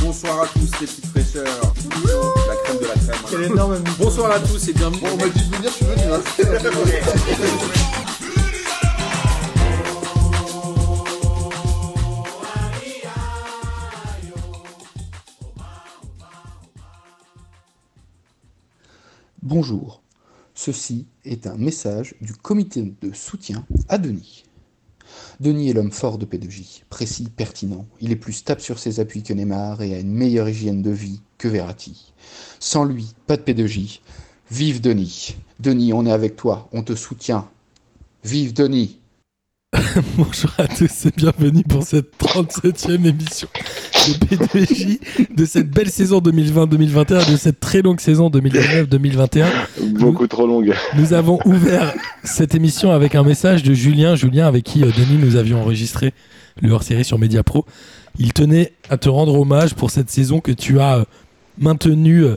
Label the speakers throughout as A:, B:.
A: bonsoir à tous les petites fraîcheurs. La crème hein. de la crème.
B: Quel énorme micro.
A: Bonsoir à tous et bienvenue.
C: Bon, on m'a dit de venir, je suis venu. Hein.
D: Bonjour, ceci est un message du comité de soutien à Denis. Denis est l'homme fort de P2J, précis, pertinent. Il est plus stable sur ses appuis que Neymar et a une meilleure hygiène de vie que Verratti. Sans lui, pas de P2J. Vive Denis. Denis, on est avec toi, on te soutient. Vive Denis.
E: Bonjour à tous et bienvenue pour cette 37e émission de P2J de cette belle saison 2020-2021, de cette très longue saison 2019-2021.
C: Beaucoup trop longue.
E: Nous avons ouvert cette émission avec un message de Julien, Julien avec qui euh, Denis nous avions enregistré le hors-série sur Media Pro. Il tenait à te rendre hommage pour cette saison que tu as euh, maintenue euh,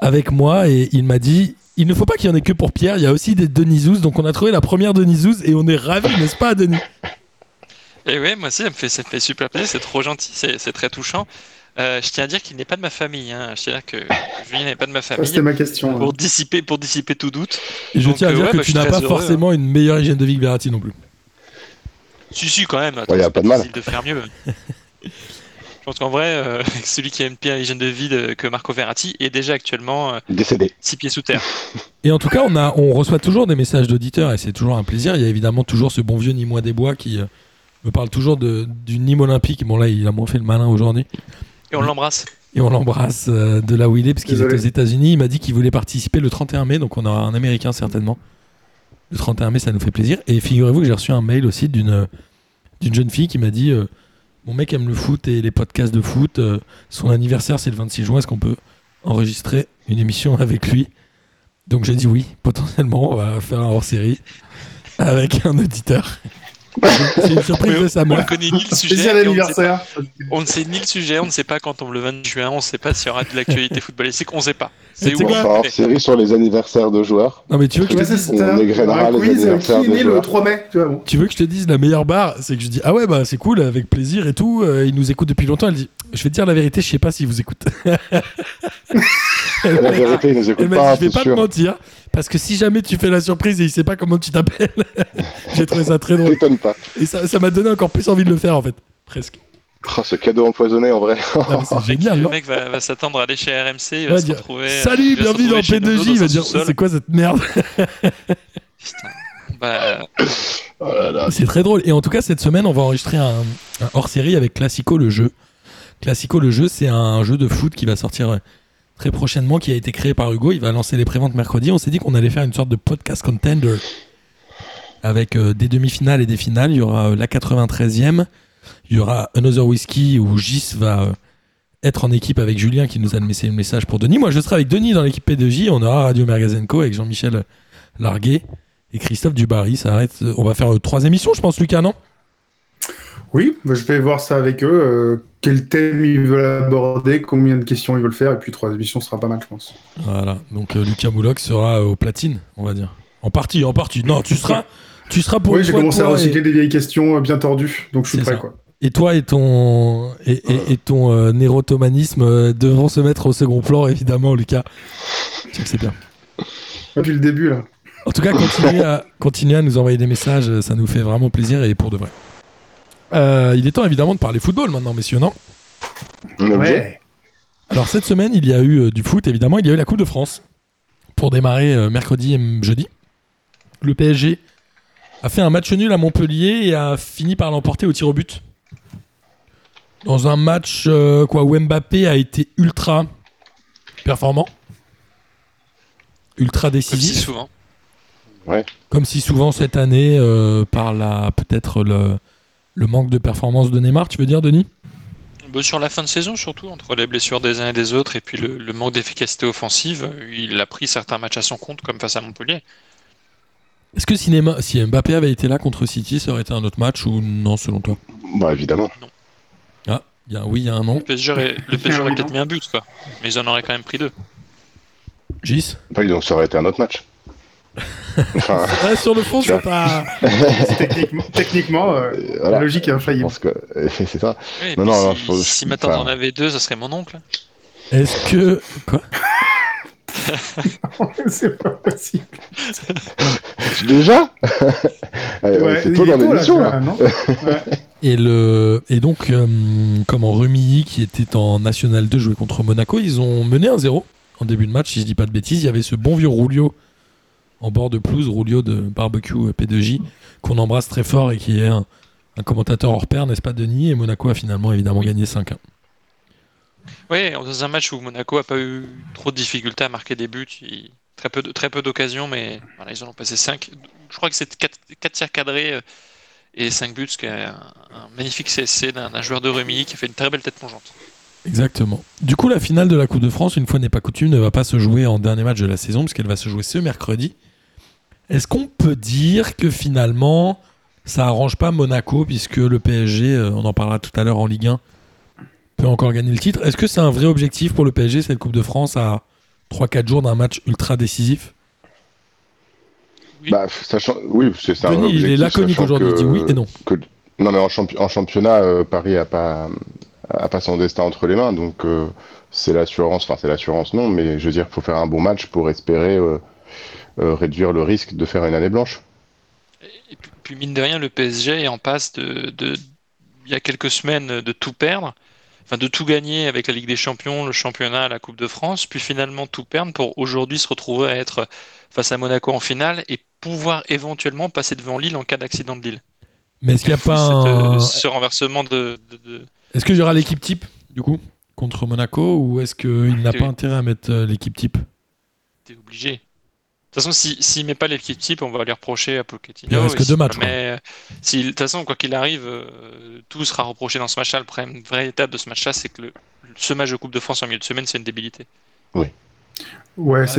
E: avec moi et il m'a dit il ne faut pas qu'il y en ait que pour Pierre, il y a aussi des Denisous donc on a trouvé la première Denisous et on est ravis, n'est-ce pas Denis
F: Et Eh ouais, moi aussi, ça me fait, ça me fait super plaisir, c'est trop gentil, c'est c'est très touchant. Euh, je tiens à dire qu'il n'est pas de ma famille. hein. Je tiens à dire que Julien n'est pas de ma
B: Ça, C'était
F: famille.
B: ma question. hein.
F: Pour dissiper, pour dissiper tout doute.
E: Et je
F: Donc,
E: tiens à
F: euh,
E: dire
F: ouais,
E: que
F: bah, je
E: tu
F: suis
E: n'as
F: très
E: pas
F: heureux,
E: forcément une meilleure hygiène de vie que Verratti non plus.
F: Si, si, quand même.
C: Ouais, y a
F: c'est
C: pas de mal.
F: difficile de faire mieux. Je pense qu'en vrai, euh, celui qui a une pire hygiène de vie de- que Marco Verratti est déjà actuellement euh,
C: Décédé.
F: six pieds sous terre.
E: Et en tout cas, on, a, on reçoit toujours des messages d'auditeurs et c'est toujours un plaisir. Il y a évidemment toujours ce bon vieux Nîmois des Bois qui euh, me parle toujours de, du Nîmes olympique. Bon, là, il a moins fait le malin aujourd'hui.
F: Et on l'embrasse.
E: Et on l'embrasse euh, de là où il est, parce qu'il est aux
B: Désolé.
E: États-Unis. Il m'a dit qu'il voulait participer le 31 mai, donc on aura un Américain certainement. Le 31 mai, ça nous fait plaisir. Et figurez-vous que j'ai reçu un mail aussi d'une d'une jeune fille qui m'a dit euh, Mon mec aime le foot et les podcasts de foot. euh, son anniversaire, c'est le 26 juin. Est-ce qu'on peut enregistrer une émission avec lui Donc j'ai dit oui, potentiellement, on va faire un hors série avec un auditeur. c'est une surprise de sa
F: On ne
E: mère.
F: connaît ni le sujet.
B: Spécial
F: et on ne sait
B: anniversaire.
F: On ne sait ni le sujet, on ne sait pas quand tombe le 20 juin, on ne sait pas s'il y aura de l'actualité footballistique, on ne sait pas. C'est
E: Mais
F: où
E: tu
C: On
F: on
E: sais
C: va
E: quoi
F: en
C: hors
F: est.
C: série sur les anniversaires de joueurs.
E: Non, mais tu veux que je
B: Ouais,
E: te
B: c'est
E: dise
B: ça.
C: On égrènera
B: Un
C: les
B: quiz, euh,
C: anniversaires
B: qui est
C: des
B: né le
C: joueurs.
B: 3 mai, tu vois. bon.
E: Tu veux que je te dise la meilleure barre C'est que je dis Ah ouais, bah c'est cool, avec plaisir et tout. euh, il nous écoute depuis longtemps. Elle dit Je vais te dire la vérité, je sais pas s'il vous écoute. elle
C: La
E: m'a dit
C: vérité, ils nous
E: Je
C: écoutent pas,
E: vais
C: Ah, c'est
E: pas te
C: sûr.
E: mentir, parce que si jamais tu fais la surprise et il sait pas comment tu t'appelles, j'ai trouvé ça très drôle.
C: T'étonne pas.
E: Et ça ça m'a donné encore plus envie de le faire en fait. Presque.
C: Oh, ce cadeau empoisonné en vrai.
E: Ah, mais c'est génial,
F: Le
E: non
F: mec va, va s'attendre à aller chez RMC, il va
E: Ouais,
F: se
E: dire,
F: retrouver. euh,
E: Salut,
F: il va se
E: bienvenue dans
F: retrouver chez
E: P2J.
F: Nono
E: Il va
F: dans
E: dire
F: son
E: C'est
F: sous-sol.
E: quoi cette merde
F: Putain. Bah,
C: Oh là là.
E: Ah, C'est très drôle. Et en tout cas, cette semaine, on va enregistrer un, un hors-série avec Classico le jeu. Classico le jeu, c'est un jeu de foot qui va sortir euh, très prochainement, qui a été créé par Hugo. Il va lancer les préventes mercredi. On s'est dit qu'on allait faire une sorte de podcast contender avec euh, des demi-finales et des finales. Il y aura euh, la 93e, il y aura Another Whiskey où Gis va euh, être en équipe avec Julien qui nous a laissé un message pour Denis. Moi, je serai avec Denis dans l'équipe P2J. On aura Radio Mergazenco avec Jean-Michel euh, Larguet. Et Christophe Dubarry, ça arrête. On va faire euh, trois émissions, je pense, Lucas, non
B: Oui, bah, je vais voir ça avec eux. euh, quel thème ils veulent aborder, combien de questions ils veulent faire, et puis trois émissions ce sera pas mal, je pense.
E: Voilà. Donc euh, Lucas Mouloc sera euh, au platine, on va dire. En partie, en partie. Non, tu seras, tu seras pour.
B: oui,
E: une
B: j'ai
E: fois
B: commencé à
E: toi
B: recycler des vieilles questions euh, bien tordues, donc je suis
E: C'est
B: prêt,
E: ça.
B: quoi.
E: Et, et toi et ton et, et- et ton euh, nérotomanisme euh, devront se mettre au second plan, évidemment, Lucas. Tu sais que c'est bien.
B: Depuis le début, là.
E: En tout cas, continuez à, continuez à nous envoyer des messages, euh, ça nous fait vraiment plaisir et pour de vrai. Euh, il est temps évidemment de parler football maintenant, messieurs, non
C: On est obligé.
E: Alors cette semaine, il y a eu euh, du foot, évidemment, il y a eu la Coupe de France pour démarrer euh, mercredi et m- jeudi. Le PSG a fait un match nul à Montpellier et a fini par l'emporter au tir au but. Dans un match euh, quoi, où Mbappé a été ultra performant, ultra
F: comme si
E: décisif,
F: souvent.
E: comme si souvent cette année, euh, par la peut-être le, le manque de performance de Neymar, tu veux dire, Denis
F: Bah, sur la fin de saison, surtout, entre les blessures des uns et des autres et puis le, le manque d'efficacité offensive, il a pris certains matchs à son compte, comme face à Montpellier.
E: Est-ce que si, Neymar- si Mbappé avait été là contre City, ça aurait été un autre match ou non, selon toi
C: Bah évidemment.
E: Ah, il y a un oui, il y a un non.
F: Le PSG aurait, le PSG aurait peut-être mis un but, quoi. Mais ils en auraient quand même pris deux.
E: Gis
C: Bah, Oui, donc ça aurait été un autre match. Enfin,
E: Ouais, Ah, sur le fond,
C: Tu
E: c'est pas.
B: techniquement, techniquement, euh,
C: euh,
B: la
C: voilà.
B: logique est
C: Je
B: infaillible.
C: pense que euh, c'est c'est ça.
F: Oui, et
C: Non,
F: puis
C: non, non,
F: si,
C: je pense-
F: si maintenant
C: enfin-
F: on en avait deux, ce serait mon oncle.
E: Est-ce que. Quoi
B: c'est pas possible.
C: Déjà Euh,
B: Ouais,
C: C'est
B: il
C: tôt
B: est
C: dans
B: tôt, là,
C: l'émission,
B: quand
C: là.
B: même, non
E: Et, le... et donc, euh, comment Rumilly, qui était en National 2, jouait contre Monaco, ils ont mené 1-0 en début de match, si je dis pas de bêtises. Il y avait ce bon vieux Roulio en bord de pelouse, Roulio de barbecue euh, P2J, qu'on embrasse très fort et qui est un, un commentateur hors pair, n'est-ce pas, Denis Et Monaco a finalement évidemment gagné 5-1.
F: Oui, dans un match où Monaco a pas eu trop de difficultés à marquer des buts, il- très peu, de- très peu d'occasions, mais voilà, ils en ont passé 5. Je crois que c'est 4, tirs cadrés euh, et 5 buts, ce qui est un, un magnifique CSC d'un d'un joueur de Remy qui a fait une très belle tête plongeante.
E: Exactement. Du coup, la finale de la Coupe de France, une fois n'est pas coutume, ne va pas se jouer en dernier match de la saison, puisqu'elle va se jouer ce mercredi. Est-ce qu'on peut dire que finalement, ça arrange pas Monaco, puisque le PSG, euh, on en parlera tout à l'heure en Ligue 1, peut encore gagner le titre Est-ce que c'est un vrai objectif pour le PSG, cette Coupe de France, à 3-4 jours d'un match ultra décisif
C: Bah, sachant... Oui, c'est c'est un
E: Denis, il est
C: objectif,
E: laconique
C: sachant
E: aujourd'hui, il
C: que-
E: dit oui et non.
C: que- Non, mais en, champi- en championnat, euh, Paris a pas, a pas son destin entre les mains, donc euh, c'est l'assurance, enfin c'est l'assurance non, mais je veux dire, faut faire un bon match pour espérer euh, euh, réduire le risque de faire une année blanche.
F: Et puis, puis mine de rien, le PSG est en passe de, de- il y a quelques semaines de tout perdre, enfin de tout gagner avec la Ligue des Champions, le championnat, la Coupe de France, puis finalement tout perdre pour aujourd'hui se retrouver à être face à Monaco en finale et pouvoir éventuellement passer devant Lille en cas d'accident de Lille.
E: Mais est-ce qu'il n'y a pas un...
F: Cette, euh, ce renversement de, de- de-
E: Est-ce que j'aurai l'équipe type, du coup, contre Monaco, ou est-ce qu'il n'a
F: Oui.
E: pas intérêt à mettre euh, l'équipe type
F: T'es obligé. De toute façon, si- s'il ne met pas l'équipe type, on va lui reprocher à Pochettino.
E: Il reste
F: et
E: que
F: si-
E: deux matchs, quoi.
F: Mais euh, si- de toute façon, quoi qu'il arrive, euh, tout sera reproché dans ce match-là. Le problème, une vraie étape de ce match-là, c'est que le, ce match de Coupe de France en milieu de semaine, c'est une débilité.
B: Ouais, c'est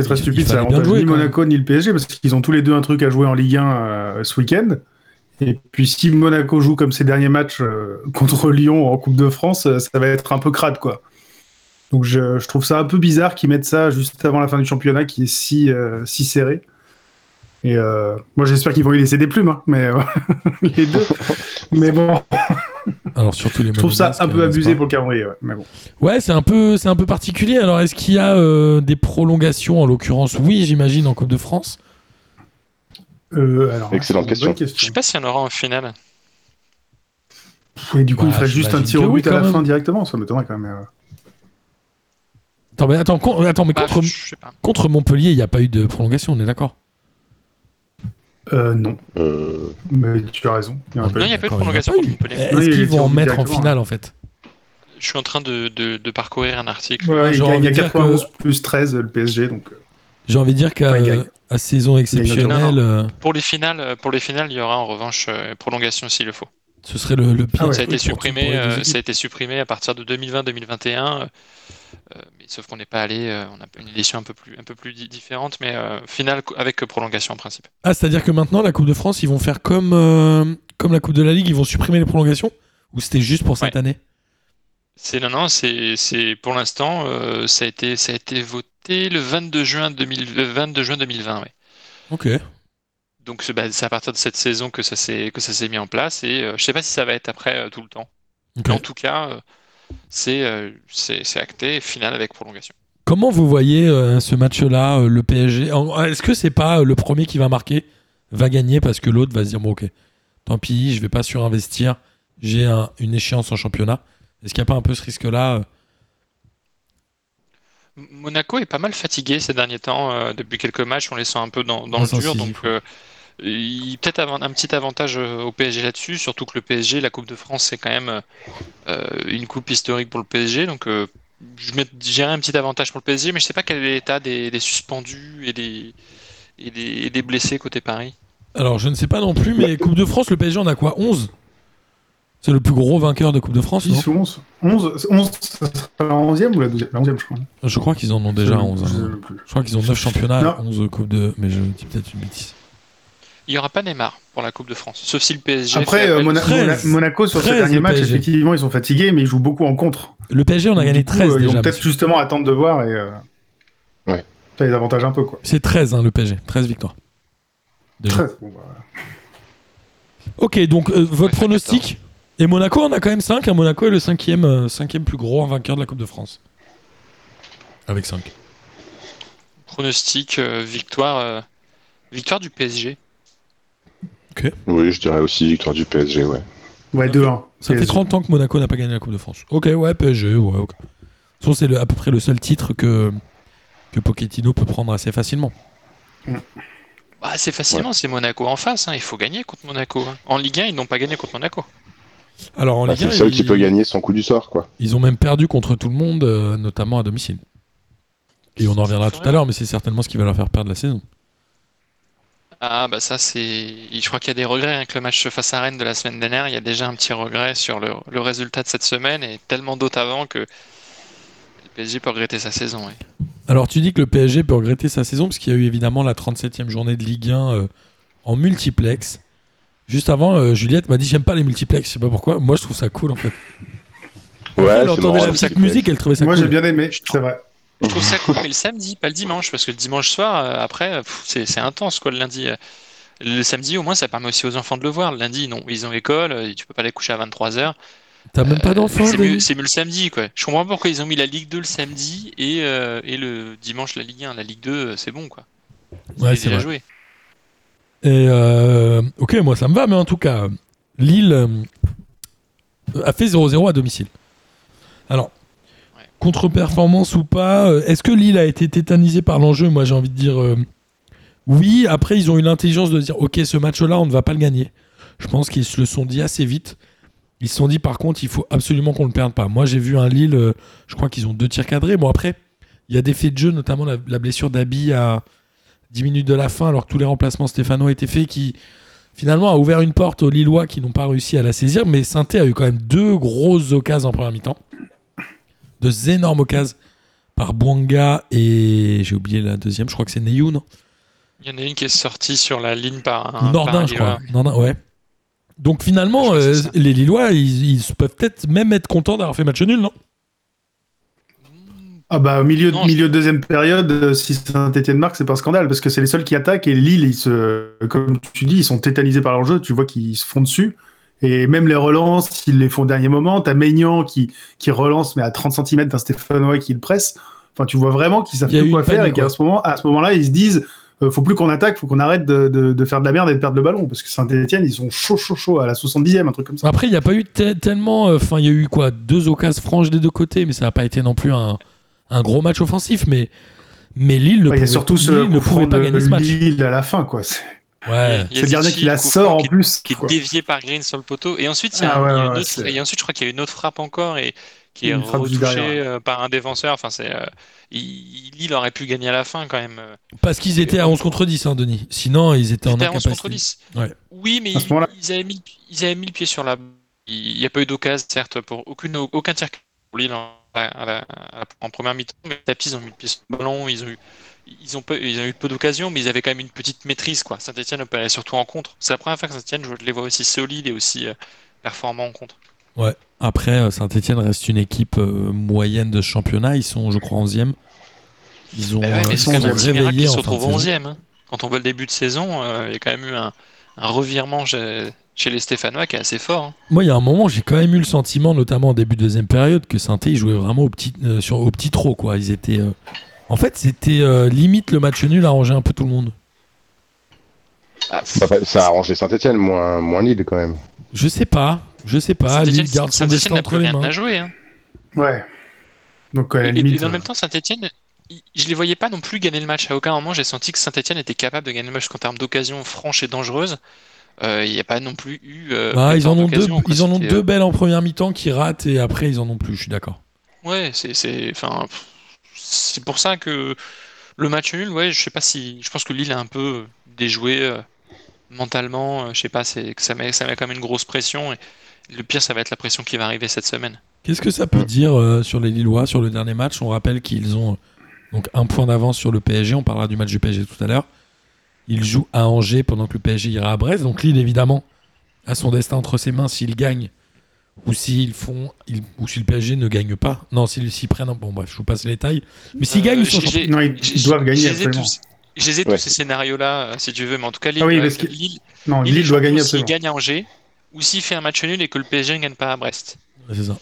E: Ah, il-
B: très
E: il
B: stupide.
E: fallait
B: Ça
E: bien
B: avantage
E: jouer,
B: ni
E: quand même.
B: Monaco ni le PSG parce qu'ils ont tous les deux un truc à jouer en Ligue 1 euh, ce week-end. Et puis si Monaco joue comme ses derniers matchs euh, contre Lyon en Coupe de France, euh, ça va être un peu crade, quoi. Donc je, je trouve ça un peu bizarre qu'ils mettent ça juste avant la fin du championnat qui est si, euh, si serré. Et euh, moi j'espère qu'ils vont y laisser des plumes, hein, mais euh, les deux. Mais bon,
E: Alors surtout les
B: je trouve ça
E: Monégasques,
B: un peu
E: euh, n'est-ce pas
B: abusé pour le calendrier. ouais, Mais bon.
E: Ouais, c'est un peu, c'est un peu particulier. Alors, est-ce qu'il y a euh, des prolongations en l'occurrence Oui, j'imagine en Coupe de France.
B: Euh, alors,
C: Excellente
B: bonne
C: question.
F: Je sais pas s'il y en aura en finale.
B: Et du coup,
E: Bah,
B: il ferait juste un
E: j'imagine
B: tir
E: que
B: au
E: oui,
B: but à
E: quand
B: la
E: même.
B: fin directement, ça m'étonnerait quand même. euh.
E: Attends, mais attends, con- attends, mais
F: Bah,
E: contre,
F: je sais pas.
E: contre Montpellier, il n'y a pas eu de prolongation. On est d'accord.
B: Euh, non,
C: Euh,
B: mais tu as raison. Il y en a pas eu.
F: Non, il n'y a pas eu de
E: D'accord,
F: prolongation
E: il y en a
F: contre
E: pas eu.
F: Montpellier.
E: Est-ce
B: Oui,
E: qu'ils
B: les
E: vont
B: tirs
E: en
B: au but
E: mettre en
B: directement. hein.
E: finale en fait
F: Je suis en train de, de- de parcourir un article.
B: Ouais, il
E: Genre,
B: gagne
E: on
B: à
E: veut dire
B: 91 plus 13 le PSG, donc euh,
E: J'ai envie de dire qu'à
B: Enfin, il gagne.
E: à saison exceptionnelle, euh,
F: Pour les finales, pour les finales, il y aura en revanche euh, prolongation s'il le faut.
E: ce serait le, le pire.
B: Ah ouais.
F: ça a été
E: truc pour- pour
F: supprimé,
E: les deux
F: euh,
E: équipes.
F: ça a été supprimé à partir de 2020-2021. euh, euh, mais sauf qu'on n'est pas allé, euh, on a une édition un peu plus, un peu plus di- différente, mais euh, finale co- avec prolongation en principe.
E: Ah, c'est-à-dire que maintenant, la Coupe de France, ils vont faire comme, euh, comme la Coupe de la Ligue, ils vont supprimer les prolongations Ou c'était juste pour cette année
F: C'est non, non, c'est, c'est pour l'instant, euh, ça a été, ça a été voté le 22 juin 2000 le 22 juin 2020. ouais.
E: Ok.
F: Donc c'est bah, c'est à partir de cette saison que ça s'est, que ça s'est mis en place et euh, je sais pas si ça va être après euh, tout le temps.
E: Ok.
F: Mais en tout cas, euh, c'est, euh, c'est, c'est acté finale avec prolongation.
E: Comment vous voyez euh, ce match-là, euh, le PSG En- Est-ce que c'est pas euh, le premier qui va marquer va gagner parce que l'autre va se dire bon ok, tant pis, je vais pas surinvestir, j'ai un- une échéance en championnat. Est-ce qu'il n'y a pas un peu ce risque-là euh
F: Monaco est pas mal fatigué ces derniers temps. euh, depuis quelques matchs, on les sent un peu dans, dans
E: Ah,
F: le
E: ça,
F: dur.
E: si.
F: Donc, euh, il peut-être avoir un petit avantage euh, au PSG là-dessus. Surtout que le PSG, la Coupe de France, c'est quand même euh, une coupe historique pour le PSG. Donc, euh, je mets- je dirais un petit avantage pour le PSG, mais je sais pas quel est l'état des, des suspendus et des, et des, et des blessés côté Paris.
E: Alors je ne sais pas non plus, mais Coupe de France, le PSG en a quoi 11 C'est le plus gros vainqueur de Coupe de France, non
B: 10 ou 11. 11, 11 ça sera la 11e ou la 12e La 11e, je crois.
E: Je crois qu'ils en ont déjà
B: Je-
E: 11. hein.
B: je sais plus.
E: Je crois qu'ils ont 9 championnats,
B: Non.
E: 11 Coupes de... Mais je dis peut-être une bêtise.
F: Il y aura pas Neymar pour la Coupe de France, sauf si le PSG. fait
B: Après, euh,
F: appel-
B: Mona-
E: 13.
B: Mona- Monaco, sur
E: 13,
B: ces
E: le
B: derniers matchs,
E: PSG.
B: effectivement, ils sont fatigués, mais ils jouent beaucoup en contre.
E: Le PSG en a
B: Donc,
E: gagné
B: du coup,
E: 13
B: euh, Ils
E: déjà.
B: vont peut-être
E: monsieur.
B: justement attendre de voir et euh,
C: Ouais.
B: ça les avantage un peu, quoi.
E: C'est 13 hein, le PSG, 13 victoires. déjà.
B: Bon, bah,
E: Ok, donc euh, votre
F: Ouais,
E: pronostic Et Monaco, on a quand même 5. Monaco est le cinquième, euh, cinquième plus gros vainqueur de la Coupe de France. Avec 5.
F: Pronostic, euh, victoire, euh, victoire du PSG.
C: Oui, je dirais aussi victoire du PSG, ouais.
B: ouais, 2-1.
E: Ça fait 30 ans que Monaco n'a pas gagné la Coupe de France. Ok, ouais, PSG, ouais, ok. De toute façon, c'est le- à peu près le seul titre que, que Pochettino peut prendre assez facilement.
F: Bah, c'est facilement, c'est Monaco en face. hein. Il faut gagner contre Monaco. hein. En Ligue 1, ils n'ont pas gagné contre Monaco.
E: Alors en
C: Bah,
E: Ligue
C: c'est le
E: 1,
C: seul
E: ils,
C: qui peut gagner sans coup du sort, quoi.
E: ils ont même perdu contre tout le monde, euh, notamment à domicile. Et on en reviendra tout à l'heure, mais c'est certainement ce qui va leur faire perdre la saison.
F: Ah bah ça c'est, je crois qu'il y a des regrets avec le match face à Rennes de la semaine dernière. Il y a déjà un petit regret sur le, le résultat de cette semaine et tellement d'autres avant que le PSG peut regretter sa saison. ouais.
E: Alors tu dis que le PSG peut regretter sa saison parce qu'il y a eu évidemment la 37e journée de Ligue 1 euh, en multiplex. Juste avant, euh, Juliette m'a dit j'aime pas les multiplex, je sais pas pourquoi. Moi je trouve ça cool en fait.
C: Ouais,
E: elle
C: c'est
E: entendait
C: marrant,
E: la
C: le
E: petite
C: petit
E: musique, elle trouvait ça
B: Moi,
E: cool.
B: j'ai bien aimé, c'est vrai.
F: Je trouve ça cool mais le samedi, pas le dimanche, parce que le dimanche soir euh, après euh, pff, c'est c'est intense quoi le lundi. euh. Le samedi au moins ça permet aussi aux enfants de le voir. Le lundi non, ils ont école, euh, tu peux pas les coucher à 23h.
E: T'as même pas d'enfant.
F: C'est mieux,
E: Denis
F: c'est mieux le samedi, quoi. Je comprends pas pourquoi ils ont mis la Ligue 2 le samedi et, euh, et le dimanche la Ligue 1. La Ligue 2, euh, c'est bon, quoi. Vous
E: Ouais,
F: avez
E: c'est vrai.
F: déjà joué.
E: Et euh, ok, moi ça me va, mais en tout cas, Lille euh, a fait 0-0 à domicile. Alors,
F: Ouais.
E: contre-performance ou pas, euh, est-ce que Lille a été tétanisé par l'enjeu Moi j'ai envie de dire euh, oui. Après, ils ont eu l'intelligence de dire ok, ce match-là, on ne va pas le gagner. Je pense qu'ils se le sont dit assez vite. Ils se sont dit par contre, il faut absolument qu'on ne le perde pas. Moi j'ai vu un Lille, euh, je crois qu'ils ont deux tirs cadrés. Bon, après, il y a des faits de jeu, notamment la, la blessure d'Abi à. 10 minutes de la fin, alors que tous les remplacements stéphanois étaient faits, qui finalement a ouvert une porte aux Lillois qui n'ont pas réussi à la saisir. Mais saint a eu quand même deux grosses occasions en première mi-temps. Deux énormes occasions par Bouanga et j'ai oublié la deuxième, je crois que c'est Neyou, non
F: Il y en a une qui est sortie sur la ligne par un. par un
E: Nordin, je
F: Lillois.
E: crois. Nordin, ouais. Donc finalement,
F: Je crois que
E: euh,
F: c'est ça.
E: les Lillois, ils, ils peuvent peut-être même être contents d'avoir fait match nul, non
B: Ah bah, au milieu,
F: Non,
B: milieu de deuxième période, euh, si Saint-Etienne marque, c'est pas un scandale, parce que c'est les seuls qui attaquent, et Lille, ils se, comme tu dis, ils sont tétanisés par leur jeu, tu vois qu'ils se font dessus, et même les relances, ils les font au dernier moment, t'as Maignan qui, qui relance, mais à 30 cm d'un Stéphanois qui le presse, enfin tu vois vraiment qu'ils savent
E: Il y a eu
B: plus quoi
E: une
B: faire, et
E: panique,
B: qu'à
E: ouais.
B: ce moment, à ce moment-là, ils se disent, euh, faut plus qu'on attaque, faut qu'on arrête de, de- de faire de la merde et de perdre le ballon, parce que Saint-Etienne, ils sont chaud, chaud, chaud, à la 70e, un truc comme ça.
E: Après, il n'y a pas eu te- tellement. Enfin, il y a eu quoi Deux occasions franches des deux côtés, mais ça n'a pas été non plus un, un gros match offensif. Mais, mais Lille ne
B: Enfin, Il y a
E: pouvait,
B: surtout ce
E: Lille ne
B: coup franc
E: pouvait pas
B: de
E: gagner ce match.
B: Lille à la fin, quoi. C'est
E: Ouais.
F: Il y a
B: c'est le gardien
F: Zichi,
B: qui la
F: coup franc
B: sort en
F: qui-
B: plus.
F: Qui est
B: quoi.
F: dévié par Green sur le poteau. Et ensuite, il y a
B: Ah
F: un-
B: ouais,
F: il y a
B: ouais,
F: une
B: ouais,
F: autre-
B: c'est-
F: et ensuite, je crois qu'il y a une autre frappe encore et qui est
B: Une frappe du
F: retouchée
B: derrière.
F: euh, par un défenseur. Enfin, c'est. euh, il- Lille aurait pu gagner à la fin quand même. euh,
E: Parce qu'ils étaient à 11 contre 10, hein, Denis. Sinon, ils étaient en
F: C'était à 11
E: incapacité.
F: contre 10.
E: Ouais.
F: Oui, mais
B: À ce moment-là-
F: ils avaient, mis, ils avaient mis le pied sur la. Il n'y a pas eu d'occasion, certes, pour aucune, aucun tir pour Lille en, à la- à la- en première mi-temps. Mais Tapis, ils ont mis le pied sur le ballon. Ils ont eu, ils ont peu, ils ont eu peu d'occasions, mais ils avaient quand même une petite maîtrise. quoi. Saint-Etienne opérait surtout en contre. C'est la première fois que Saint-Etienne, je les vois aussi solides et aussi euh, performants en contre.
E: Après, euh, Saint-Etienne reste une équipe euh, moyenne de ce championnat. Ils sont, je crois, 11e. Ils ont,
F: Bah ouais,
E: euh,
F: mais
E: ils
F: c'est
E: sont
F: quand même un petit miracle
E: réveillés
F: qu'ils se
E: en fin de
F: retrouvent
E: saison.
F: 11e. hein. Quand on voit le début de saison, euh, il y a quand même eu un, un revirement chez, chez les Stéphanois qui est assez fort. hein.
E: Moi, il y a un moment, j'ai quand même eu le sentiment, notamment en début de deuxième période, que saint ils jouaient vraiment au petit, euh, sur, au petit trot. Quoi. Ils étaient, euh, En fait, c'était euh, limite le match nul arrangeait un peu tout le monde.
C: Ça, va- ça a arrangé Saint-Etienne, moins, moins Lille quand même.
E: Je sais pas, je sais pas. Lille garde son destin
F: Saint-Etienne n'a plus
E: entre les
F: rien
E: mains.
F: à jouer. hein.
B: Ouais. Donc, à la
F: Et- et,
B: limite,
F: dans le même temps, Saint-Etienne, je les voyais pas non plus gagner le match. À aucun moment, j'ai senti que Saint-Etienne était capable de gagner le match qu'en termes d'occasions franches et dangereuses. Euh, Il n'y a pas non plus eu. euh,
E: Bah, ils en
F: pléthore
E: ont deux,
F: d'occasions, quoi.
E: ils en ont
F: C'était,
E: deux belles en première mi-temps qui ratent et après ils en ont plus. Je suis d'accord.
F: euh, Ouais, c'est, c'est, enfin, pff, c'est pour ça que le match nul, ouais, je sais pas si, je pense que Lille a un peu déjoué euh, mentalement. euh, je sais pas, c'est que ça met, ça met quand même une grosse pression. Et le pire, ça va être la pression qui va arriver cette semaine.
E: Qu'est-ce que ça peut dire euh, sur les Lillois sur le dernier match On rappelle qu'ils ont euh, donc un point d'avance sur le PSG. On parlera du match du PSG tout à l'heure. Ils jouent à Angers pendant que le PSG ira à Brest. Donc Lille évidemment a son destin entre ses mains s'ils gagnent ou s'ils font ils- ou si le PSG ne gagne pas. Non, s'ils s'ils prennent. un- Bon bref, je vous passe les détails. Mais s'ils
F: Euh,
E: gagnent, ils sont
F: j'ai-
E: champions.
B: Non, ils
F: j'ai-
B: doivent gagner,
F: je les ai
B: absolument.
F: tous- J'hésite
C: Ouais.
F: tous ces scénarios-là, euh, si tu veux, mais en tout cas, Lille,
B: Ah oui,
F: doit-
B: parce que-
F: Lille-
B: Non,
F: Lille,
B: Lille
F: je
B: doit
F: pense,
B: gagner
F: s'il
B: absolument.
F: gagne à Angers, ou s'il fait un match nul et que le PSG ne gagne pas à Brest.
E: Ouais, c'est ça.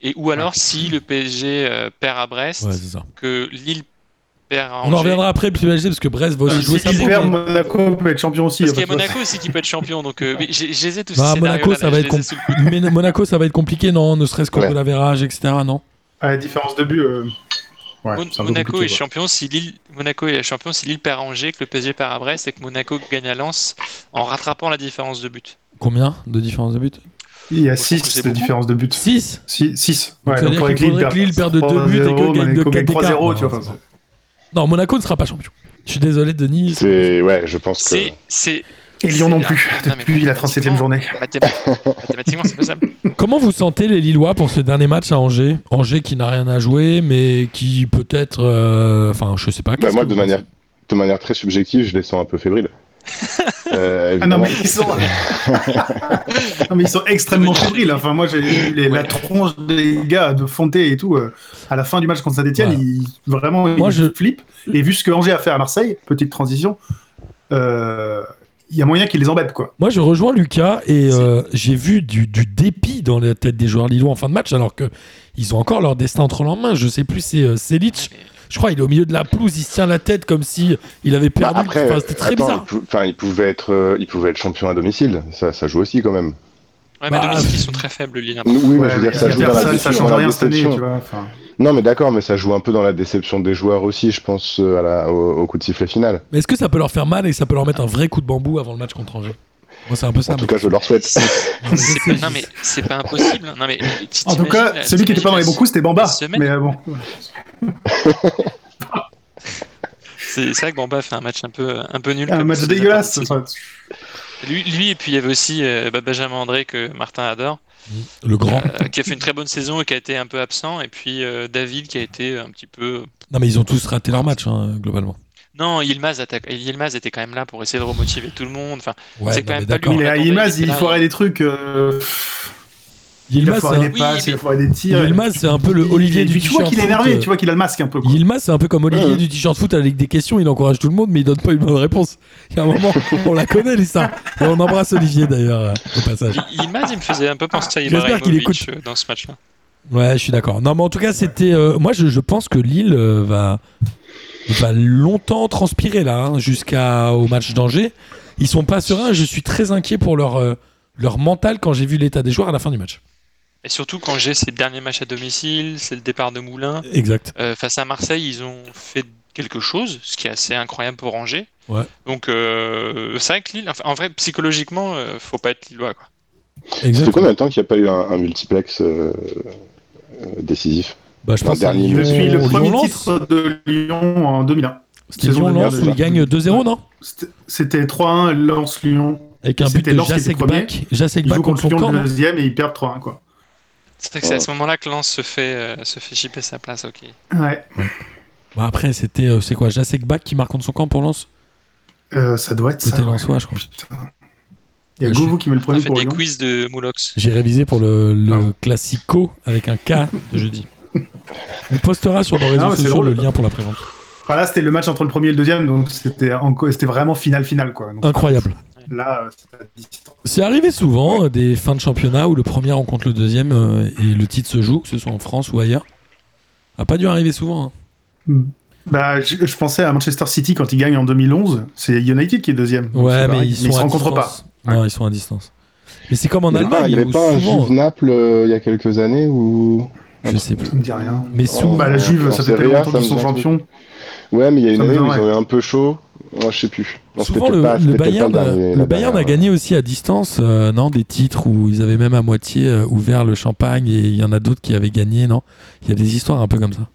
F: Et ou alors si le PSG euh, perd à Brest,
E: Ouais, c'est ça.
F: que Lille perd à
E: On
F: Angers. Euh,
E: en reviendra après, le PSG, parce que Brest va
B: Si
E: aussi jouer sa
B: S'il perd,
E: poule.
B: Monaco peut être champion aussi.
F: Parce
B: en
F: qu'il y a
B: fait, ouais.
F: Monaco aussi qui peut être champion, donc euh, mais j'ai- j'hésite tous
E: Bah,
F: ces
E: Monaco,
F: scénarios-là.
E: ça va
F: je
E: être
F: les ai sous le coude.
E: Mais Monaco, ça va être compliqué, non Ne serait-ce qu'au
C: Ouais.
E: goal average, etc. Non
B: À la différence de but. euh, ouais,
F: Mon-
B: c'est un peu
F: Monaco
B: compliqué,
F: est
B: quoi.
F: champion si Lille Monaco est champion si Lille perd à Angers, que le PSG perd à Brest et que Monaco gagne à Lens en rattrapant la différence de but.
E: Combien de différence de but
B: Il y
F: Je
B: a
F: trouve que c'est
B: 6 de
F: beaucoup.
B: différence de but.
E: 6
B: 6.
E: Donc, ça veut dire qu'il faudrait que Lille perde de deux buts et que gagne de quatre d'écart.
B: 3-0, tu
E: Non,
B: vois. enfin,
E: Non, Monaco ne sera pas champion. Je suis désolé, Denis.
C: C'est ouais, je pense que
F: C'est c'est
B: Et Lyon non plus,
F: Ah, non, mais
B: depuis la 37e journée.
F: mathématiquement, mathématiquement, c'est possible.
E: Comment vous sentez les Lillois pour ce dernier match à Angers Angers qui n'a rien à jouer, mais qui peut-être. euh, Enfin, je sais pas.
C: Bah,
E: qu'est-ce
C: moi
E: que
C: de
E: vous
C: manière de manière très subjective, je les sens un peu fébriles. Euh,
B: Ah non, mais
C: évidemment.
B: ils sont, Non, mais ils sont extrêmement fébriles. Enfin, moi, j'ai vu les- la tronche des gars de Fonté et tout. euh, à la fin du match contre Saint-Etienne,
E: Voilà.
B: vraiment,
E: Moi,
B: ils
E: je-
B: flippent. Et vu ce que Angers a fait à Marseille, petite transition, euh, il y a moyen qu'ils les embêtent, quoi.
E: Moi, je rejoins Lucas et euh, j'ai vu du, du dépit dans la tête des joueurs lillois en fin de match, alors que ils ont encore leur destin entre leurs mains. Je sais plus, c'est euh, Selic, je crois, il est au milieu de la pelouse, il se tient la tête comme si il avait
C: Bah,
E: perdu.
C: après,
E: Enfin, c'était très
C: attends,
E: bizarre.
C: il pou- enfin, il pouvait être, euh, il pouvait être champion à domicile. Ça, ça joue aussi quand même.
F: Ouais, mais
E: Bah,
F: Dominique, ils sont très faibles, Lille.
C: Oui, mais je veux
B: Ouais,
C: dire, ça
B: mais
C: joue dans la
B: personne, ça
C: déception.
B: change
C: dans la
B: rien cette année,
C: déception.
B: tu vois. Enfin,
C: Non, mais d'accord, mais ça joue un peu dans la déception des joueurs aussi, je pense, euh, à la- au, au coup de sifflet final.
E: Mais est-ce que ça peut leur faire mal et que ça peut leur mettre un vrai coup de bambou avant le match contre Angers Moi, c'est un peu ça.
C: En tout
E: mais-
C: cas, je leur souhaite.
E: Je
F: C'est
E: sais,
F: pas-
E: je
F: non
E: sais.
F: mais c'est pas impossible. Non mais euh,
B: En tout cas, celui qui n'était pas dans les bons coups, c'était Bamba.
F: semaine-
B: Mais euh, bon,
F: C'est c'est vrai que Bamba fait un match un peu un peu nul.
B: un
F: comme
B: match
F: ça,
B: dégueulasse.
F: n'importe
B: Enfin,
F: qui. Lui, lui, et puis il y avait aussi euh, bah, Benjamin André que Martin adore,
E: Le grand.
F: euh, qui a fait une très bonne saison et qui a été un peu absent, et puis euh, David qui a été un petit peu.
E: Non, mais ils ont tous raté leur match, hein, globalement.
F: Non, Yilmaz, attaque... Yilmaz était quand même là pour essayer de remotiver tout le monde. Enfin,
E: Ouais,
F: C'est
E: non, mais
F: quand même pas lui.
E: d'accord.
B: il est à Yilmaz, il
F: Ouais.
B: foirait des trucs. euh, Il a
E: Yilmaz,
B: foiré
E: c'est
B: des
E: un-
F: hein. Oui,
B: passes, il a
F: mais-
B: foiré des tirs.
E: Yilmaz, c'est un peu le Olivier
B: Et
E: du
B: Tu vois qu'il est
E: euh,
B: énervé, tu vois qu'il a le masque un peu. quoi.
E: Yilmaz, c'est un peu comme Olivier
C: Ouais.
E: du t-shirt foot avec des questions, il encourage tout le monde, mais il donne pas une bonne réponse. Il y a un moment, on la connaît, Lisa. Et on embrasse Olivier d'ailleurs, euh, au passage.
F: Y- Yilmaz, il me faisait un peu penser à
E: J'espère qu'il écoute.
F: Ibrahimovic euh, dans ce match-là.
E: Ouais, je suis d'accord. Non, mais en tout cas, c'était. euh, moi, je, je pense que Lille euh, va, va longtemps transpirer là, hein, jusqu'au match d'Angers. Ils sont pas sereins, je suis très inquiet pour leur, euh, leur mental quand j'ai vu l'état des joueurs à la fin du match.
F: Et surtout quand j'ai ses derniers matchs à domicile, c'est le départ de Moulin.
E: Exact.
F: Euh, face à Marseille, ils ont fait quelque chose, ce qui est assez incroyable pour Angers.
E: Ouais.
F: Donc, euh, c'est vrai que Lille, enfin, en vrai, psychologiquement, euh, faut pas être Lillois. Quoi.
E: exact.
C: C'est combien de temps qu'il n'y a pas eu un, un multiplex euh, euh, décisif
E: Bah, je
C: L'an
E: pense à
C: dernier,
E: Lyon-
B: Depuis le premier
E: Lyon-Lens.
B: titre de Lyon en 2001.
E: C'était
B: saison
E: Lyon-Lens où
B: dernière,
E: ils gagnent 2-0, non
B: C'était- C'était 3-1, Lance-Lyon.
E: Avec un but
B: C'était
E: de
B: Lens qui était
E: Jacek
B: premier.
E: Back. Jacek
B: Ils
E: Back
B: jouent
E: contre
B: contre
E: son
B: Lyon
E: camp.
B: le
E: non
B: deuxième et ils perdent 3-1. Quoi.
F: C'est vrai que c'est à ce moment-là que Lens se fait, euh, se fait chipper sa place. Ok.
B: Ouais.
E: Bah, après, c'était euh, c'est quoi Jacek Back qui marque contre son camp pour Lens
B: Euh, ça doit être ça.
E: C'était Lensois, je crois.
B: Putain. Il y a
E: Je-
B: Gouvou qui met le
F: On a
B: premier
F: fait
B: pour
F: des
B: Lyon.
F: quiz de Moulox.
E: J'ai révisé pour le, le
B: Ah.
E: Classico avec un K de jeudi. On postera sur nos réseaux
B: mais c'est
E: sociaux
B: drôle.
E: le lien pour la prévente.
B: Enfin, là, c'était le match entre le premier et le deuxième, donc c'était encore- c'était vraiment final-final. quoi. Donc,
E: Incroyable.
B: Là, euh, c'est à distance.
E: C'est arrivé souvent euh, des fins de championnat où le premier rencontre le deuxième euh, et le titre se joue, que ce soit en France ou ailleurs. A pas dû arriver souvent. hein.
B: Bah, je, je pensais à Manchester City quand ils gagnent en 2011. C'est United qui est deuxième. Donc,
E: Ouais,
B: c'est
E: mais
B: pareil.
E: ils sont
B: se
E: à
B: rencontrent pas.
E: distance. Non, ils sont à distance. Mais c'est comme en
C: Il y avait pas-
E: Allemagne
C: Ah, Il n'y avait
E: où
C: pas un
E: souvent,
C: Juve Naples euh, il y a quelques années ou
E: je sais plus.
B: Ça me dit rien.
E: Mais
C: Oh.
E: souvent,
B: Bah, la Juve,
C: en
B: ça
C: Serie
B: fait
C: A,
B: tellement longtemps
C: ça
B: qu'ils
C: me
B: sont
C: dit un truc.
B: champions.
C: Ouais, mais il y a une
B: Ça me
C: année où
B: dit,
C: ils ont eu un peu chaud. Moi, je sais plus. Non, c'était
E: Souvent,
C: peut-être
E: le,
C: pas-
E: le
C: c'était peut-être
E: Bayern,
C: pas le
E: euh,
C: dernier,
E: le
C: la
E: Bayern a
C: dernière.
E: gagné aussi à distance, euh, non Des titres où ils avaient même à moitié euh, ouvert le champagne et il y en a d'autres qui avaient gagné, non Il y a des histoires un peu comme ça.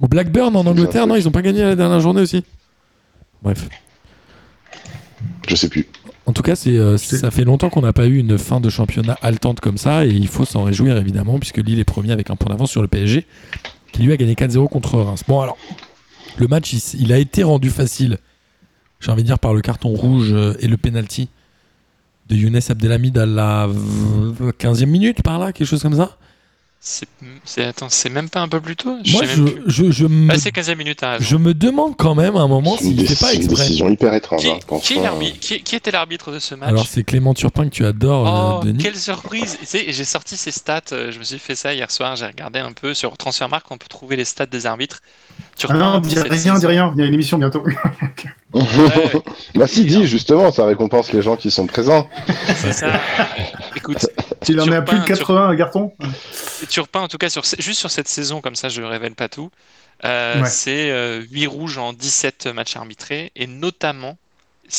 E: Au Blackburn en
C: me dit un
E: Angleterre, non,
C: truc.
E: ils ont pas gagné la dernière journée aussi. Bref.
C: euh, Je sais plus.
E: En tout cas, c'est, euh,
B: C'est-
E: ça fait longtemps qu'on n'a pas eu une fin de championnat haletante comme ça et il faut s'en réjouir évidemment puisque Lille est premier avec un point d'avance sur le PSG qui lui a gagné 4-0 contre Reims. Bon alors, le match il, s- il a été rendu facile, j'ai envie de dire par le carton rouge euh, et le penalty de Younes Abdelhamid à la v- 15e minute par là, quelque chose comme ça.
F: C'est c'est- attends, c'est même pas un peu plus tôt Je
E: Moi,
F: sais même plus.
E: je, je, je me,
F: Ah, c'est 15 minutes à
E: je me demande quand même à un moment
C: C'est une,
E: s'il fait
C: déc-
E: pas
C: c'est une
E: exprès.
C: décision hyper étrange.
F: Qui,
C: hein,
F: qui
C: franchement,
F: est
C: euh,
F: l'arbitre- qui- qui était l'arbitre de ce match
E: Alors, c'est Clément Turpin que tu adores,
F: Oh,
E: euh, Denis.
F: quelle surprise Tu sais, J'ai sorti ces stats, euh, je me suis fait ça hier soir, j'ai regardé un peu sur Transfermarkt, on peut trouver les stats des arbitres. Tu
B: Ah non,
F: reprends
B: dis
F: cette
B: rien, dis
F: saison.
B: rien. Il y a une émission bientôt.
F: Ouais,
C: bah si, dis justement, ça récompense les gens qui sont présents.
F: c'est ça. Écoute,
B: Il en est à
F: Turpin,
B: plus de 80, un carton.
E: Ah
F: Turpin, en tout cas, sur, ce- juste sur cette saison, comme ça je ne révèle pas tout, euh,
B: Ouais.
F: c'est 8 rouges en 17 matchs arbitrés, et notamment,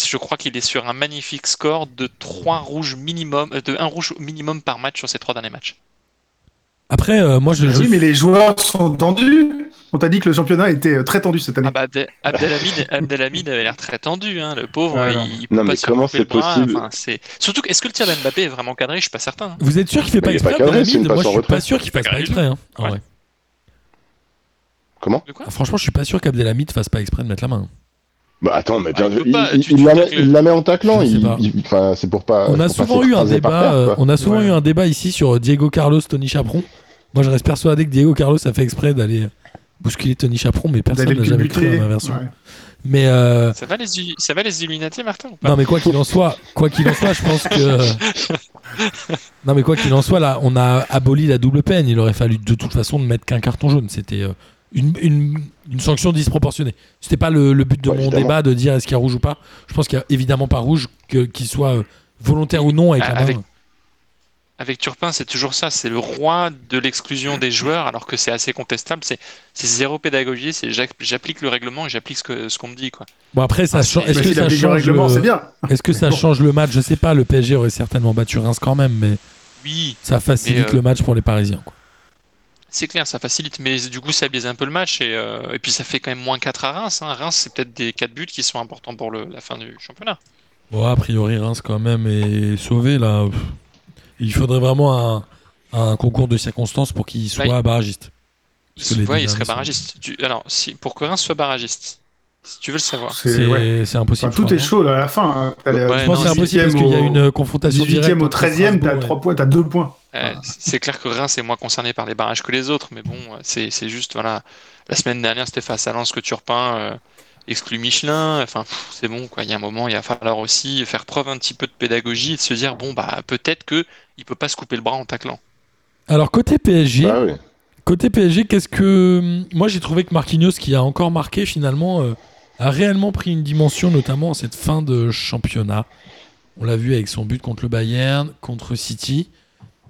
F: je crois qu'il est sur un magnifique score de 3 rouges minimum, euh, de 1 rouge minimum par match sur ces 3 derniers matchs.
E: Après, euh, moi, je,
B: Oui,
E: je-
B: mais les joueurs sont tendus. On t'a dit que le championnat était euh, très tendu cette année.
F: Ah bah, Abde- Abdelhamid, Abdelhamid avait l'air très tendu, hein, le pauvre.
B: Ouais,
F: il, il peut
C: Non,
F: pas
C: mais
F: se
C: comment
F: couper le
C: c'est
F: bras,
C: possible
F: enfin, c'est- Surtout, que- est-ce que le tir d'Mbappé est vraiment cadré Je suis pas certain. hein.
E: vous êtes sûr qu'il fait pas
C: Mais il est
E: exprès
C: pas cadré,
E: Abdelhamid
C: c'est une
E: Moi,
C: passe
E: je
C: en
E: suis pas
C: retrait.
E: sûr qu'il fasse
F: Pas
E: pas
F: grave.
E: exprès. hein. Ah
F: Ouais.
E: ouais.
C: Comment
F: De quoi
E: Ah, franchement, je suis pas sûr qu'Abdelhamid fasse pas exprès de mettre la main.
C: Bah attends, mais
F: Ah,
C: bien
F: il peut
C: il,
F: pas,
C: il-
F: tu-
C: il
F: tu
C: la
F: veux
C: met,
F: que-
C: il la met en taclant.
E: Je sais
C: il-
E: pas.
C: il- enfin, c'est pour pas.
E: on a
C: pour Ah, pas
E: souvent eu un
C: s'écraser par
E: débat,
C: terre,
E: euh,
C: quoi.
E: on a souvent
B: Ouais.
E: eu un débat ici sur Diego Carlos, Tony Chaperon. Moi, je reste persuadé que Diego Carlos a fait exprès d'aller bousculer Tony Chaperon, mais personne
B: D'aller
E: n'a
B: le
E: jamais cru à
B: culbuter.
E: ma version.
B: Ouais.
E: Mais euh,
F: ça va, les, ça va les Illuminati, Martin ou pas
E: non, mais quoi qu'il en soit, quoi qu'il en soit, je pense que non, mais quoi qu'il en soit, là, on a aboli la double peine. Il aurait fallu de toute façon ne mettre qu'un carton jaune. C'était euh, une, une- une sanction disproportionnée. C'était pas le, le but de
C: Ouais,
E: mon
C: évidemment.
E: débat de dire est-ce qu'il y a rouge ou pas. Je pense qu'il y a évidemment pas rouge, que qu'il soit euh, volontaire ou non avec
B: Ah,
E: la main.
F: Avec- Avec Turpin, c'est toujours ça. C'est le roi de l'exclusion des joueurs, alors que c'est assez contestable. C'est c'est zéro pédagogie. C'est j'ac- j'applique le règlement et j'applique ce que- ce qu'on me dit. Quoi.
E: Bon après ça change. Est-ce
B: Ah, Mais
E: que
B: s'il
E: ça
B: applique le
E: change euh,
B: règlement, c'est
E: le...
B: bien.
E: Est-ce que ça
B: Bon.
E: change le match Je sais pas. Le PSG aurait certainement battu Reims quand même, mais
F: Oui,
E: ça facilite
F: Mais, euh,
E: le match pour les Parisiens. quoi.
F: C'est clair, ça facilite, mais du coup, ça biaise un peu le match. Et, euh, et puis, ça fait quand même moins 4 à Reims. hein. Reims, c'est peut-être des 4 buts qui sont importants pour le- la fin du championnat.
E: Bon, a priori Reims quand même est sauvé là. Pff. Il faudrait vraiment un, un concours de circonstances pour qu'il soit
F: Ouais.
E: barragiste. Parce que les
F: Ouais,
E: deux
F: il serait
E: derniers sont-
F: barragiste. Tu- Alors, si, pour que Reims soit barragiste, si tu veux le savoir.
B: C'est-
E: C'est
B: ouais.
E: c'est impossible.
B: Enfin, tout
E: je
B: est
E: crois,
B: chaud là, à la fin. hein. T'as les-
F: Ouais,
E: non Je pense que c'est
F: non,
E: impossible parce
B: 18e
E: qu'il y a
B: au-
E: une euh, confrontation directe.
B: 18e au
E: entre
B: 13e, t'as
E: Strasbourg
B: trois points, t'as 2 points.
E: Ah.
F: Euh, c'est clair que Reims est moins concerné par les barrages que les autres, mais bon, euh, c'est c'est juste, voilà. La semaine dernière, c'était face à Lens que Turpin euh, exclut Michelin. Enfin, pff, c'est bon, quoi. Il y a un moment, il va falloir aussi faire preuve un petit peu de pédagogie et de se dire, bon, bah, peut-être que il peut pas se couper le bras en taclant.
E: et- Alors côté PSG,
C: Ah oui.
E: Côté PSG, qu'est-ce que. hum, Moi, j'ai trouvé que Marquinhos, qui a encore marqué finalement, euh, a réellement pris une dimension, notamment en cette fin de championnat. On l'a vu avec son but contre le Bayern, contre City.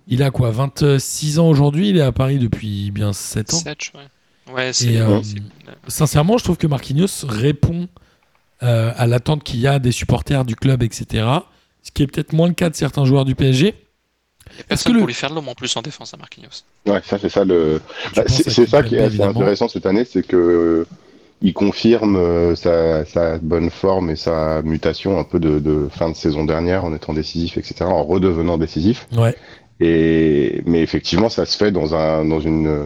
E: Il a quoi 26 ans aujourd'hui, il est à Paris depuis bien 7 ans.
F: Setch, ouais. Ouais,
E: Et,
F: c'est.
E: euh,
F: c'est-
E: Sincèrement, je trouve que Marquinhos répond euh, à l'attente qu'il y a des supporters du club, etc. Ce qui est peut-être moins le cas de certains joueurs du PSG.
F: Il n'y a
E: que
F: personne
E: le-
F: pour lui faire de l'homme en plus en défense à Marquinhos.
C: Ouais, ça c'est ça le.
E: Je
C: Bah,
E: pense
C: c'est
E: à
C: c'est ça qui est
E: Kimpembe,
C: assez
E: évidemment.
C: intéressant cette année, c'est que euh, il confirme euh, sa, sa bonne forme et sa mutation un peu de, de fin de saison dernière en étant décisif, etc., en redevenant décisif.
E: Ouais.
C: Et mais effectivement, ça se fait dans un dans une euh,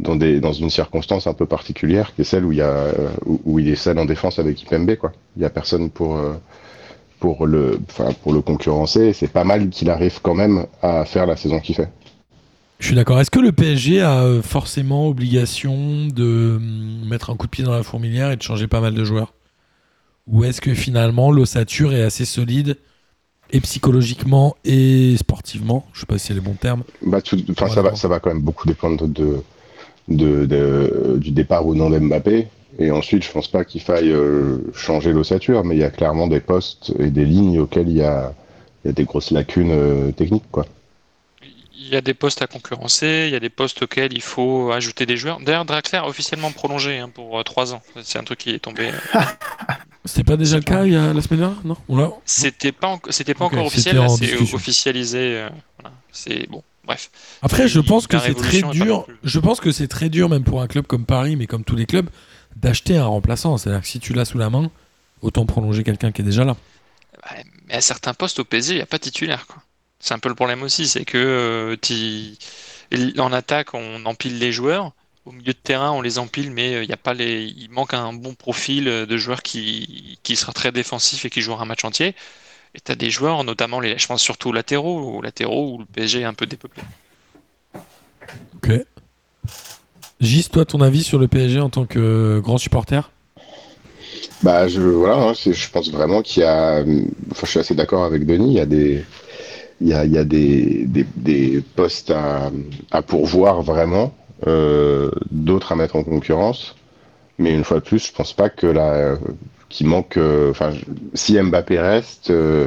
C: dans des dans une circonstance un peu particulière qui est celle où il y a euh, où, où il est seul en défense avec Kimpembe quoi. Il y a personne pour euh, pour le enfin pour le concurrencer. C'est pas mal qu'il arrive quand même à faire la saison qu'il fait.
E: Je suis d'accord. Est-ce que le PSG a euh, forcément obligation de hum, mettre un coup de pied dans la fourmilière et de changer pas mal de joueurs Ou est-ce que finalement l'ossature est assez solide et psychologiquement et sportivement Je sais pas si c'est les bons termes.
C: Bah, tout- enfin, ça,
E: Voilà.
C: va, ça va quand même beaucoup dépendre de, de, de- du départ ou non d'Mbappé. Et ensuite, je pense pas qu'il faille euh, changer l'ossature, mais il y a clairement des postes et des lignes auxquelles il y a, il y a des grosses lacunes euh, techniques. Quoi.
F: Il y a des postes à concurrencer, il y a des postes auxquels il faut ajouter des joueurs. D'ailleurs, Draxler officiellement prolongé hein, pour 3 ans. C'est un truc qui est tombé. euh,
E: C'était pas déjà le cas il y a la semaine dernière Non On l'a-
F: C'était pas, enco- c'était pas
E: Ok,
F: encore officiel,
E: c'était
F: là,
E: en
F: c'est
E: discussion.
F: officialisé. euh, voilà. C'est bon, bref.
E: Après, je
F: Il-
E: pense que
F: la
E: c'est très
F: révolution est pas non
E: dur.
F: plus.
E: Je pense que c'est très dur, même pour un club comme Paris, mais comme tous les clubs, d'acheter un remplaçant. C'est-à-dire que si tu l'as sous la main, autant prolonger quelqu'un qui est déjà là.
F: Ouais, Mais à certains postes au PSG, il n'y a pas de titulaire. quoi. C'est un peu le problème aussi, c'est que euh, t'y- il- en attaque, on empile les joueurs. Au milieu de terrain, on les empile, mais euh, il y a pas les... il manque un bon profil euh, de joueur qui... qui sera très défensif et qui jouera un match entier. Et tu as des joueurs, notamment les, je pense surtout aux latéraux, aux latéraux où le PSG est un peu dépeuplé.
E: Ok. Gis, toi, ton avis sur le PSG en tant que euh, grand supporter
C: Bah, je, voilà, hein, c'est- je pense vraiment qu'il y a. euh, Enfin, je suis assez d'accord avec Denis, il y a des. Il y a, il y a des, des, des postes à, à pourvoir vraiment, euh, d'autres à mettre en concurrence. Mais une fois de plus, je pense pas que la. Qu'il manque. euh, Enfin, je- si Mbappé reste, euh,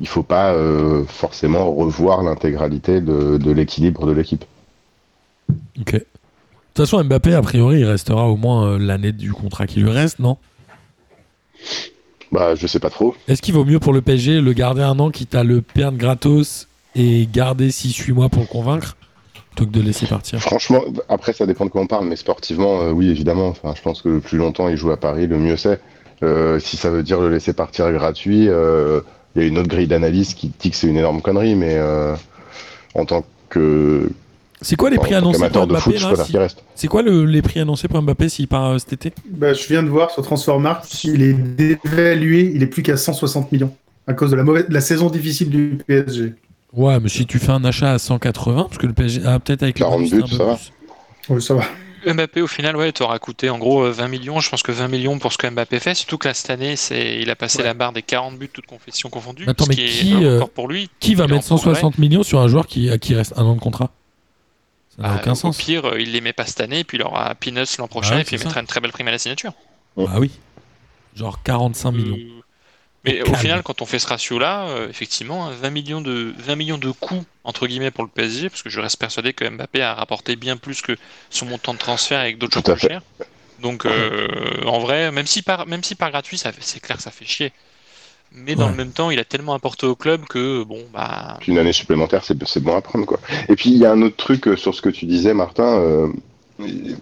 C: il faut pas euh, forcément revoir l'intégralité de, de l'équilibre de l'équipe.
E: Ok. De toute façon, Mbappé, a priori, il restera au moins euh, l'année du contrat qui lui reste, non
C: Bah, je sais pas trop.
E: Est-ce qu'il vaut mieux pour le PSG le garder un an, quitte à le perdre gratos et garder 6-8 mois pour le convaincre, plutôt que de le laisser partir
C: Franchement, après, ça dépend de quoi on parle, mais sportivement, euh, oui, évidemment. Enfin, je pense que le plus longtemps il joue à Paris, le mieux c'est. Euh, si ça veut dire le laisser partir gratuit, euh, il y a une autre grille d'analyse qui dit que c'est une énorme connerie, mais euh, en tant que.
E: C'est quoi les
C: en
E: prix
C: tant
E: annoncés
C: qu'amateur
E: pour
C: de
E: Mbappé
C: foot, je
E: là,
C: préfère
E: si-
C: qu'il reste.
E: C'est quoi le- les prix annoncés pour Mbappé s'il part euh, cet été
B: Bah, je viens de voir sur Transfermarkt, il est dévalué, il est plus qu'à 160 millions à cause de la, mauvaise, de la saison difficile du PSG.
E: Ouais, mais si tu fais un achat à 180, parce que le PSG, ah, peut-être avec les
C: 40
E: bonus, c'est un
C: buts,
E: peu
C: ça va.
E: plus.
B: Oui, ça va.
F: Mbappé, au final, ouais, t'auras coûté en gros euh, 20 millions. Je pense que 20 millions pour ce que Mbappé fait, surtout que là, cette année, c'est... il a passé
B: Ouais.
F: la barre des 40 buts, toutes confessions confondues.
E: Attends,
F: ce
E: mais
F: qui
E: qui,
F: est un
E: euh,
F: record pour lui.
E: Qui va
F: Il est
E: mettre
F: en progrès.
E: 160 millions sur un joueur qui, à qui reste un an de contrat Ça n'a
F: Bah,
E: aucun
F: Au
E: sens. Ah
F: pire, euh, il les met pas cette année, puis il aura Peanuts l'an prochain,
E: ouais,
F: et puis il
E: c'est
F: mettra une très belle prime à la signature.
E: Bah oui. Genre 45 millions.
F: Euh, Mais au
E: Calme.
F: final, quand on fait ce ratio-là, euh, effectivement, hein, 20 millions, de, 20 millions de coûts, entre guillemets, pour le PSG, parce que je reste persuadé que Mbappé a rapporté bien plus que son montant de transfert avec d'autres
C: Tout
F: joueurs plus
C: à fait.
F: chers. Donc, euh, en vrai, même si par, même si par gratuit, ça fait- c'est clair que ça fait chier. Mais dans
E: Ouais.
F: le même temps, il a tellement apporté au club que, bon, bah,
C: Puis une année supplémentaire, c'est c'est bon à prendre, quoi. Et puis, il y a un autre truc euh, sur ce que tu disais, Martin. euh,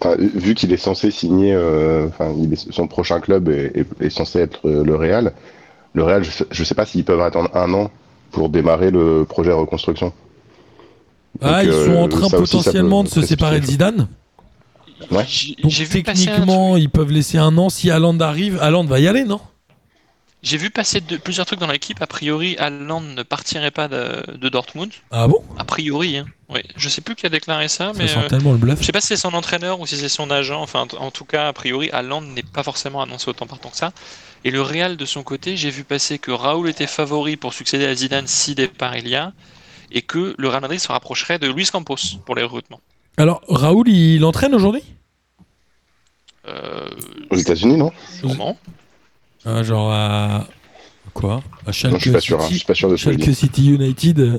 C: enfin, vu qu'il est censé signer, euh, enfin, il est- son prochain club est, est- est censé être euh, le Real. Le Real, je ne sais pas s'ils peuvent attendre un an pour démarrer le projet reconstruction.
F: Hmm.
E: ah,
C: Donc,
E: ils
C: euh,
E: sont en train
C: ça aussi, ça peut
E: potentiellement de se
C: précipiter,
E: séparer de
C: quoi.
E: Zidane.
C: Ouais.
F: j'ai
E: Donc
F: j'ai vu passer un truc-
E: techniquement, ils peuvent laisser un an. Si Haaland arrive, Haaland va y aller, non
F: j'ai vu passer de- plusieurs trucs dans l'équipe. A priori, Haaland ne partirait pas de, de Dortmund.
E: Ah bon
F: A priori, hein. Ouais. Je sais plus qui a déclaré ça,
E: Ça
F: mais.
E: sent
F: euh,
E: tellement le bluff.
F: Je sais pas si c'est son entraîneur ou si c'est son agent. Enfin, en tout cas, a priori, Haaland n'est pas forcément annoncé autant partant que ça. Et le Real, de son côté, j'ai vu passer que Raoul était favori pour succéder à Zidane si départ il y a, et que le Real Madrid se rapprocherait de Luis Campos pour les recrutements.
E: Alors, Raoul, il entraîne aujourd'hui
F: Euh,
C: Aux États-Unis, non
F: sûrement.
E: Ah, Genre à. Quoi À
C: Non,
E: Schalke
C: je suis pas sûr. hein. Je
E: City,
C: suis pas sûr de ce que je dis.
E: Schalke City United. euh,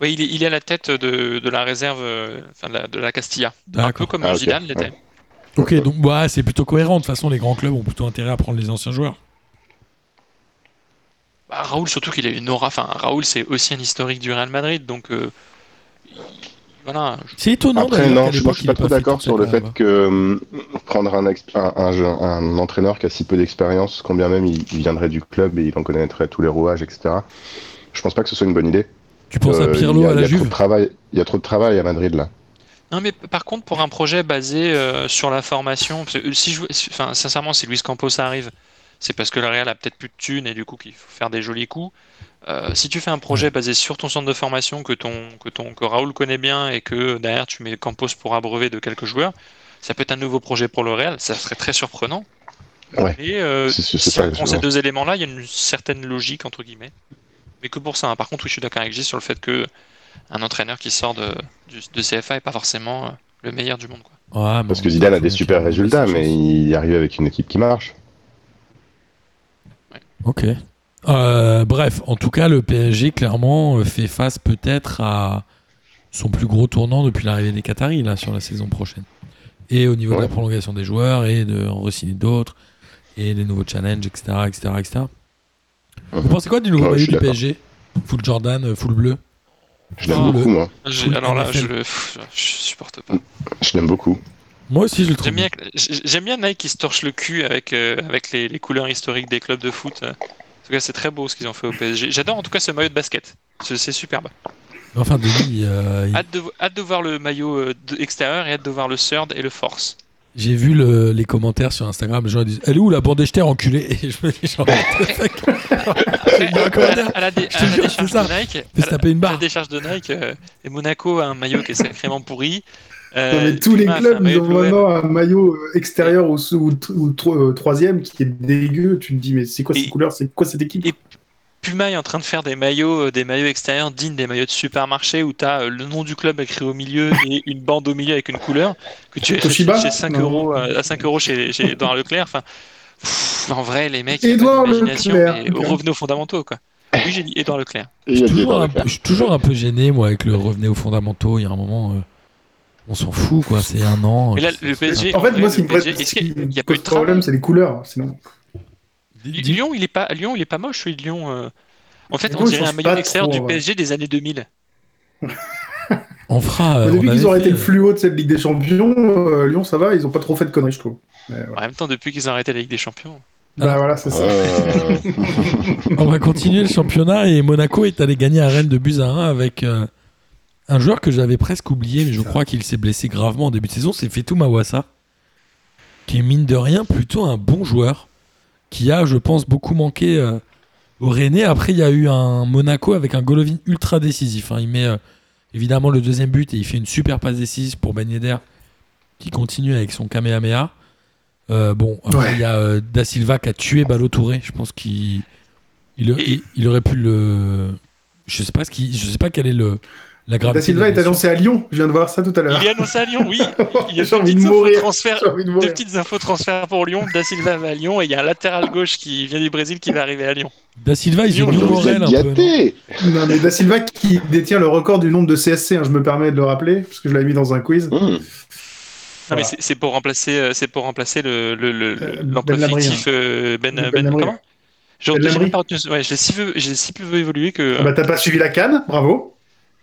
F: Oui, il est, il est à la tête de, de la réserve, euh, enfin de la, de la Castilla. Un peu
E: D'accord.
F: comme
C: Ah, ok.
F: Zidane l'était.
C: Ouais.
E: Ok, donc bah, c'est plutôt cohérent. De toute façon, les grands clubs ont plutôt intérêt à prendre les anciens joueurs.
F: Bah, Raoul, surtout qu'il a une aura. Enfin, Raoul, c'est aussi un historique du Real Madrid, donc. euh, il- Voilà,
E: C'est étonnant.
C: Après,
E: d'ailleurs,
C: non,
E: qu'à
C: je,
E: l'époque,
C: je suis
E: il
C: pas
E: ait
C: trop
E: fait
C: d'accord
E: toute
C: sur
E: cette euh,
C: le fait
E: carrière.
C: que hum, prendre un, ex- un, un jeu- un entraîneur qui a si peu d'expérience, quand bien même il, il viendrait du club et il en connaîtrait tous les rouages, etc. Je pense pas que ce soit une bonne idée.
E: Tu penses à
C: Euh, il
E: Pirlo
C: y a-
E: à
C: il
E: la
C: y a trop de
E: Juve
C: travail. Il y a trop de travail à Madrid là.
F: Non, mais p- par contre, pour un projet basé euh, sur la formation, parce que, euh, si je, si- enfin, sincèrement, si Luis Campos arrive, c'est parce que le Real a peut-être plus de thunes et du coup qu'il faut faire des jolis coups. Euh, si tu fais un projet basé sur ton centre de formation que ton que ton que Raoul connaît bien et que derrière tu mets Campos pour abreuver de quelques joueurs, ça peut être un nouveau projet pour le Real. Ça serait très surprenant.
C: Ouais.
F: Mais euh,
C: C'est- c'est- c'est
F: si on
C: pas-
F: prend ces
C: ouais.
F: deux éléments-là, il y a une certaine logique entre guillemets. Mais que pour ça. hein. Par contre, oui, je suis d'accord avec Gilles sur le fait que un entraîneur qui sort de, du- de CFA est pas forcément euh, le meilleur du monde. Quoi.
E: Ouais, mais
C: Parce
E: on
C: que
E: dit
C: Zidane
E: pas
C: a des
E: qu'il
C: super
E: a laissé
C: résultats,
E: sa
C: mais
E: chance.
C: il arrive avec une équipe qui marche.
E: bah, Ok. Euh, bref, en tout cas, le PSG clairement euh, fait face peut-être à son plus gros tournant depuis l'arrivée des Qataris là sur la saison prochaine. Et au niveau de la
C: Ouais.
E: prolongation des joueurs et de en re-signer d'autres et les nouveaux challenges, etc., etc., etc. Vous
C: Mhm.
E: pensez quoi du nouveau
C: Ouais, je
E: maillot
C: suis
E: du
C: d'accord.
E: PSG Full Jordan, euh, full bleu.
C: Je l'aime
F: Ah,
C: beaucoup, moi.
F: J'ai-
E: Full
F: alors là,
E: NFL.
F: je, le, pff, je supporte pas.
C: Je l'aime beaucoup.
E: Moi aussi, je le trouve.
F: J'aime bien, que- j- j'aime bien Nike qui se torche le cul avec, euh, avec les, les couleurs historiques des clubs de foot. En tout cas, c'est très beau ce qu'ils ont fait au PSG. J'adore en tout cas ce maillot de basket. C'est c'est superbe.
E: bien. Enfin, Denis, euh, il-
F: Ah. Hâte de, hâte de voir le maillot euh, de- extérieur et hâte de voir le third et le force.
E: J'ai vu le- les commentaires sur Instagram, les gens ils disent Elle est où la bande terre enculée Et je me dis genre, what the fuck J'ai vu un commentaire.
F: à la, dé-
E: Je te
F: à la
E: jure,
F: décharge
E: c'est ça. Bah.
F: de Nike,
E: Je vais
F: à
E: se
F: la,
E: taper une
F: à la
E: barre.
F: décharge de Nike, euh, et Monaco a un maillot qui est sacrément pourri. Euh,
B: Non, mais tous les
F: Puma a fait un
B: clubs ils
F: maillot
B: ont
F: de l'OM.
B: maintenant un maillot euh, extérieur ou, sous- ou, tr- ou tro- euh, troisième qui est dégueu. Tu te dis, mais c'est quoi
F: Et-
B: ces couleurs C'est quoi cette équipe
F: et- Puma est en train de faire des maillots, euh, des maillots extérieurs dignes des maillots de supermarché où tu as le nom du club écrit au milieu et une bande au milieu avec une couleur que tu achètes
B: Toshiba
F: chez 5
B: Non.
F: euros, euh, à 5 euros chez, chez, dans Leclerc. Enfin, pff, en vrai, les mecs, ils
B: Édouard
F: ont l'imagination,
B: Leclerc.
F: mais revenez aux fondamentaux. Quoi. Oui, j'ai dit Edouard Leclerc.
C: Et il y
E: Je
C: a
E: suis
C: des
E: toujours,
C: gens
E: un
C: à faire.
E: peu- je suis toujours un peu gêné, moi, avec le revenez aux fondamentaux. Il y a un moment, euh, on s'en fout, quoi. C'est un an.
F: Mais là,
E: euh,
F: le
E: c'est-
F: PSG,
B: En
F: vrai,
B: fait, moi,
F: le
B: Oh, c'est une
F: PSG, est-ce qu'il y a- il y a pas eu de travail
B: problème, c'est les couleurs. Sinon,
F: Lyon, il est pas, Lyon, il est pas moche, oui, Lyon. euh. En fait,
B: Mais
F: on
B: bon, ils
F: dirait un
B: changent
F: maillot
B: pas
F: extérieur
B: trop,
F: du
B: ouais.
F: PSG des années 2000.
E: On fera. euh,
B: Mais depuis
E: on
B: qu'ils
E: avait
B: ont
E: fait,
B: arrêté le
E: euh,
B: fluo de cette Ligue des Champions, euh, Lyon, ça va. Ils ont pas trop fait de conneries, je trouve.
F: En même temps, depuis qu'ils ont arrêté la Ligue des Champions.
B: Bah voilà, c'est ça.
C: Euh,
E: On va continuer le championnat et Monaco est allé gagner à Rennes de buts à 1 avec euh, un joueur que j'avais presque oublié, mais je crois qu'il s'est blessé gravement en début de saison, c'est Fetou Mawassa, qui est mine de rien plutôt un bon joueur, qui a, je pense, beaucoup manqué euh, au Rennais. Après, il y a eu un Monaco avec un Golovin ultra décisif. hein. Il met euh, évidemment le deuxième but et il fait une super passe décisive pour Ben Yedder, qui continue avec son Kamehameha. Euh, bon, après,
B: Ouais.
E: il y a euh, Da Silva qui a tué Balotouré. Je pense qu'il il, il- il aurait pu le. Je sais pas ce qui, je sais pas quel est le la
B: Da
E: gravité.
B: Silva
E: de
B: est
E: la blessure.
B: annoncé à Lyon. Je viens de voir ça tout à l'heure.
F: Il est annoncé à Lyon, oui. Il y a
B: J'ai
F: deux
B: envie
F: petites
B: de
F: infos
B: mourir.
F: transfert,
B: J'ai envie de
F: deux
B: mourir.
F: petites infos transfert pour Lyon. Da Silva va à Lyon et il y a un latéral gauche qui vient du Brésil qui va arriver à Lyon.
E: Da Silva, ils ont mis
F: Lyon,
C: Vous
E: Morel
C: êtes
E: un peu. non
C: gâtés
B: Non, mais Da Silva qui détient le record du nombre de CSC, hein, je me permets de le rappeler, parce que je l'avais mis dans un quiz.
E: Euh,
C: Hum.
F: Non, mais
B: Voilà.
F: c'est- c'est pour remplacer, euh, c'est pour remplacer le le- le- le-
B: Euh,
F: l'emploi
B: Ben Lamry,
F: fictif euh, Ben
B: Ben
F: Ben,
B: Lamry.
F: comment Genre,
B: Ben
F: j'ai
B: Lamry.
F: pas retenu ce- ouais, j'ai si peu, j'ai si peu évolué que
B: Bah, t'as pas suivi la canne, bravo.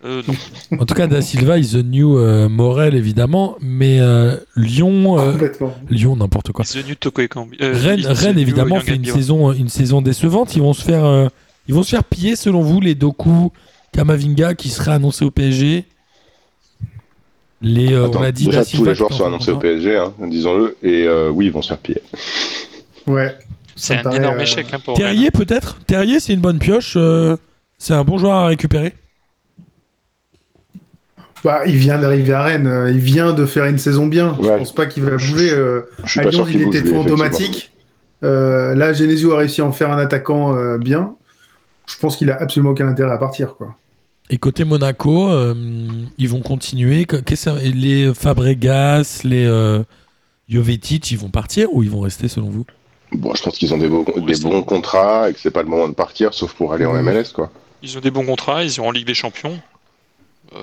F: euh, non.
E: En tout cas, Da Silva, ils ont new euh, Morel évidemment, mais euh, Lyon, euh,
B: Complètement.
E: Lyon n'importe quoi.
F: It's the new Toko Ekambi. Euh,
E: Rennes,
F: it's the
E: Rennes
F: new
E: évidemment
F: Yanga
E: fait une
F: Diawara.
E: saison, euh, une saison décevante. Ils vont se faire, euh, ils vont se faire piller selon vous les Doku, Kamavinga qui sera annoncé au PSG. Les, euh,
C: Attends,
E: on a dit
C: déjà
E: Da
C: tous
E: Silva
C: les
E: qui
C: joueurs
E: est en
C: sont
E: fin de
C: annoncés au
E: contrat.
C: PSG, hein, disons-le, et euh, oui, ils vont se faire piller.
B: Ouais. Ça
F: C'est
B: me
F: un
B: paraît,
F: énorme
B: euh,
F: échec hein, pour Rennes.
E: Terrier peut-être. Terrier, c'est une bonne pioche. euh, c'est un bon joueur à récupérer.
B: Bah, il vient d'arriver à Rennes, euh, il vient de faire une saison bien. Je
C: Ouais.
B: pense pas qu'il va bouger. euh,
C: Je suis
B: à
C: pas
B: Lyon,
C: sûr qu'ils
B: il était
C: bougent. lui,
B: trop automatique. Euh, là, Genesio a réussi à en faire un attaquant euh, bien. Je pense qu'il a absolument aucun intérêt à partir. Quoi.
E: Et côté Monaco, euh, ils vont continuer. Que- qu'est-ce que- les Fabregas, les euh, Jovetic, ils vont partir ou ils vont rester selon vous
C: Bon, je pense qu'ils ont des, beaux-
F: Ouais,
C: des
F: c'est
C: bons
F: bon.
C: contrats et que c'est pas le moment de partir, sauf pour aller en MLS, quoi.
F: Ils ont des bons contrats, ils sont en Ligue des Champions. Euh,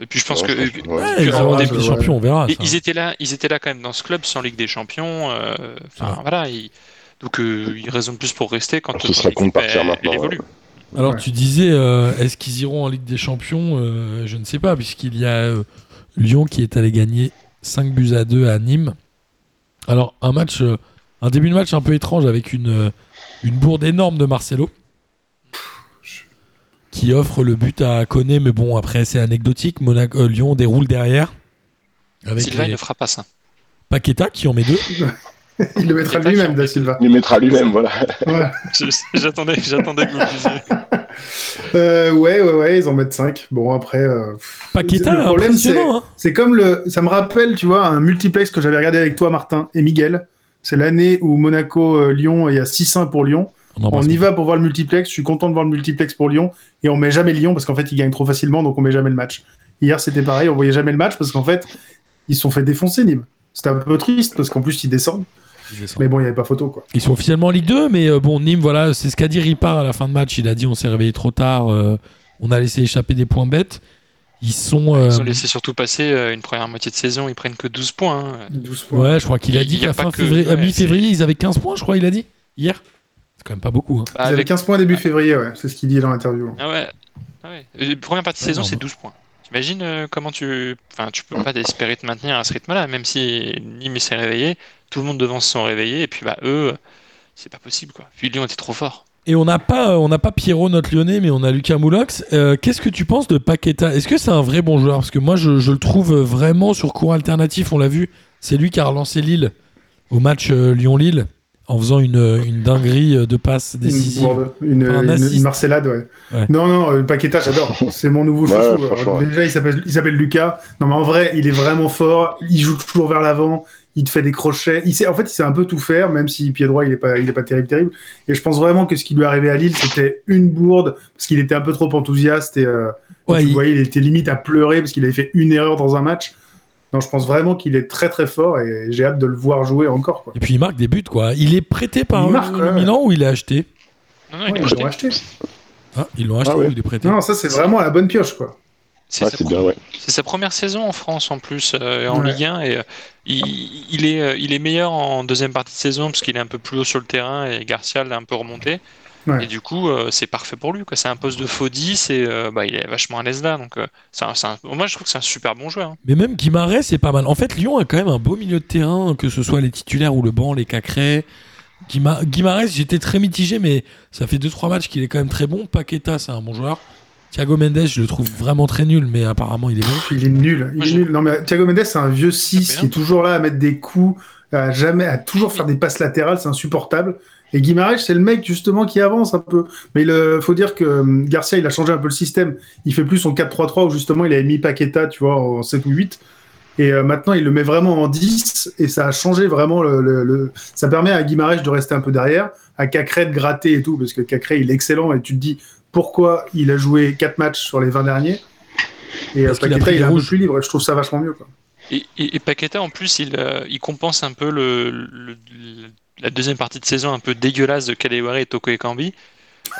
F: et puis je pense
C: Ouais,
F: que
C: je pense que- ouais.
E: Ouais, Ils auront
F: Ah,
E: des
F: je-
E: petits champions, on verra.
F: Et
E: ça. hein.
F: ils étaient là, ils étaient là quand même dans ce club sans Ligue des Champions. euh, Enfin
E: Ah.
F: voilà, ils- donc euh, ils raisonnent plus pour rester quand
C: Ce
F: ton
C: serait
F: équipe,
C: con de partir
F: elle-
C: maintenant,
F: elle évolue.
E: Alors
B: Ouais.
E: tu disais, euh, est-ce qu'ils iront en Ligue des Champions Euh, Je ne sais pas, puisqu'il y a euh, Lyon qui est allé gagner 5 buts à 2 à Nîmes. Alors un match, euh, un début de match un peu étrange avec une, euh, une bourde énorme de Marcelo qui offre le but à Koné, mais bon après c'est anecdotique. Monaco, euh, Lyon déroule derrière avec
F: Sylvain il
E: les
F: ne fera pas ça.
E: Paqueta qui en met deux.
B: Il le mettra
F: Il est pas
B: lui-même,
F: sûr.
B: Da Silva.
C: Il mettra lui-même, voilà. Ah,
B: Ouais.
F: Je- J'attendais, j'attendais que vous le disiez.
B: Euh, ouais, ouais, ouais, ils en mettent 5. Bon, après, euh, pff,
E: Paqueta,
B: le problème, c'est-
E: impressionnant. hein.
B: C'est comme le. Ça me rappelle, tu vois, un multiplex que j'avais regardé avec toi, Martin et Miguel. C'est l'année où Monaco-Lyon, il y a 6-1 pour Lyon.
E: On embrasse
B: On y va pour voir le multiplex. Je suis content de voir le multiplex pour Lyon. Et on met jamais Lyon parce qu'en fait, ils gagnent trop facilement, donc on met jamais le match. Hier, c'était pareil. On voyait jamais le match parce qu'en fait, ils se sont fait défoncer, Nîmes. C'était un peu triste parce qu'en plus, ils descendent. Mais bon, il n'y avait pas photo, quoi.
E: Ils sont officiellement en Ligue 2, mais euh, bon, Nîmes, voilà, c'est ce qu'a dit Ripard à la fin de match. Il a dit on s'est réveillé trop tard, euh, on a laissé échapper des points bêtes. Ils sont. euh,
F: Ils ont laissé surtout passer euh, une première moitié de saison, ils prennent que 12 points. hein.
B: 12 points.
E: ouais, je crois qu'il a
F: Il
E: dit
F: y a
E: qu'à
F: pas
E: fin
F: que-
E: février, à
F: ouais,
E: mi-février, ils avaient 15 points, je crois, il a dit, hier. C'est quand même pas beaucoup. hein.
F: Bah,
B: Ils avaient
F: avec-
B: 15 points début février, ouais. C'est ce qu'il dit dans l'interview.
F: Ah ouais. Ah ouais. Euh, Première partie de
E: Ouais,
F: saison,
E: non,
F: c'est
E: bah.
F: 12 points. T'imagines euh, comment tu. Enfin, tu peux pas espérer te maintenir à ce rythme-là, même si Nîmes s'est réveillé, tout le monde devant se sont réveillés, et puis bah eux, euh, c'est pas possible quoi. Puis Lyon était trop fort.
E: Et on n'a pas, euh, on n'a pas Pierrot, notre lyonnais, mais on a Lucas Moulox. Euh, Qu'est-ce que tu penses euh, de Paqueta Est-ce que c'est un vrai bon joueur Parce que moi, je, je le trouve vraiment sur cours alternatif, on l'a vu. C'est lui qui a relancé Lille au match euh, Lyon-Lille en faisant une, euh, une dinguerie euh, de passe
B: Une,
E: décisive.
B: bourde, une,
E: Un
B: une-
E: assist.
B: une marcelade, ouais.
E: Ouais.
B: Non, non, euh, Paqueta, j'adore. C'est mon nouveau
C: Ouais,
B: chouchou.
C: franchement,
B: Alors,
C: ouais.
B: Déjà, il s'appelle il s'appelle Lucas. Non, mais en vrai, il est vraiment fort. Il joue toujours vers l'avant. Il te fait des crochets. Il sait, en fait, il sait un peu tout faire, même si pied droit, il est pas, il est pas terrible, terrible. Et je pense vraiment que ce qui lui est arrivé à Lille, c'était une bourde, parce qu'il était un peu trop enthousiaste. Et, euh,
E: Ouais,
B: tu
E: il-
B: voyais, il était limite à pleurer, parce qu'il avait fait une erreur dans un match. Non, je pense vraiment qu'il est très, très fort, et j'ai hâte de le voir jouer encore. Quoi.
E: Et puis il marque des buts, quoi. Il est prêté par
B: Il
E: euh,
B: marque, ouais.
E: Milan ou il est acheté
F: Non, non, il
B: Ouais,
F: est
B: ils
F: acheté.
B: l'ont acheté.
E: Ah, ils l'ont acheté
C: Ah ouais.
E: ou il est prêté
B: Non, ça, c'est vraiment la bonne pioche, quoi.
F: C'est
C: Ah,
F: sa
C: c'est
F: première-
C: bien, ouais.
F: C'est sa première saison en France en plus, euh, en
B: Ouais.
F: Ligue 1. Et, euh, il, il est, euh, il est meilleur en deuxième partie de saison parce qu'il est un peu plus haut sur le terrain et Garcia l'a un peu remonté.
B: Ouais.
F: Et du coup, euh, c'est parfait pour lui. quoi. C'est un poste de faux 10 et euh, bah, il est vachement à l'aise là. Donc, euh, c'est un- c'est un- Moi, je trouve que c'est un super bon joueur. hein.
E: Mais même Guimarães, c'est pas mal. En fait, Lyon a quand même un beau milieu de terrain, que ce soit les titulaires ou le banc, les Cacré. Guima- Guimarães, j'étais très mitigé, mais ça fait 2-3 matchs qu'il est quand même très bon. Paqueta, c'est un bon joueur. Thiago Mendes, je le trouve vraiment très nul, mais apparemment il est bon.
B: Il est nul. Il
F: Moi,
B: est
F: j'ai-
B: nul. Non, mais Thiago Mendes, c'est un vieux 6
F: bien.
B: qui est toujours là à mettre des coups, à jamais, à toujours faire des passes latérales, c'est insupportable. Et Guimaraes, c'est le mec justement qui avance un peu. Mais il faut dire que hum, Garcia, il a changé un peu le système. Il fait plus son 4-3-3 où justement il avait mis Paqueta, tu vois, en 7 ou 8. Et euh, maintenant, il le met vraiment en 10 et ça a changé vraiment le. le- le- Ça permet à Guimaraes de rester un peu derrière, à Cacré de gratter et tout, parce que Cacré, il est excellent et tu te dis pourquoi il a joué 4 matchs sur les 20 derniers. Et
E: Parce
B: euh,
E: qu'il a
B: Paqueta,
E: pris
B: il est
E: des
B: un peu
E: rouges.
B: plus libre et je trouve ça vachement mieux. Quoi.
F: Et, et, et Paqueta, en plus, il, euh, il compense un peu le, le- le- la deuxième partie de saison un peu dégueulasse de Kadewere et Toko Ekambi.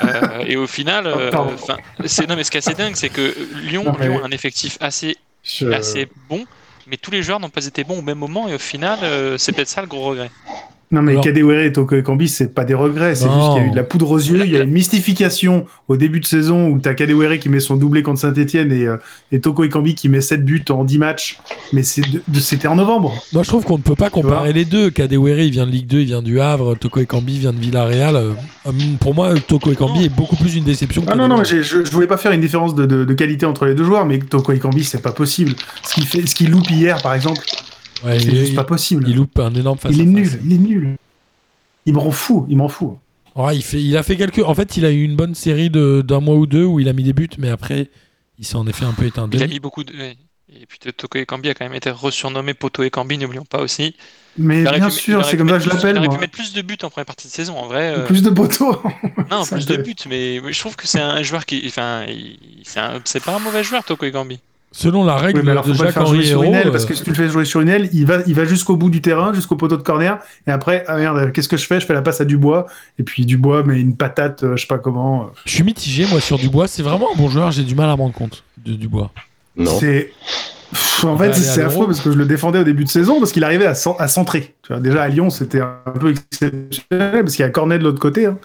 F: Euh, et au final, euh,
B: Oh, Pardon.
F: enfin, c'est non mais ce qui est assez dingue, c'est que Lyon,
B: Non, mais-
F: Lyon a un effectif assez
B: Je-
F: assez bon, mais tous les joueurs n'ont pas été bons au même moment et au final, euh, c'est peut-être ça le gros regret.
B: Non, mais
E: Alors-
B: Kadewere et Toko Ekambi, c'est pas des regrets, c'est
E: Non.
B: juste qu'il y a eu de la poudre aux yeux, il y a une mystification au début de saison où t'as Kadewere qui met son doublé contre Saint-Etienne et, euh, et Toko Ekambi qui met 7 buts en 10 matchs, mais c'est de- de- c'était en novembre.
E: Moi, je trouve qu'on ne peut pas comparer
B: vois
E: les deux. Kadewere, il vient de Ligue 2, il vient du Havre. Toko Ekambi vient de Villarreal. Euh, hum, Pour moi, Toko Ekambi est beaucoup plus une déception.
B: Ah
E: que
B: non, non,
E: Kadewere.
B: mais j'ai- je, je voulais pas faire une différence de, de- de qualité entre les deux joueurs, mais Toko Ekambi, c'est pas possible. Ce qu'il fait- ce qu'il loupe hier, par exemple,
E: Ouais,
B: c'est
E: il,
B: juste
E: il-
B: pas possible.
E: il loupe un énorme face.
B: Il
E: à
B: est
E: face.
B: nul, il est nul. Il me rend fou, il m'en fout.
E: Ouais, il, fait, il a fait quelques. En fait, il a eu une bonne série de- d'un mois ou deux où il a mis des buts, mais après, il s'est en effet un peu éteint.
F: Il a
E: Denis-
F: mis beaucoup de. ouais. Et puis Toko Ekambi a quand même été resurnommé Poto Ekambi, n'oublions pas aussi.
B: Mais
F: Il aurait
B: bien
F: pu- il
B: sûr,
F: aurait
B: c'est
F: pu
B: comme ça que
F: mettre
B: je
F: plus- Il
B: l'appelle,
F: aurait pu
B: moi.
F: mettre plus de buts en première partie de saison, en vrai. euh,
B: Plus de poteaux.
F: Non,
B: Ça
F: plus de
B: fait-
F: buts, mais je trouve que c'est un joueur qui. Enfin, il- c'est un- c'est pas un mauvais joueur, Toko Ekambi.
E: Selon la règle
B: Oui, mais alors
E: de
B: faut pas le faire
E: Jacques-Henri
B: jouer sur une
E: Hérault,
B: aile,
E: euh,
B: parce que si tu le fais jouer sur une aile, il va, il va jusqu'au bout du terrain, jusqu'au poteau de corner, et après, ah merde, qu'est-ce que je fais Je fais la passe à Dubois, et puis Dubois met une patate, euh, je sais pas comment.
E: je suis mitigé, moi, sur Dubois. C'est vraiment un bon joueur, j'ai du mal à me rendre compte de Dubois.
C: Non.
B: C'est. Pff, En
E: On va
B: fait,
E: aller
B: c'est
E: à l'euro.
B: affreux parce que je le défendais au début de saison parce qu'il arrivait à, cen- à centrer. Tu vois, déjà à Lyon, c'était un peu exceptionnel parce qu'il y a Cornet de l'autre côté. hein.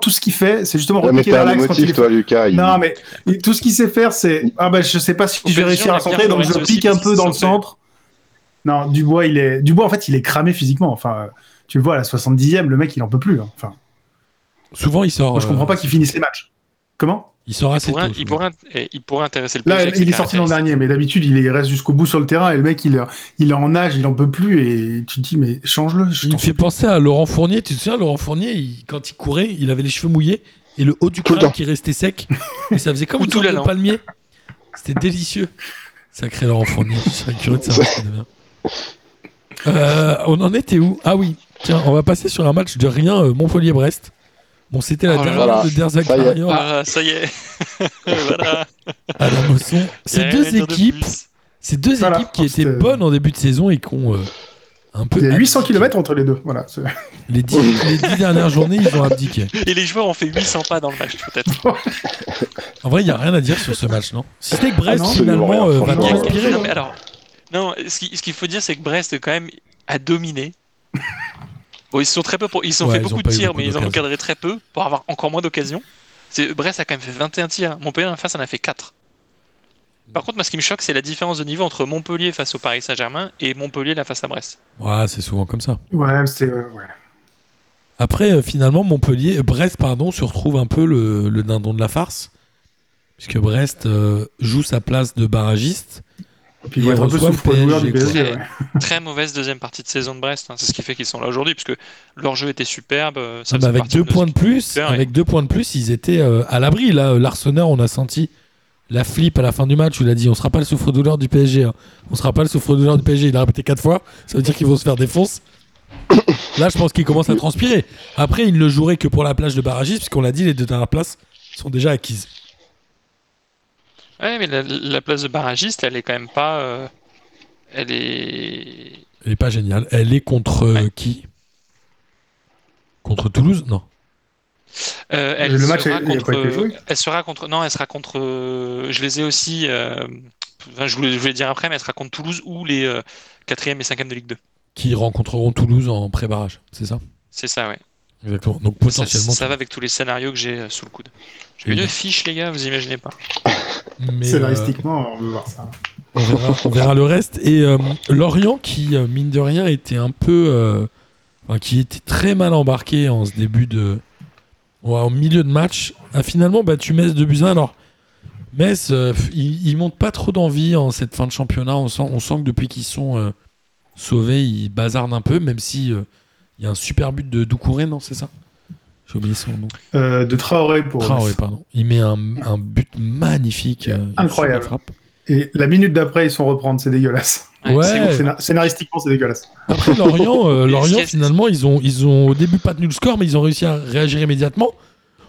B: Tout ce qu'il fait, c'est justement
C: Ouais, mais
B: repiquer
C: t'as
B: vers
C: un
B: l'axe quand il est
C: motif, toi, Lucas. il-
B: Non, mais il- tout ce qu'il sait faire, c'est ah bah je sais pas si
F: Au
B: je vais
F: PSG,
B: réussir
F: on
B: à
F: a bien
B: centrer, donc
F: Florence
B: je
F: aussi,
B: pique un
F: parce
B: peu
F: qu'il
B: dans le
F: centrait.
B: centre. Non, Dubois, il est Dubois en fait, il est cramé physiquement. Enfin, euh, tu le vois à la 70e, le mec, il en peut plus. hein. Enfin,
E: Souvent, il sort.
B: moi, je
E: euh,
B: comprends pas qu'il finisse les matchs. Comment
E: Il sort
F: Il
E: assez
F: pourrait,
E: tôt.
F: il,
E: souvent.
F: pourrait, eh, il pourrait intéresser le
B: Là,
F: PSG. avec
B: il est
F: ses
B: sorti l'an
F: caractéristiques.
B: dernier, mais d'habitude, il reste jusqu'au bout sur le terrain et le mec, il, est- il est en âge, il en peut plus et tu te dis mais change-le. je
E: Il
B: t'en
E: me fait penser à Laurent Fournier. Tu te souviens, Laurent Fournier, il- quand il courait, il avait les cheveux mouillés et le haut du
C: Tout le
E: crâne
C: temps.
E: qui restait sec. Et ça faisait comme
F: Ou
E: une
F: tout
E: sorte de
F: l'allant.
E: palmier. C'était délicieux. Sacré Laurent Fournier. Je serais curieux de savoir ce qu'il devient. Euh, on en était où Ah oui, tiens, on va passer sur un match de rien, euh, Montpellier-Brest. Bon, c'était la
F: Oh là
E: dernière
C: là.
E: de Derzak
C: Ça y est.
E: Carrion
F: Ah, ça y est. voilà.
E: à la Mosson.
F: Il y a
E: Ces
F: rien à
E: deux
F: dire Eh, de
E: équipes,
F: plus.
E: ces deux
B: Voilà.
E: équipes qui étaient
B: C'était-
E: bonnes en début de saison et qui ont euh, un peu.
B: Il y a 800
E: abdiqué.
B: km entre les deux. Voilà. c'est-
E: Les dix, les dix dernières journées, ils ont abdiqué.
F: Et les joueurs ont fait 800 pas dans le match, peut-être.
E: En vrai, il n'y a rien à dire sur ce match, non Si c'était que
B: Ah
E: Brest,
B: non.
E: finalement,
C: Absolument rien,
E: euh, va
C: franchement.
E: bien
B: Non,
E: respirer.
F: Non, mais alors, non, ce qui- ce qu'il faut dire, c'est que Brest, quand même, a dominé. Bon, ils se sont très peu, pour- ils se sont
E: Ouais,
F: fait
E: ils ont
F: beaucoup de
E: pas eu
F: tirs,
E: beaucoup
F: mais ils en ont
E: d'occasions.
F: cadré très peu pour avoir encore moins d'occasions. C'est- Brest a quand même fait 21 tirs. Montpellier en face en a fait 4. Par contre, moi, ce qui me choque, c'est la différence de niveau entre Montpellier face au Paris Saint-Germain et Montpellier là face à Brest.
E: Ouais, c'est souvent comme ça.
B: Ouais, c'est euh, ouais.
E: Après, euh, finalement, Montpellier, euh, Brest, pardon, se retrouve un peu le, le dindon de la farce. Puisque Brest euh, joue sa place de barragiste.
B: Puis ils
E: Et
B: vont être un peu
E: reçoivent
B: souffre douleur
E: PSG,
B: du
E: quoi.
B: PSG.
F: Très-
B: ouais.
F: Très mauvaise deuxième partie de saison de Brest. hein. C'est ce qui fait qu'ils sont là aujourd'hui, puisque leur jeu était superbe. euh, ça
E: Ah bah
F: faisait
E: avec
F: partie
E: deux
F: de nos-
E: points de plus,
F: Super, ouais.
E: avec deux points de plus, ils étaient euh, à l'abri. Là, euh, l'Arsenal, on a senti la flip à la fin du match. où Il a dit, on sera pas le souffre-douleur du PSG. hein. On sera pas le souffre-douleur du PSG. Il a répété quatre fois. Ça veut dire qu'ils vont se faire défoncer. Là, je pense qu'ils commencent à transpirer. Après, ils ne joueraient que pour la plage de barragiste, puisqu'on l'a dit, les deux dernières places sont déjà acquises.
F: Ouais, mais la, la place de barragiste, elle est quand même pas. euh, elle est.
E: Elle est pas géniale. Elle est contre euh, qui Contre Toulouse Non.
F: Euh, elle
B: Le match
F: sera
B: a- il a
F: contre.
B: pas été joué.
F: Elle sera contre. Non, elle sera contre. euh, Je les ai aussi. euh, enfin, je voulais, je voulais dire après, mais elle sera contre Toulouse ou les euh, quatrième et cinquième de Ligue 2.
E: Qui rencontreront Toulouse en pré-barrage, c'est ça
F: C'est ça, ouais.
E: Exactement. Donc
F: Ça,
E: potentiellement.
F: ça va avec tous les scénarios que j'ai euh, sous le coude. J'ai eu
E: Oui.
F: deux fiches, les gars, vous imaginez pas.
E: Mais, euh,
B: Scénaristiquement, on veut voir ça.
E: On verra, on verra le reste. Et euh, Lorient, qui, euh, mine de rien, était un peu. euh, enfin, qui était très mal embarqué en ce début de. ouais, en milieu de match, a finalement battu Metz de Buzyn. Alors, Metz, euh, pff, ils, ils montent pas trop d'envie en cette fin de championnat. On sent, on sent que depuis qu'ils sont euh, sauvés, ils bazardent un peu, même si euh, il y a un super but de Doucouré, non C'est ça J'ai oublié son nom.
B: Euh, de Traoré pour.
E: Traoré, pardon. Il met un, un but magnifique. euh,
B: Incroyable.
E: sur la frappe.
B: Et la minute d'après, ils sont reprendre, c'est dégueulasse.
F: c'est
E: Ouais.
B: Scénar- Scénaristiquement, c'est dégueulasse.
E: Après Lorient, euh,
F: Mais
E: Lorient
F: qu'est-ce-
E: finalement, ils ont, ils ont au début pas tenu le score, mais ils ont réussi à réagir immédiatement.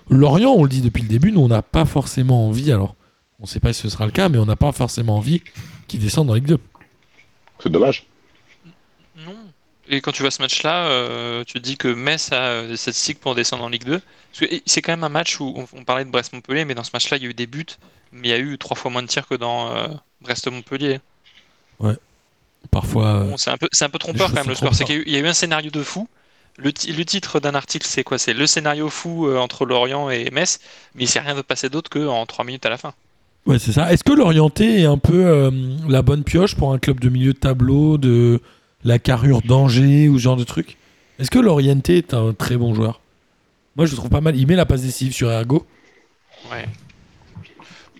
E: Lorient, on le dit depuis le début, nous on n'a pas forcément envie, alors on ne sait pas si ce sera le cas, mais on n'a pas forcément envie qu'ils descendent en Ligue 2.
C: C'est dommage.
F: Non. Et quand tu vois ce match-là, euh, tu te dis que Metz a euh, des statistiques pour descendre en Ligue 2. Parce que c'est quand même un match où on, on parlait de Brest-Montpellier, mais dans ce match-là, il y a eu des buts, mais il y a eu trois fois moins de tirs que dans euh, Brest-Montpellier.
E: Parfois, euh,
F: Bon, c'est un peu, c'est un peu trompeur
E: choses
F: quand même
E: sont
F: le score. C'est
E: trompeurs.
F: qu'il y a eu- il y a eu un scénario de fou. Le, ti- le titre d'un article, c'est quoi C'est le scénario fou euh, entre Lorient et Metz, mais il s'est rien de passé d'autre qu'en trois minutes à la fin.
E: ouais, c'est ça. Est-ce que l'orienté est un peu euh, la bonne pioche pour un club de milieu de tableau, de la carrure d'Angers ou ce genre de truc Est-ce que l'orienté est un très bon joueur Moi je le trouve pas mal. Il met la passe décisive sur Ergo.
F: Ouais.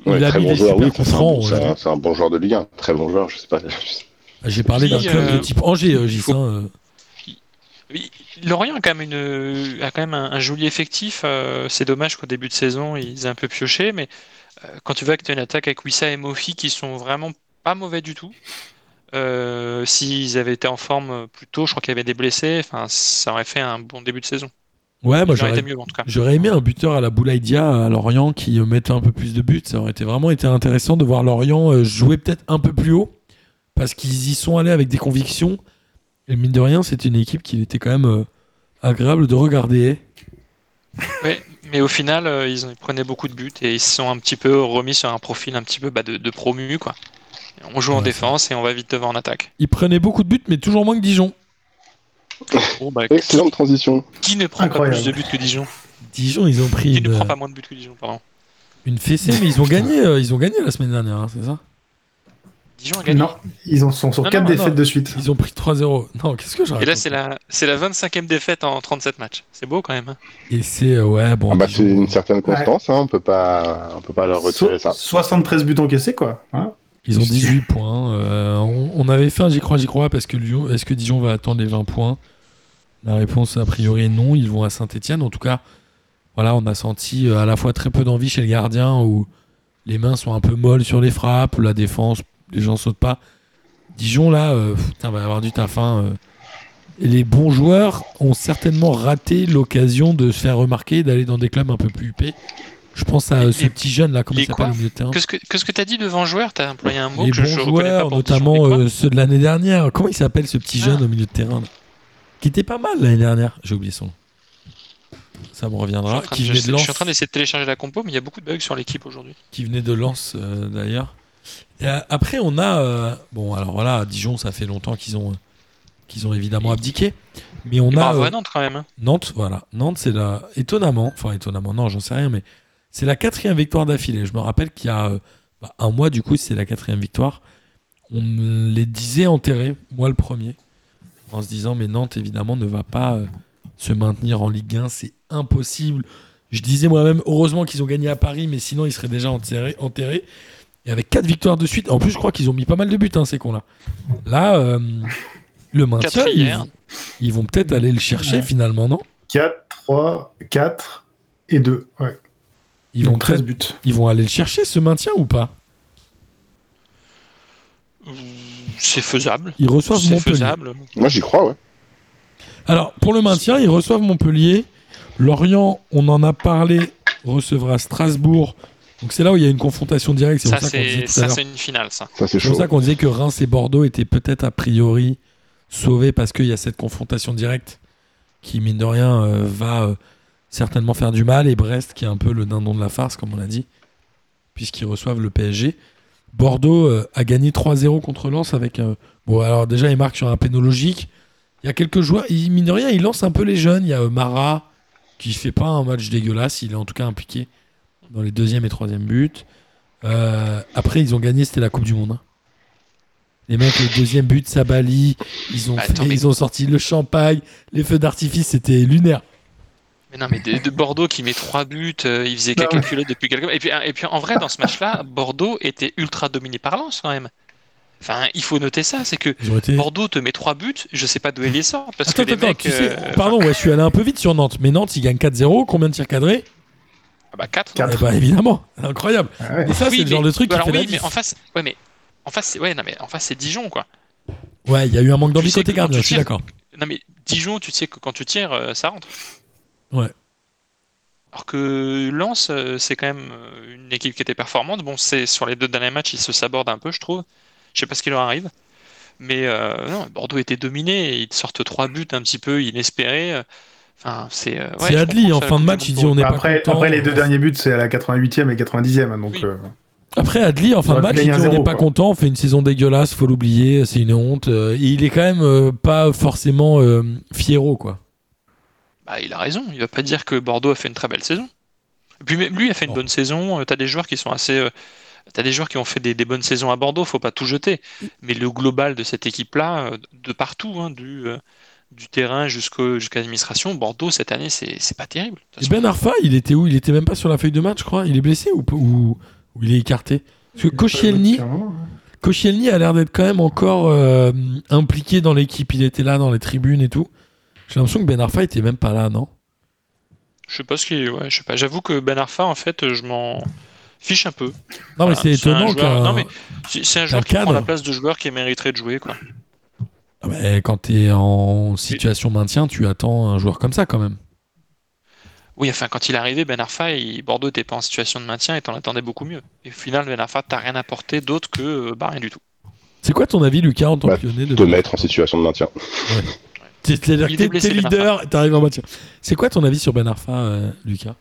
E: Il
C: Ouais,
E: a
C: très
E: mis
C: bon
E: des
C: joueur,
E: super
C: oui.
E: coups
C: C'est un,
E: francs,
C: bon-
E: on
C: c'est
E: l'a vu.
C: un- c'est un bon joueur de Ligue 1. Très bon joueur, je sais pas. je-
E: J'ai parlé d'un
F: Qui,
E: club de
F: euh,
E: type Angers, euh, Gis, hein, euh.
F: Oui, Lorient a quand même, une, a quand même un, un joli effectif. euh, c'est dommage qu'au début de saison, ils aient un peu pioché, mais euh, quand tu vois que tu as une attaque avec Wissa et Mofi qui sont vraiment pas mauvais du tout, euh, s'ils avaient été en forme euh, plus tôt, je crois qu'il y avait des blessés, enfin, ça aurait fait un bon début de saison.
E: Ouais, Eh, moi
F: Ils auraient
E: j'aurais
F: été mieux en tout cas.
E: J'aurais aimé un buteur à la Boulaïdia à Lorient qui euh, mettait un peu plus de buts. Ça aurait été vraiment été intéressant de voir Lorient euh, jouer peut-être un peu plus haut parce qu'ils y sont allés avec des convictions. Et mine de rien, c'était une équipe qui était quand même euh, agréable de regarder.
F: Ouais, mais au final, euh, ils, ont- ils prenaient beaucoup de buts et ils se sont un petit peu remis sur un profil un petit peu bah, de, de promu. Quoi. On joue en
E: Ouais, c'est
F: défense et on va vite devant en attaque.
E: Ils prenaient beaucoup de buts, mais toujours moins que Dijon.
F: Bon, bah,
C: Excellente transition.
F: qui ne prend
B: Incroyable.
F: pas plus de buts que Dijon
E: Dijon, ils ont pris
F: Qui ne
E: une,
F: prend pas moins de buts que Dijon, pardon.
E: une fessée, mais ils ont gagné. euh, ils ont gagné la semaine dernière, hein, c'est ça
F: Dijon a gagné.
B: Non, ils en sont sur
F: Non,
B: quatre
F: non,
B: défaites
E: non.
B: de suite.
E: Ils ont pris 3-0. Non, qu'est-ce que j'arrête
F: Et là, c'est la, c'est la 25e défaite en 37 matchs. C'est beau quand même. hein.
E: Et c'est euh, ouais bon.
C: Ah bah,
E: Dijon.
C: c'est une certaine constance, hein, on peut pas, on peut pas leur retirer ça.
B: So- 73 buts encaissés, quoi. hein.
E: Ils ont 18 points. euh, on, on avait fait un j'y crois, j'y crois parce que Lyon, est-ce que Dijon va attendre les 20 points La réponse a priori est non. Ils vont à Saint-Etienne. En tout cas, voilà, on a senti euh, à la fois très peu d'envie chez le gardien où les mains sont un peu molles sur les frappes, où la défense, les gens sautent pas. Dijon, là, euh, putain, va y avoir du taf. hein, euh. Et les bons joueurs ont certainement raté l'occasion de se faire remarquer, d'aller dans des clubs un peu plus huppés. Je pense à euh, ce
F: Les-
E: petit jeune là, comment
F: les
E: il s'appelle
F: quoi
E: au milieu de terrain
F: Qu'est-ce que qu'est-ce que t'as dit devant joueur T'as employé un mot
E: les
F: que
E: bons
F: je reconnais pas
E: joueurs,
F: pour Dijon.
E: notamment
F: Et quoi
E: euh, ceux de l'année dernière. Comment il s'appelle ce petit
F: Ah.
E: jeune au milieu de terrain là Qui était pas mal l'année dernière. J'ai oublié son nom. Ça me
F: Je suis
E: reviendra.
F: en train de-
E: Qui
F: je-
E: venait de
F: je
E: Lens,
F: suis en train d'essayer de télécharger la compo, mais il y a beaucoup de bugs sur l'équipe aujourd'hui.
E: qui venait de Lens euh, d'ailleurs. Et, euh, après, on a. euh, bon, alors voilà, à Dijon, ça fait longtemps qu'ils ont, euh, qu'ils ont évidemment abdiqué. Mais on
F: Et
E: a.
F: bravo
E: euh,
F: à Nantes quand même. hein.
E: Nantes, voilà. Nantes, c'est la. Étonnamment, enfin étonnamment, non, j'en sais rien, mais c'est la quatrième victoire d'affilée. Je me rappelle qu'il y a euh, bah, un mois, du coup, c'est la quatrième victoire. On me les disait enterrés, moi le premier, en se disant, mais Nantes, évidemment, ne va pas euh, se maintenir en Ligue 1, c'est impossible. Je disais moi-même, heureusement qu'ils ont gagné à Paris, mais sinon, ils seraient déjà enterrés. enterrés. Et avec 4 victoires de suite, en plus, je crois qu'ils ont mis pas mal de buts, hein, ces cons-là. Là, euh, le maintien,
F: Quatre
E: ils,
F: hier.
E: ils vont peut-être aller le chercher
B: Ouais.
E: finalement, non
B: 4, 3, 4 et 2. Ouais.
E: ils vont,
B: Donc 13
E: peut-être-
B: buts.
E: ils vont aller le chercher, ce maintien ou pas
F: C'est faisable.
E: Ils reçoivent
F: C'est
E: Montpellier.
F: faisable.
C: Moi, j'y crois, ouais.
E: Alors, pour le maintien, ils reçoivent Montpellier. Lorient, on en a parlé, recevra Strasbourg. Donc c'est là où il y a une confrontation directe. C'est
F: Ça,
E: pour ça qu'on disait
F: c'est
E: tout à
F: ça,
E: l'heure-
F: c'est une finale, ça.
C: Ça, c'est
E: c'est pour
C: chaud.
E: ça qu'on disait que Reims et Bordeaux étaient peut-être a priori sauvés parce qu'il y a cette confrontation directe qui, mine de rien, euh, va euh, certainement faire du mal. Et Brest, qui est un peu le dindon de la farce, comme on l'a dit, puisqu'ils reçoivent le PSG. Bordeaux euh, a gagné 3-0 contre Lens avec. euh, bon, alors déjà, ils marquent sur un péno logique. Il y a quelques joueurs, il, mine de rien, ils lancent un peu les jeunes. Il y a euh, Mara qui fait pas un match dégueulasse, il est en tout cas impliqué dans les deuxième et troisième buts. Euh, après, ils ont gagné, c'était la Coupe du Monde. hein. Les mecs, le deuxième but, Sabali, ils ont,
F: Bah, Attends,
E: fait-
F: mais-
E: ils ont sorti le champagne, les feux d'artifice, c'était lunaire.
F: Mais non, mais de, de Bordeaux qui met trois buts, euh, il
E: Bah
F: faisait
B: Non,
F: caca culotte depuis quelques et puis euh, Et puis en vrai, dans ce match-là, Bordeaux était ultra dominé par Lens quand même. Enfin, il faut noter ça, c'est que
E: Ils ont été.
F: Bordeaux te met trois buts, je sais pas d'où il les sort. Parce
E: Attends,
F: que les
E: attends,
F: mecs.
E: tu sais,
F: euh,
E: pardon, ouais, je suis allé un peu vite sur Nantes, mais Nantes, ils gagnent 4-0, combien de tirs cadrés
F: ah bah, quatre.
B: Quatre.
E: Eh ben, évidemment, incroyable.
B: Ah ouais.
E: Et ça,
F: Oui,
E: c'est le genre
F: mais-
E: de truc qui
F: alors
E: fait la
F: oui, mais
E: diff.
F: en face, ouais, mais en face, c'est- ouais, non, mais en face, c'est Dijon, quoi.
E: Ouais, il y a eu un manque
F: tu
E: d'envie
F: sais
E: côté
F: que quand
E: gardien,
F: tu
E: je suis
F: tires-
E: d'accord.
F: Non, mais Dijon, tu sais que quand tu tires, euh, ça rentre.
E: Ouais.
F: Alors que Lens, euh, c'est quand même euh, une équipe qui était performante. Bon, c'est sur les deux derniers matchs, ils se sabordent un peu, je trouve. Je sais pas ce qui leur arrive. Mais euh, non, Bordeaux était dominé. et Ils te sortent trois buts un petit peu inespérés. Enfin, c'est. euh, ouais,
E: c'est
F: je
E: Adli,
F: comprends
E: en
F: ça,
E: fin de
F: comme
E: match,
F: tout
E: il
F: le
E: dit on
F: monde.
E: est
B: Après,
E: pas content.
B: après, les deux derniers buts, c'est à la 88e et 90e. hein, Donc,
F: Oui.
B: euh,
E: Après Adli, en fin de
B: aurait
E: match,
B: pu
E: il dit
B: gagner
E: on
B: 1-0,
E: n'est pas
B: quoi.
E: content, on fait une saison dégueulasse, faut l'oublier, c'est une honte. Euh, et il est quand même euh, pas forcément euh, fiero, quoi.
F: Bah, il a raison. Il va pas dire que Bordeaux a fait une très belle saison. Et puis même lui a fait une
E: Non.
F: bonne saison. Euh, T'as des joueurs qui sont assez. euh, T'as des joueurs qui ont fait des, des bonnes saisons à Bordeaux. Faut pas tout jeter. Mais le global de cette équipe-là, euh, de partout, hein, du euh, du terrain jusqu'au jusqu'à l'administration, Bordeaux cette année, c'est c'est pas terrible. De toute
E: Et
F: façon,
E: Ben Arfa, il était où Il était même pas sur la feuille de match, je crois. Il est blessé ou, pas- ou, ou il est écarté Parce que Koscielny,
B: depuis un moment, hein.
E: Koscielny a l'air d'être quand même encore euh, impliqué dans l'équipe. Il était là dans les tribunes et tout. J'ai l'impression que Ben Arfa était même pas là, non
F: Je sais pas ce qui. Ouais, je sais pas. J'avoue que Ben Arfa, en fait, je m'en fiche un peu.
E: Non, mais
F: Voilà,
E: c'est
F: Ah, c'est un
E: étonnant
F: joueur-
E: qu'un-
F: non, mais- C'est c'est un joueur qui
E: cadre.
F: prend la place de joueur qui mériterait de jouer, quoi.
E: Ah bah, quand t'es en situation maintien, tu attends un joueur comme ça quand même.
F: Oui, enfin, quand il est arrivé, Ben Arfa, il- Bordeaux était pas en situation de maintien et t'en attendais beaucoup mieux. Et au final, Ben Arfa, t'as rien apporté d'autre que euh, bah, rien du tout.
E: C'est quoi ton avis, Lucas, en tant
C: Bah,
E: que lyonnais de
C: Te mettre en situation de maintien.
E: T'es- t'es-
F: Il est
E: t'es-
F: blessé,
E: t'es
F: Ben Arfa.
E: leader, t'arrives en maintien. C'est quoi ton avis sur Ben Arfa, euh, Lucas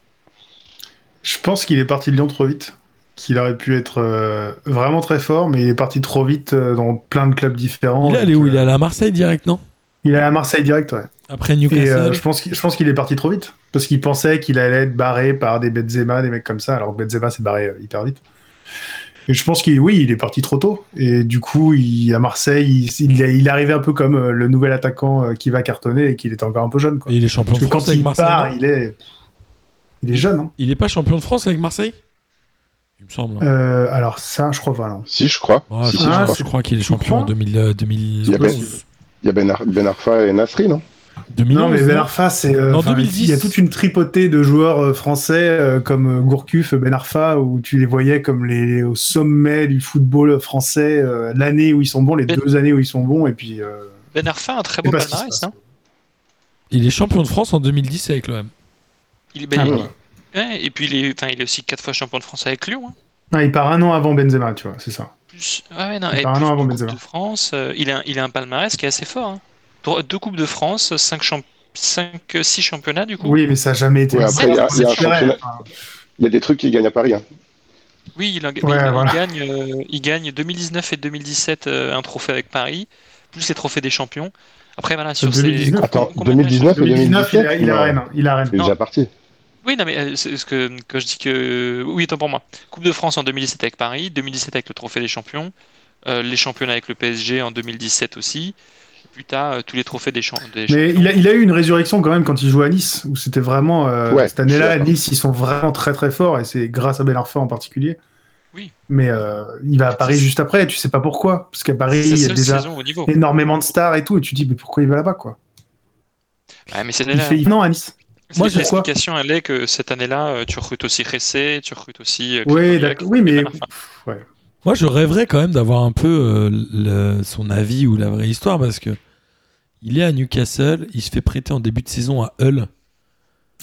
B: Je pense qu'il est parti de Lyon trop vite. Qu'il aurait pu être euh, vraiment très fort, mais il est parti trop vite euh, dans plein de clubs différents.
E: Il est allé
B: Donc,
E: où
B: euh,
E: Il est allé à Marseille direct, non
B: il est allé à Marseille direct, ouais.
E: Après
B: Et
E: Newcastle
B: euh, je pense qu'il je pense qu'il est parti trop vite. Parce qu'il pensait qu'il allait être barré par des Benzema, des mecs comme ça, alors que Benzema s'est barré euh, hyper vite. Et je pense qu'il oui, il est parti trop tôt. Et du coup, il, à Marseille, il, il, est- il est arrivé un peu comme euh, le nouvel attaquant euh, qui va cartonner et qu'il était encore un peu jeune. Quoi.
E: Et il est champion
B: Parce
E: de
B: que
E: France
B: quand
E: avec
B: il
E: Marseille.
B: part,
E: non
B: il est, il est jeune. Hein.
E: Il est pas champion de France avec Marseille Il me semble. hein.
B: Euh, alors ça, je crois pas. non.
C: Si, je crois.
E: Ouais,
C: Si,
E: je,
C: si, je
B: ah,
E: crois-
C: crois.
E: je crois qu'il est
B: tu
E: champion
B: crois
E: en 2000, euh,
C: Il y a
E: 2011.
C: Il y a Ben, Ar- Ben Arfa et Nasri, non
B: Non,
E: 2011,
B: mais Ben
E: non
B: Arfa, c'est. euh,
E: En
B: enfin,
E: 2010.
B: Il y a toute une tripotée de joueurs euh, français euh, comme euh, Gourcuff, Ben Arfa, où tu les voyais comme les au sommet du football français, euh, l'année où ils sont bons, les
F: Ben-
B: deux années où ils sont bons, et puis. euh,
F: Ben Arfa, un très
B: je sais
F: beau
B: pas ce qui se
F: palmarès.
B: passe.
F: hein.
E: Il est champion de France en 2010 avec l'OM.
F: Il, ben,
B: Ah,
F: il-
B: voilà.
F: ouais, et puis, il est, enfin, il est aussi quatre fois champion de France avec Lyon. hein.
B: Non, il part un an avant Benzema, tu vois, c'est ça.
F: Plus- ouais, ouais, non,
B: Il
F: et
B: part un
F: plus
B: an avant
F: une Coupe
B: Benzema.
F: de France, euh, il, a, il a un palmarès qui est assez fort. hein. Trois- Deux Coupes de France, cinq, champ- cinq, euh, six championnats du coup.
B: Oui, mais ça n'a jamais été.
C: Ouais, après, il y a- il y a un
B: C'est vrai, hein.
C: championnat-
B: enfin,
C: Il y a des trucs qui gagnent à Paris. hein.
F: Oui, il, en- mais
B: Ouais,
F: il en
B: voilà.
F: gagne, euh, il gagne 2019 et 2017 euh, un trophée avec Paris, plus les trophées des champions. Après, voilà,
B: Euh,
F: sur ces-
B: 2019.
C: Attends,
F: combien de matchs-
C: 2019 et
B: 2019, il a,
C: 2017
B: il a
C: Non,
B: Rennes. hein. Il a Rennes.
C: C'est déjà parti.
F: Oui, non, mais euh, c'est ce que quand je dis que oui, tant pour moi. Coupe de France en 2017 avec Paris, 2017 avec le Trophée des Champions, euh, les championnats avec le PSG en 2017 aussi. Puis t'as euh, tous les trophées des, champs des
B: Mais
F: champions.
B: il a, il a eu une résurrection quand même quand il jouait à Nice, où c'était vraiment euh,
C: Ouais,
B: cette année-là,
C: je suis
B: à Nice, ils sont vraiment très très forts et c'est grâce à Ben Arfa en particulier.
F: Oui.
B: Mais euh, il va à Paris juste après et tu sais pas pourquoi. Parce qu'à Paris,
F: C'est
B: il y
F: la
B: a
F: seule
B: déjà
F: saison au niveau.
B: énormément de stars et tout. Et tu te dis, mais pourquoi il va là-bas, quoi
F: Ouais, mais c'est
B: Il
F: là-
B: fait non à Nice.
E: Moi,
F: Moi,
E: je-
F: l'explication, elle est que cette année-là, euh, tu recrutes aussi Ressé, tu recrutes aussi. euh,
B: Oui,
F: Clément Diac,
B: d'accord. Oui, mais.
F: Enfin,
B: pff, ouais.
E: Moi, je rêverais quand même d'avoir un peu euh, le- son avis ou la vraie histoire parce que il est à Newcastle, il se fait prêter en début de saison à Hull.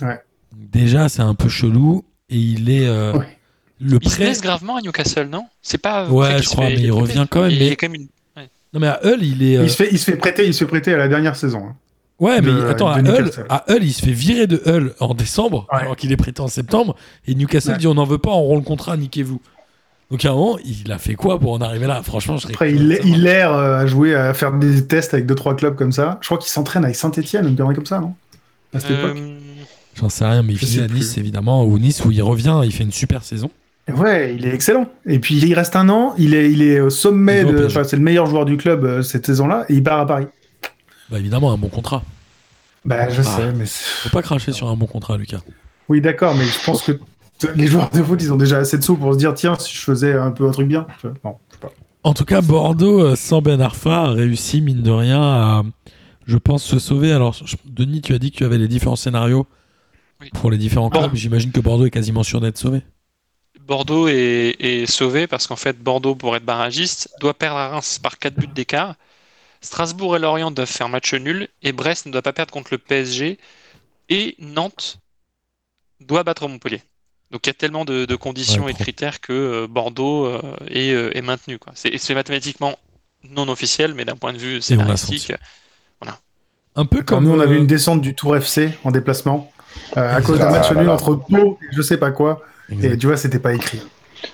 B: Ouais.
E: Déjà, c'est un peu chelou et il est euh,
B: Ouais.
E: le
F: Il se
E: prêt.
F: blesse gravement à Newcastle, non C'est pas.
E: Ouais,
F: après qu'il
E: je
F: se
E: crois,
F: fait-
E: mais il
F: fait
E: revient
F: blesser.
E: quand même,
F: Il y
E: mais-
F: a quand même une-
E: Non mais à Hull, il est. euh,
B: Il, se fait, il se fait prêter, il se fait prêter à la dernière saison. hein.
E: Ouais, mais
B: de-
E: attends,
B: de
E: à Hull,
B: Newcastle.
E: à Hull, il se fait virer de Hull en décembre,
B: Ouais.
E: alors qu'il est prêté en septembre, et Newcastle
B: Ouais.
E: dit on n'en veut pas, on rend le contrat, niquez-vous. Donc à un moment, il a fait quoi pour en arriver là Franchement, je serais
B: Après,
E: curieux de
B: il,
E: savoir.
B: il erre euh, à jouer, à faire des tests avec deux trois clubs comme ça. Je crois qu'il s'entraîne avec Saint-Etienne, une connerie comme ça, non À cette époque.
F: Euh,
E: J'en sais rien, mais il
B: Je
E: finit
B: sais
E: à Nice,
B: plus.
E: évidemment, ou Nice, où il revient, il fait une super saison.
B: Ouais, il est excellent. Et puis il reste un an, il est, il est au sommet,
E: Il va au
B: de-
E: PSG.
B: enfin, c'est le meilleur joueur du club euh, cette saison-là, et il part à Paris.
E: Bah évidemment, un bon contrat.
B: Bah, je
E: Ah.
B: sais, mais. c'est-
E: Faut pas cracher sur un bon contrat, Lucas.
B: Oui, d'accord, mais je pense que t- les joueurs de foot, ils ont déjà assez de sous pour se dire, tiens, si je faisais un peu un truc bien. Tu vois, Non, je sais pas.
E: En tout cas, Bordeaux, euh, sans Ben Arfa, a réussi, mine de rien, à, je pense, se sauver. Alors, je- Denis, tu as dit que tu avais les différents scénarios
F: Oui.
E: pour les différents
B: Ah.
E: clubs. J'imagine que Bordeaux est quasiment sûr d'être sauvé.
F: Bordeaux est, est sauvé parce qu'en fait, Bordeaux, pour être barragiste, doit perdre à Reims par 4 buts d'écart. Strasbourg et Lorient doivent faire match nul. Et Brest ne doit pas perdre contre le PSG. Et Nantes doit battre Montpellier. Donc il y a tellement de, de conditions
E: Ouais,
F: et de
E: trop.
F: critères que euh, Bordeaux euh, est, euh, est maintenu. quoi. C'est c'est mathématiquement non officiel, mais d'un point de vue
E: on l'a
F: scénaristique,
E: Un peu
B: Comme
E: comme.
B: Bah, nous, on avait
E: euh,
B: une descente du Tour FC en déplacement, euh, à cause d'un
C: Ah,
B: match
C: là,
B: nul
C: là.
B: entre Pau et je sais pas quoi, et tu vois, c'était pas écrit. Ah,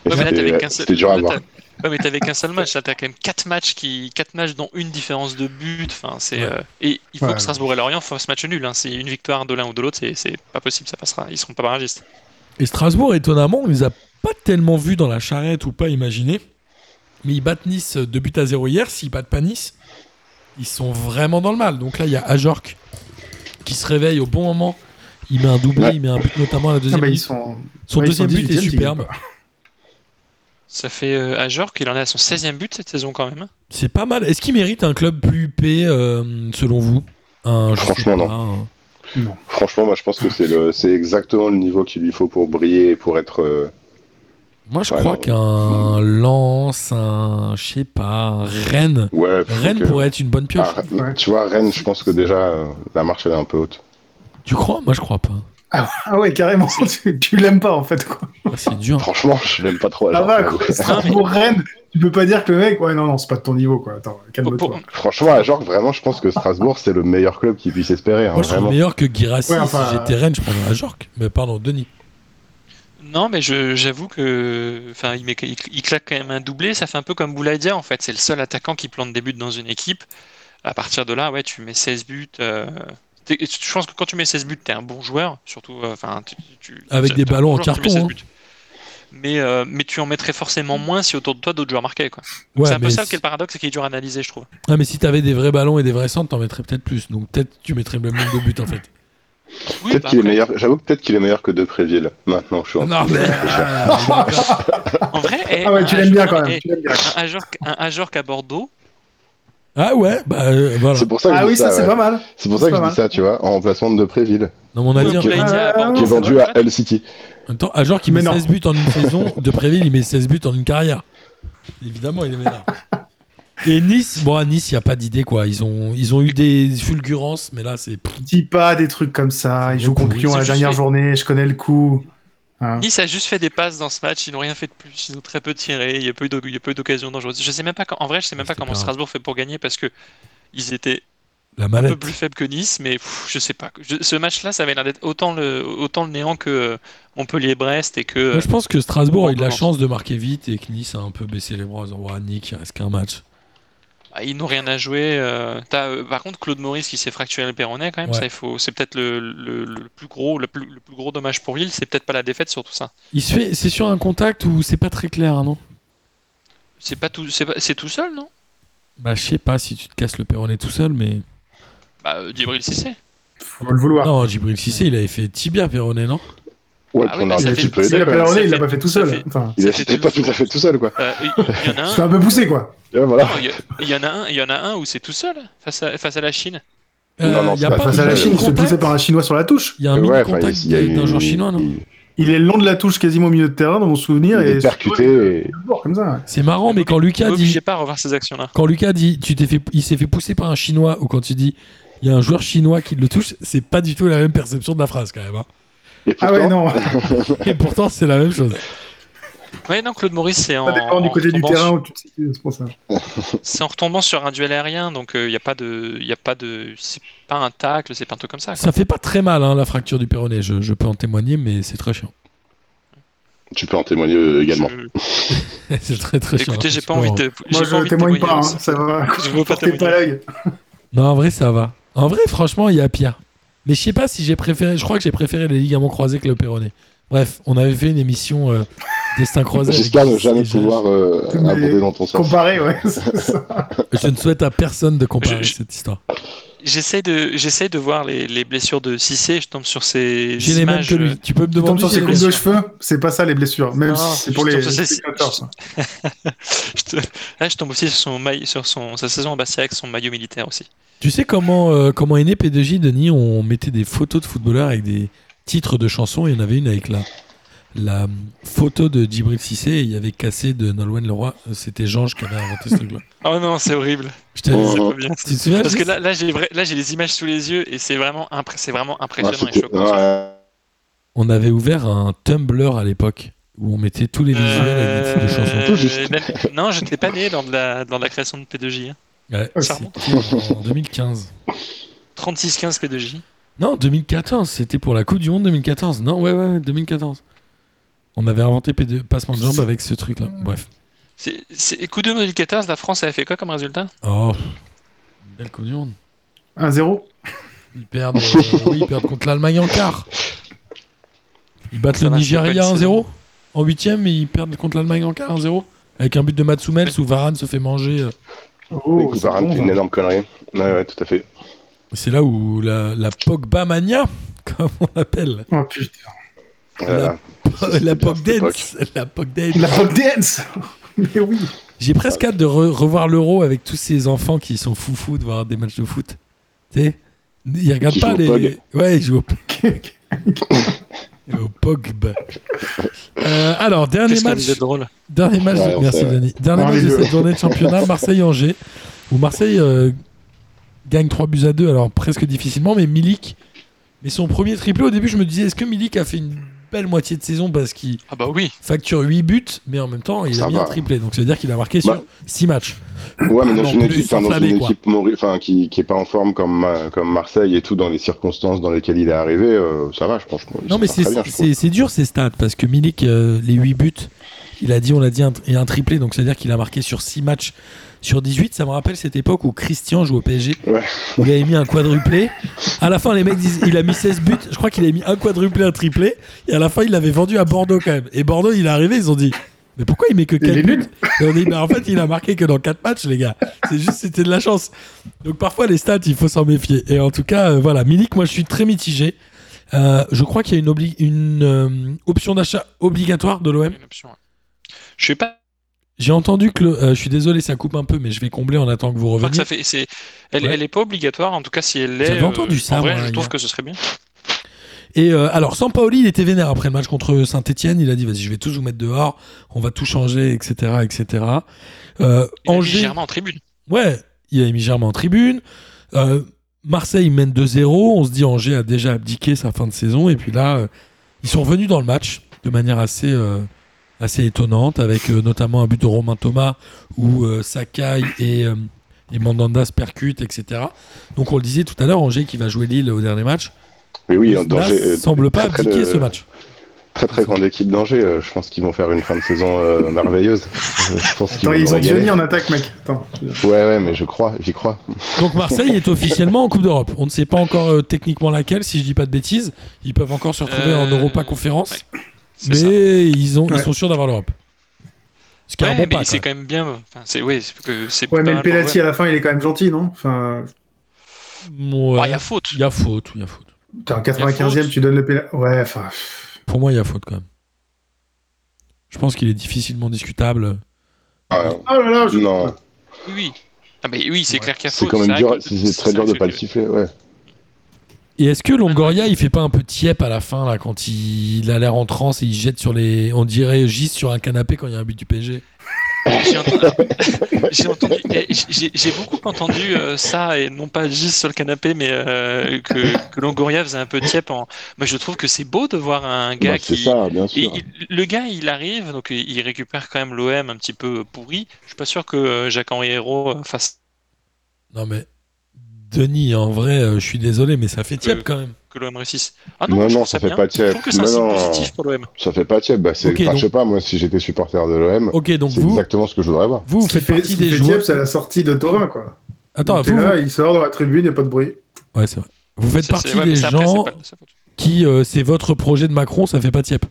C: Et
F: Ouais, mais là,
C: c'était- euh,
F: t'avais qu'un seul...
C: C'était dur à
F: là,
C: voir.
F: t'as- ouais, mais t'avais qu'un seul match. Là, t'as quand même 4 matchs, qui... quatre matchs dont une différence de but. Enfin, c'est,
E: Ouais.
F: euh, Et il faut
B: Ouais,
F: que Strasbourg et Lorient fassent match nul. hein. C'est une victoire de l'un ou de l'autre, c'est... c'est pas possible, ça passera. Ils seront pas barragistes.
E: Et Strasbourg, étonnamment, on les a pas tellement vus dans la charrette ou pas imaginé. Mais ils battent Nice euh, deux buts à zéro hier. S'ils battent pas Nice, ils sont vraiment dans le mal. Donc là, il y a Ajorc qui se réveille au bon moment. Il met un doublé,
C: Ouais.
E: il met un but notamment à la
B: Ah,
E: deuxième.
B: bah, ils
E: minute.
B: sont.
E: Son
B: ouais, ils
E: deuxième
B: sont
E: but est
B: 18e, ils
E: superbe.
F: Ça fait euh, Ajor qu'il en est à son 16e but cette saison quand même.
E: C'est pas mal. Est-ce qu'il mérite un club plus huppé, euh, selon vous un, je sais
C: Franchement,
E: pas, hein.
C: non.
E: un-
C: Franchement, moi, je pense que c'est le, c'est exactement le niveau qu'il lui faut pour briller et pour être. euh,
E: Moi, je
C: Ouais,
E: crois
C: non.
E: qu'un Lens, un, je sais pas, un Rennes.
C: Ouais. faut
E: Rennes
C: que-
E: pourrait être une bonne pioche.
C: Ah,
B: Ouais.
C: Tu vois, Rennes, je pense que déjà euh, la marche elle est un peu haute.
E: Tu crois Moi, je crois pas.
B: Ah ouais, carrément, tu, tu l'aimes pas en fait. Quoi.
E: Ah, C'est dur.
C: Franchement, je l'aime pas trop.
B: Ça
C: alors.
B: va, quoi. Strasbourg, Rennes, tu peux pas dire que le mec, ouais, non, non, c'est pas de ton niveau, quoi. Attends, calme-toi.
F: Pour- pour-
C: Franchement, à genre, vraiment, je pense que Strasbourg, c'est le meilleur club qui puisse espérer. hein,
E: Moi, je trouve
C: vraiment.
E: meilleur que Girassi.
B: Ouais, enfin,
E: si j'étais Rennes, je prendrais Ajorc. Mais pardon, Denis.
F: Non, mais je- j'avoue que. Enfin, il, met- il- il claque quand même un doublé. Ça fait un peu comme Boulaïdia en fait. C'est le seul attaquant qui plante des buts dans une équipe. À partir de là, ouais, tu mets 16 buts. euh, t'es- Je pense que quand tu mets 16 buts, t'es un bon joueur. Surtout. euh, Enfin, tu- tu-
E: Avec
F: t'es
E: des
F: un bon
E: ballons en
F: joueur, tu mets
E: carton, hein.
F: 16 buts. Mais, euh, mais tu en mettrais forcément moins si autour de toi d'autres joueurs marquaient. quoi.
E: Ouais,
F: c'est un peu
E: mais
F: ça
E: si-
F: qui est le paradoxe, c'est qu'il est dur à analyser, je trouve.
E: Ah, mais si t'avais des vrais ballons et des vrais centres, t'en mettrais peut-être plus. Donc peut-être tu mettrais le même nombre de buts en fait.
F: Oui,
C: Peut-être
F: bah,
C: qu'il est
F: après,
C: meilleur. J'avoue que peut-être qu'il est meilleur que Depréville. Maintenant, je suis. en-
E: Non, mais.
F: En vrai, eh,
B: Ah ouais, tu
F: un
B: l'aimes bien
F: joueur-
B: quand même.
F: eh,
B: tu l'aimes bien.
F: Un Ajorc- un Ajorc à Bordeaux,
E: Ah ouais, bah euh, voilà.
C: C'est pour ça que
B: Ah
C: je
B: oui,
C: dis
B: ça,
C: ça.
B: c'est
C: ouais.
B: pas mal.
C: C'est pour ça que
B: C'est
C: je
B: pas
C: dis ça, tu vois, en remplacement de Depréville,
E: Non, mais on a dit.
F: ou
E: un-
C: qui est-
F: Boulaïdia à
B: Ah, non,
F: Bordeaux,
C: qui est
B: c'est
C: vendu
F: vrai.
C: à El City.
E: En même temps, Ajorc, il
B: Mais
E: met
B: non.
E: 16 buts en une saison. De Préville, il met 16 buts en une carrière. Évidemment, il est meilleur. Et Nice, bon, à Nice, il n'y a pas d'idée quoi. Ils ont, ils ont eu des fulgurances, mais là, c'est.
B: Dis pas des trucs comme ça. Ils jouent contre Lyon
F: C'est
B: la
F: juste
B: dernière
F: les-
B: journée, je connais le coup. Hein.
F: Nice a juste fait des passes dans ce match, ils n'ont rien fait de plus, ils ont très peu tiré, il n'y a pas eu d'oc- il y a pas eu d'occasion dangereuse. Je sais même pas quand- en vrai, je sais même pas
E: C'était
F: comment
E: pas grave.
F: Strasbourg fait pour gagner parce que ils étaient
E: La
F: un peu
E: mallette.
F: plus faibles que Nice, mais pff, je sais pas. Je- ce match-là, ça avait l'air d'être autant le, autant le néant que euh, Montpellier-Brest et que.
E: Moi, je pense que Strasbourg a eu de la
F: Bordeaux.
E: chance de marquer vite et que Nice a un peu baissé les bras en disant Ouah, Nick, il reste qu'un match.
F: Ah, Ils n'ont rien à jouer. euh, t'as, euh, par contre, Claude Maurice qui s'est fracturé le péroné quand même,
E: Ouais.
F: ça, il faut, c'est peut-être le, le- le plus gros, le plus, le plus gros dommage pour Lille. C'est peut-être pas la défaite sur tout ça.
E: Il se fait, c'est sur un contact où c'est pas très clair, hein, non
F: C'est pas tout, c'est, pas- c'est tout seul, non
E: Bah, je sais pas si tu te casses le péroné tout seul, mais.
F: Bah, euh, Djibril Cissé.
B: Faut le vouloir.
E: Non, Djibril Cissé, il avait fait tibia péroné, non
C: Ouais,
F: Ah
C: puis
F: oui,
C: on
F: mais
C: a
F: ça
B: il,
C: un
B: a
F: fait-
C: petit
B: été-
C: peu
F: ça
B: il
C: aidé,
B: a
C: quand
B: pas
C: même.
F: ça
B: hurlé, il
F: fait-
B: l'a pas fait tout seul.
F: ça fait-
B: Enfin,
C: Il
F: ça
C: a
F: fait
C: c'était pas tout
F: toujours-
C: à fait tout seul, quoi.
F: Euh, Il il y en a un.
B: c'est un peu poussé quoi.
C: Et voilà.
F: non, Il y, il y en a un, il y en a un où c'est tout seul face à, face à la Chine.
E: il Euh,
C: Non, non,
E: y a
C: c'est
E: pas
C: pas
B: Face à la
C: il-
B: Chine, il se fait pousser
E: contact
B: par un Chinois sur la touche.
E: Il y a un
C: Ouais,
E: mini
C: enfin,
E: contact
C: il y a eu-
E: d'un joueur chinois, non
C: il-
B: Il est le long de la touche, quasiment au milieu de terrain, dans mon souvenir.
C: Il
B: et
C: est percuté et.
B: Comme ça.
E: C'est marrant, mais quand Lucas dit,
F: Obligé pas à revoir ces actions-là.
E: quand Lucas dit, tu t'es fait, il s'est fait pousser par un chinois, ou quand tu dis, il y a un joueur chinois qui le touche, c'est pas du tout la même perception de la phrase quand même. hein.
C: et
B: Ah ouais,
C: pourtant,
B: non.
E: Et pourtant, c'est la même chose.
F: Ouais, non, Claude Maurice, c'est en,
B: Ça dépend du
F: en
B: côté du
F: retombant
B: terrain où tu te situes, c'est pour ça.
F: sur- C'est en retombant sur un duel aérien, donc euh, il n'y a pas de, il a pas de, c'est pas un tacle, c'est pas un truc comme ça. quoi.
E: Ça fait pas très mal, hein, la fracture du péroné. Je, je peux en témoigner, mais c'est très chiant.
C: Tu peux en témoigner euh, également.
F: Je-
E: c'est très très chiant.
F: Écoutez, j'ai pas
E: C'est
F: envie
E: marrant.
F: de, j'ai
B: Moi,
F: pas
B: je
F: envie de
B: témoigne pas, hein,
F: témoigner.
B: ça va.
F: Je veux pas
B: Portez pas
F: témoigner.
B: l'œil.
E: Non, en vrai, ça va. En vrai, franchement, il y a pire. Mais je sais pas si j'ai préféré. Je crois que j'ai préféré les ligaments croisés que le péroné. Bref, on avait fait une émission euh, Destin croisé. avec
C: J'espère ne
E: Guy
C: jamais
E: et Jacques.
C: pouvoir euh,
B: Mais-
C: aborder dans ton sens.
B: Comparé, ouais. c'est ça.
E: Je ne souhaite à personne de comparer
F: Je- je-
E: cette histoire.
F: J'essaie de, j'essaie de voir les, les blessures de Cissé. Je tombe sur ces
E: J'ai les mêmes
F: images. euh,
E: que lui. Tu peux me
B: Tu tombes
E: demander
B: sur
E: si
B: ses
E: j'ai
B: coupes de
F: blessures.
B: cheveux, c'est pas ça les blessures. Même
F: Non,
B: si c'est pour les
F: je tombe sur ses-
B: spectateurs. ça.
F: Je te- Là, je tombe aussi sur son maille- sur son sa saison à Bastia avec son maillot militaire aussi.
E: Tu sais comment, euh, comment est né P2J, Denis On mettait des photos de footballeurs avec des titres de chansons et il y en avait une avec la, la photo de Djibril Cissé et il y avait cassé de Nolwenn Leroy. Euh, C'était Georges qui avait inventé ce truc-là.
F: Oh non, c'est horrible.
E: Je t'avais dit.
F: C'est
C: Oh.
F: pas bien.
E: Tu te souviens
F: Parce que
E: Gis
F: là, là, j'ai vrai- là, j'ai les images sous les yeux et c'est vraiment, impré- c'est vraiment
C: Ah,
F: impressionnant et
C: c'était-
F: choquant.
C: ouais.
E: On avait ouvert un Tumblr à l'époque où on mettait tous les visuels avec des titres de chansons.
F: Euh,
C: Juste.
F: la- non, j'étais pas né lors de la, dans la création de P2J. hein.
E: Ouais,
F: Ça remonte.
E: c'était en 2015.
F: 36-15 P2J.
E: Non, 2014. C'était pour la Coupe du Monde 2014. Non, ouais, ouais, 2014. On avait inventé P2, passement de jambes avec ce truc-là. Bref.
F: C'est, c'est, coup de 2014, la France avait fait quoi comme résultat
E: Oh, une belle Coupe du Monde.
B: 1-0.
E: Ils perdent, euh, oui, ils perdent contre l'Allemagne en quart. Ils battent
F: Ça
E: le
F: marche,
E: Nigeria
F: c'est pas une
E: 1-0 en huitième et ils perdent contre l'Allemagne en quart 1-0 avec un but de Matsumel où Varane se fait manger. euh.
B: Oh,
C: Écoute,
B: c'est
C: Varane,
B: bon,
C: c'est
B: ça.
C: une énorme connerie. Ouais, ouais, tout à fait.
E: C'est là où la, la Pogba mania, comme on l'appelle,
B: Oh, putain.
C: Voilà.
E: euh, la
C: c'était bien,
E: Pog
C: cette
E: Dance, la Pog Dance.
B: La pop dance Mais oui
E: J'ai presque hâte de re- revoir l'Euro avec tous ces enfants qui sont foufous de voir des matchs de foot. Tu sais, ils regardent
C: Qui
E: pas
C: jouent au
E: les.
C: Pog.
E: Ouais, ils jouent au Pog. au Pogba. Euh, alors, dernier
F: Qu'est-ce que vous
E: match,
F: êtes drôle
E: dernier match,
C: Ouais,
E: de...
C: on
E: merci
C: sait, ouais.
E: Denis. Dernier
B: Non,
E: match
B: les
E: de
B: deux.
E: cette journée de championnat, Marseille-Angers, où Marseille euh, gagne 3 buts à 2, alors presque difficilement, mais Milik, mais son premier triplé, au début, je me disais, est-ce que Milik a fait une belle moitié de saison parce qu'il
F: Ah bah oui.
E: facture 8 buts, mais en même temps, il
C: Ça
E: a mis
C: va.
E: un triplé. Donc, ça veut dire qu'il a marqué sur
C: Bah.
E: 6 matchs.
C: Euh, Ouais, mais dans
E: Ah Non,
C: une
E: plus
C: équipe, enfin, dans
E: enflammé,
C: une
E: quoi.
C: équipe mori- enfin, qui, qui est pas en forme comme, euh, comme Marseille et tout, dans les circonstances dans lesquelles il est arrivé, euh, ça va, je pense. qu'on-
E: Non,
C: ça
E: mais
C: part
E: c'est
C: très bien, je trouve.
E: c'est- c'est dur ces stats parce que Milik, euh, les 8 buts, il a dit, on l'a dit, un- et un triplé. Donc, c'est-à-dire qu'il a marqué sur 6 matchs sur 18. Ça me rappelle cette époque où Christian joue au PSG.
C: Ouais.
E: où Il avait mis un quadruplé. À la fin, les mecs disent, il a mis 16 buts. Je crois qu'il a mis un quadruplé, un triplé. Et à la fin, il l'avait vendu à Bordeaux quand même. Et Bordeaux, il est arrivé, ils ont dit. Mais pourquoi il met que 4
B: est
E: buts
B: nul.
E: Et on dit, mais en fait, il a marqué que dans 4 matchs, les gars. C'est juste, c'était de la chance. Donc parfois, les stats, il faut s'en méfier. Et en tout cas, euh, voilà, Milik, moi, je suis très mitigé. Euh, je crois qu'il y a une, obli- une euh, option d'achat obligatoire de l'OM.
F: Une option, ouais. Je sais pas.
E: J'ai entendu que le- euh, je suis désolé, ça coupe un peu, mais je vais combler en attendant que vous
F: je crois que
E: reveniez.
F: ça fait. C'est. Elle,
E: Ouais.
F: elle est pas obligatoire. En tout cas, si elle l'est.
E: J'avais
F: euh,
E: entendu ça,
F: En vrai,
E: moi,
F: je trouve
E: hier.
F: que ce serait bien.
E: Et euh, alors, Sampaoli, il était vénère après le match contre Saint-Etienne. Il a dit, vas-y, je vais tous vous mettre dehors, on va tout changer, etc. etc. Euh,
F: Il a mis
E: Angers,
F: Germain en tribune.
E: ouais, il a mis Germain en tribune. Euh, Marseille mène 2-0. On se dit, Angers a déjà abdiqué sa fin de saison. Et puis là, euh, ils sont revenus dans le match de manière assez, euh, assez étonnante, avec euh, notamment un but de Romain Thomas où euh, Sakai et, euh, et Mandanda se percutent, etc. Donc, on le disait tout à l'heure, Angers qui va jouer Lille au dernier match.
C: Mais oui,
E: ne
C: danger. euh,
E: semble pas
C: très, très,
E: abdiquer
C: euh,
E: ce match.
C: Très très grande équipe d'Angers, euh, je pense qu'ils vont faire une fin de saison euh, merveilleuse. Euh, je pense qu'ils
B: Attends,
C: vont nous
B: ils ont
C: régaler.
B: Johnny en attaque, mec. Attends.
C: Ouais ouais, mais je crois, j'y crois.
E: Donc Marseille est officiellement en Coupe d'Europe. On ne sait pas encore euh, techniquement laquelle, si je dis pas de bêtises. Ils peuvent encore se retrouver
F: Euh,
E: en Europa Conférence,
F: C'est ça.
E: mais ils, ont, ils
B: Ouais.
E: sont sûrs d'avoir l'Europe. Ce qui est
F: Ouais,
E: un bon
F: mais
E: pas.
F: c'est
E: quand
F: quand même bien. Enfin, c'est oui, c'est que c'est
B: Ouais,
F: pas
B: mais le
F: mal
B: penalty
F: pour
B: à la fin, il est quand même gentil, non Enfin,
E: même.
F: eux.
E: hein. Ouais.
F: Ah, il y a faute.
E: Il y a faute, il y a faute.
B: t'es en
F: faute.
B: 95e, tu donnes le penalty. Ouais, enfin. pff.
E: Pour moi, il y a faute quand même. Je pense qu'il est difficilement discutable.
C: Ah,
B: Ah là là, je...
C: non,
F: Oui, oui. Ah, mais oui, c'est
B: Ouais.
F: clair qu'il y a
C: c'est
F: faute.
C: quand même
F: vrai
C: dur,
F: que-
C: c'est très
F: c'est
C: dur
F: vrai
C: de
F: que
C: pas le
F: le-
C: siffler, ouais.
E: Et est-ce que Longoria, il fait pas un peu tiep à la fin, là, quand il, il a l'air en transe et il jette sur les. On dirait gisse sur un canapé quand il y a un but du PSG
F: J'ai entendu, j'ai entendu- eh, j'ai- j'ai beaucoup entendu euh, ça et non pas juste sur le canapé, mais euh, que, que Longoria faisait un peu tiep. En... Moi, je trouve que c'est beau de voir un gars
C: Bah, c'est
F: qui.
C: ça, bien
F: Et
C: sûr.
F: il- le gars, il arrive, donc il il récupère quand même l'OM un petit peu pourri. Je suis pas sûr que euh, Jacques-Henri Hérault fasse
E: Non, mais. Denis, en vrai, euh, je suis désolé, mais ça fait tiep
F: Euh,
E: quand même.
F: que l'OM réussisse. Ah
C: Non,
F: moi, je
C: non,
F: trouve
C: ça fait
F: bien.
C: pas
F: Je
C: tiep.
F: trouve que c'est un
C: Non,
F: signe
C: non.
F: positif pour l'OM.
C: Ça fait pas tiep, bah, c'est,
E: Ok,
C: enfin,
E: donc-
C: je sais pas, moi, si j'étais supporter de l'OM,
E: Ok, donc
C: c'est
E: vous,
C: exactement ce que je voudrais voir.
E: vous, vous
B: Ce qui
E: faites
B: fait,
E: partie
B: ce qui
E: des
B: fait
E: joueurs.
B: Dieppe, c'est à la sortie de Torin, quoi.
E: Attends,
B: T'es
E: vous,
B: là, il sort dans la tribune, il n'y a pas de bruit.
E: Ouais, c'est vrai. Vous faites
F: C'est-
E: partie
F: c'est- ouais, mais
E: des
F: ça, après,
E: gens
F: c'est pas de sa faute.
E: qui, euh, c'est votre projet de Macron, ça fait pas tiep.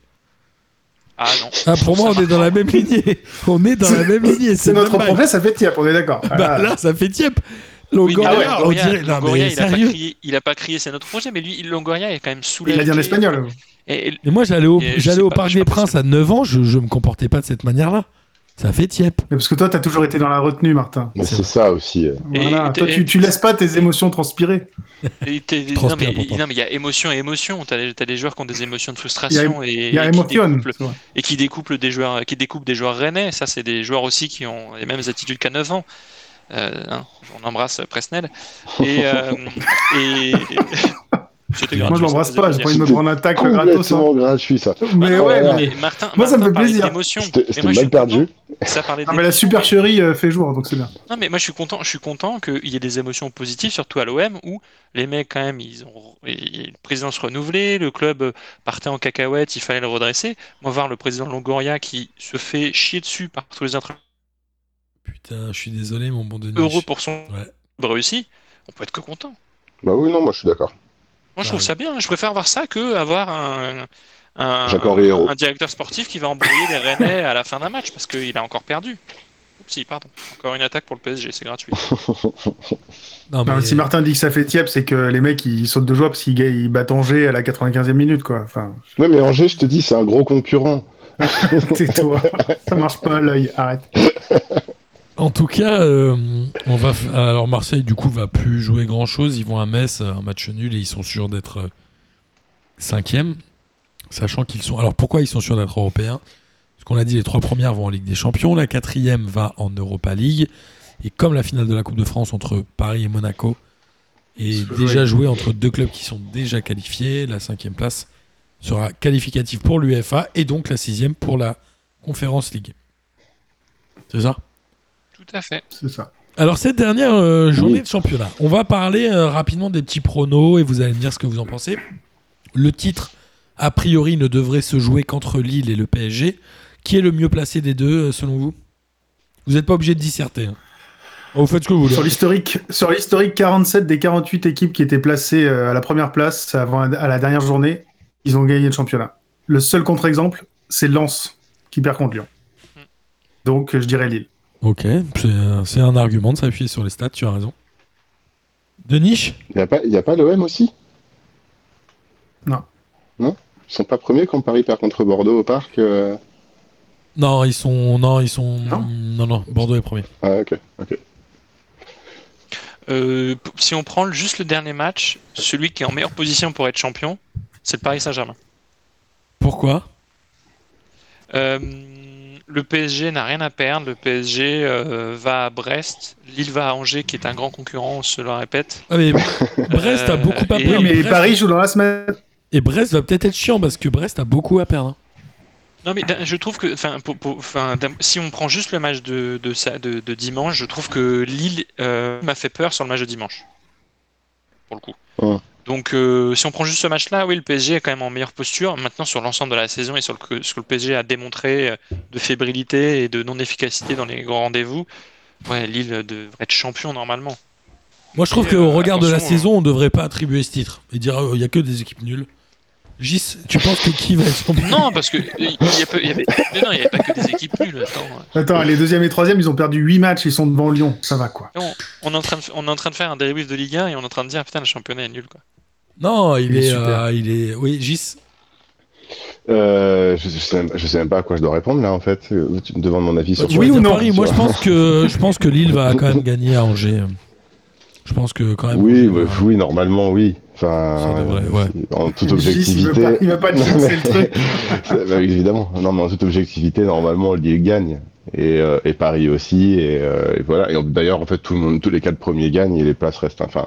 F: Ah non.
E: Ah, pour moi,
F: Ça
E: on est dans la même lignée. On est dans la même lignée.
B: C'est notre
E: même pas-
B: projet, ça fait Dieppe, on est d'accord.
E: Bah,
B: Ah,
E: là, ça fait tiep.
F: Oui, mais
E: Longoria, on
F: Longoria,
E: dirait. Non,
F: Longoria,
E: mais
F: il, a pas
E: sérieux.
F: crié, il a pas crié, c'est notre projet, mais lui, il- Longoria est quand même sous
B: il a dit en espagnol.
F: Et, et-
E: Et moi, j'allais au,
F: Et je
E: j'allais
F: sais
E: au
F: pas,
E: Parc
F: je sais
E: des
F: pas
E: Princes à 9 ans, je, je me comportais pas de cette manière-là. Ça fait tiep.
B: Mais parce que toi, t'as toujours été dans la retenue, Martin.
C: Mais
E: C'est
C: c'est ça aussi. euh.
B: Voilà.
F: et-
B: Toi, tu, tu laisses pas tes émotions transpirer.
F: et t'es- non,
E: Transpire
F: mais,
E: pour toi.
F: non, mais il y a émotion et émotion. T'as les, t'as des joueurs qui ont des émotions de frustration et,
B: Il y a
F: et qui
B: émotion.
F: découplent- et qui découplent des joueurs, qui découpent des joueurs rennais. Ça, c'est des joueurs aussi qui ont les mêmes attitudes qu'à 9 ans. Euh, hein, on embrasse Presnel. Et, euh, et- C'était
E: Moi,
B: Moi,
F: gratuit,
B: je
F: ça
B: l'embrasse
F: faisait
B: pas, j'ai pas envie de me prendre un tacle gratos. hein.
C: Complètement gratuit, ça.
B: Mais
F: Ah,
B: ouais,
C: non,
F: non,
B: mais-
F: mais Martin,
B: Moi, ça me fait plaisir.
F: Émotion.
C: C'était c'était mal perdu.
F: Ça parlait
B: Ah, mais la
F: d'émotion.
B: supercherie euh, fait jour, donc c'est bien.
F: Non mais moi je suis content, je suis content qu'il y ait des émotions positives, surtout à l'OM où les mecs quand même ils ont et- et le président se renouvelait, le club euh, partait en cacahuète, il fallait le redresser. Moi voir le président Longoria qui se fait chier dessus par tous les autres
E: Putain, je suis désolé, mon bon Denis.
F: heureux pour son
E: Ouais.
F: réussi, on peut être que content.
C: Bah oui, non, moi je suis d'accord.
F: Moi
E: Ah
F: je trouve
E: oui.
F: ça bien, je préfère voir ça que avoir un un,
C: Jacques-Henri Hérault.
F: un directeur sportif qui va embrouiller les Rennais à la fin d'un match parce qu'il a encore perdu. Oups, pardon. Encore une attaque pour le PSG, c'est gratuit.
E: Non, mais-
B: Enfin, Si Martin dit que ça fait Dieppe, c'est que les mecs, ils sautent de joie parce qu'ils ga- ils battent Angers à la 95e minute, quoi. Enfin,
C: Ouais, mais Angers, je te dis, c'est un gros concurrent.
B: tais-toi. ça marche pas à l'œil, arrête.
E: En tout cas, euh, on va. f- Alors Marseille, du coup, va plus jouer grand chose. Ils vont à Metz, euh, un match nul, et ils sont sûrs d'être euh, cinquième, sachant qu'ils sont. Alors pourquoi ils sont sûrs d'être européens Parce qu'on l'a dit, les trois premières vont en Ligue des Champions, la quatrième va en Europa League, et comme la finale de la Coupe de France entre Paris et Monaco est
B: Se
E: déjà jouée entre deux clubs qui sont déjà qualifiés, la cinquième place sera qualificative pour l'UEFA et donc la sixième pour la Conférence League. C'est ça
F: Tout à fait.
B: C'est ça.
E: alors cette dernière euh, journée
C: Oui.
E: de championnat, on va parler euh, rapidement des petits pronos et vous allez me dire ce que vous en pensez. Le titre, a priori, ne devrait se jouer qu'entre Lille et le PSG. Qui est le mieux placé des deux, euh, selon vous Vous n'êtes pas obligé de disserter. hein. Oh, Vous faites ce que vous voulez.
B: Sur l'historique, sur l'historique 47 des 48 équipes qui étaient placées euh, à la première place avant à la dernière journée, ils ont gagné le championnat. Le seul contre-exemple, c'est Lens qui perd contre Lyon. Donc euh, je dirais Lille.
E: Ok, c'est un- c'est un argument de s'appuyer sur les stats, tu as raison. Denis
C: Il n'y a pas, y a pas l'OM aussi
B: Non.
C: Non Ils sont pas premiers quand Paris perd contre Bordeaux au parc euh,
E: Non, ils sont... Non, ils sont...
B: Non.
E: non, non, Bordeaux est premier.
C: Ah, ok. ok.
F: Euh, p- si on prend juste le dernier match, celui qui est en meilleure position pour être champion, c'est le Paris Saint-Germain.
E: Pourquoi
F: Euh, le PSG n'a rien à perdre. Le PSG euh, va à Brest. Lille va à Angers, qui est un grand concurrent, on se le répète.
E: Ah, mais Brest a
F: Euh,
E: beaucoup à
F: et-
E: perdre.
B: Oui, mais
E: Brest-
B: Paris joue dans la semaine.
E: Et Brest va peut-être être chiant parce que Brest a beaucoup à perdre. hein.
F: Non, mais d'un- je trouve que, enfin, pour- pour- enfin, d'un- si on prend juste le match de, de, sa- de- de dimanche, je trouve que Lille euh, m'a fait peur sur le match de dimanche. Pour le coup.
C: Ouais.
F: Donc, euh, si on prend juste ce match-là, oui, le PSG est quand même en meilleure posture. Maintenant, sur l'ensemble de la saison et sur le, que- ce que le PSG a démontré euh, de fébrilité et de non-efficacité dans les grands rendez-vous, ouais, Lille euh, devrait être champion normalement.
E: Moi, je trouve
F: Et,
E: qu'au
F: euh,
E: regard de la
F: attention,
E: saison, on devrait pas attribuer ce titre et dire il y a que des équipes nulles. Gis, tu penses que qui va être champion
F: Non, parce que euh, il y a peu- il y avait, mais non, il y avait pas que des équipes nulles. Attends.
B: Attends, les deuxième et troisième, ils ont perdu 8 matchs, ils sont devant Lyon. Ça va quoi.
F: On, on est en train de, on est en train de faire un débrief de Ligue 1 et on est en train de dire putain, le championnat est nul. Quoi.
E: Non, il,
B: Il est
E: est,
B: super.
E: euh, il est. Oui, Gis.
C: Euh, je, je sais même, je sais même pas à quoi je dois répondre là en fait. Euh, Tu me demandes mon avis sur
E: Tu
C: quoi
E: vas
B: ou
E: dire
B: non
E: Paris, Moi, je pense que je pense que Lille va quand même gagner à Angers. Je pense que quand même.
C: Oui,
E: Angers
C: bah,
E: va-
C: oui, normalement, oui.
E: Ça
C: Enfin,
E: devrait, ouais.
C: en toute
B: Gis, il veut
C: objectivité.
B: pas- il veut pas dire que c'est le truc.
C: Bah, évidemment. Non, mais en toute objectivité, normalement, Lille gagne. Et, euh, et Paris aussi. Et, euh, et voilà. Et en- d'ailleurs, en fait, tout le monde, tous les quatre premiers gagnent et les places restent, enfin,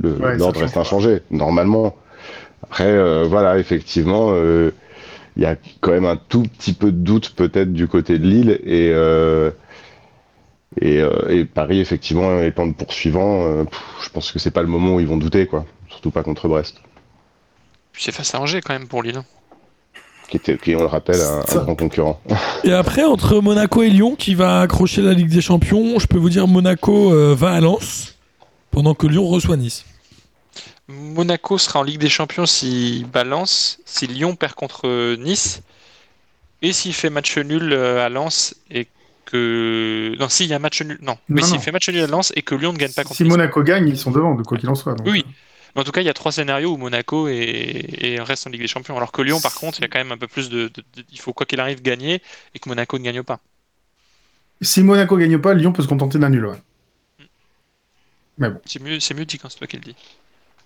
C: le-
B: Ouais, ça
C: l'ordre reste
B: change
C: inchangé, normalement. Après, euh, voilà, effectivement, euh, il y a quand même un tout petit peu de doute peut-être du côté de Lille. Et, euh, et, euh, et Paris, effectivement, étant le poursuivant, euh, pff, je pense que c'est pas le moment où ils vont douter, quoi. Surtout pas contre Brest.
F: Puis c'est face à Angers quand même pour Lille.
C: qui était, qui, on le rappelle, un, un grand concurrent.
E: Et après, entre Monaco et Lyon, qui va accrocher la Ligue des Champions, je peux vous dire Monaco euh, va à Lens pendant que Lyon reçoit Nice.
F: Monaco sera en Ligue des Champions si Balance, si Lyon perd contre Nice, et s'il fait match nul euh, à Lens et que non, s'il y a match nul, non, oui,
B: Non,
F: s'il
B: non.
F: fait match nul à Lens et que Lyon ne gagne pas contre
B: Si
F: Nice.
B: Monaco gagne, ils sont devant, de quoi qu'il en soit. donc. euh.
F: Oui, Mais en tout cas, il y a trois scénarios où Monaco est, et reste en Ligue des Champions, alors que Lyon, par contre, il y a quand même un peu plus de, de- de- il faut quoi qu'il arrive gagner et que Monaco ne gagne pas.
B: Si Monaco gagne pas, Lyon peut se contenter d'un nul. ouais.
F: C'est mieux, c'est mieux dit quand c'est toi qui le dis.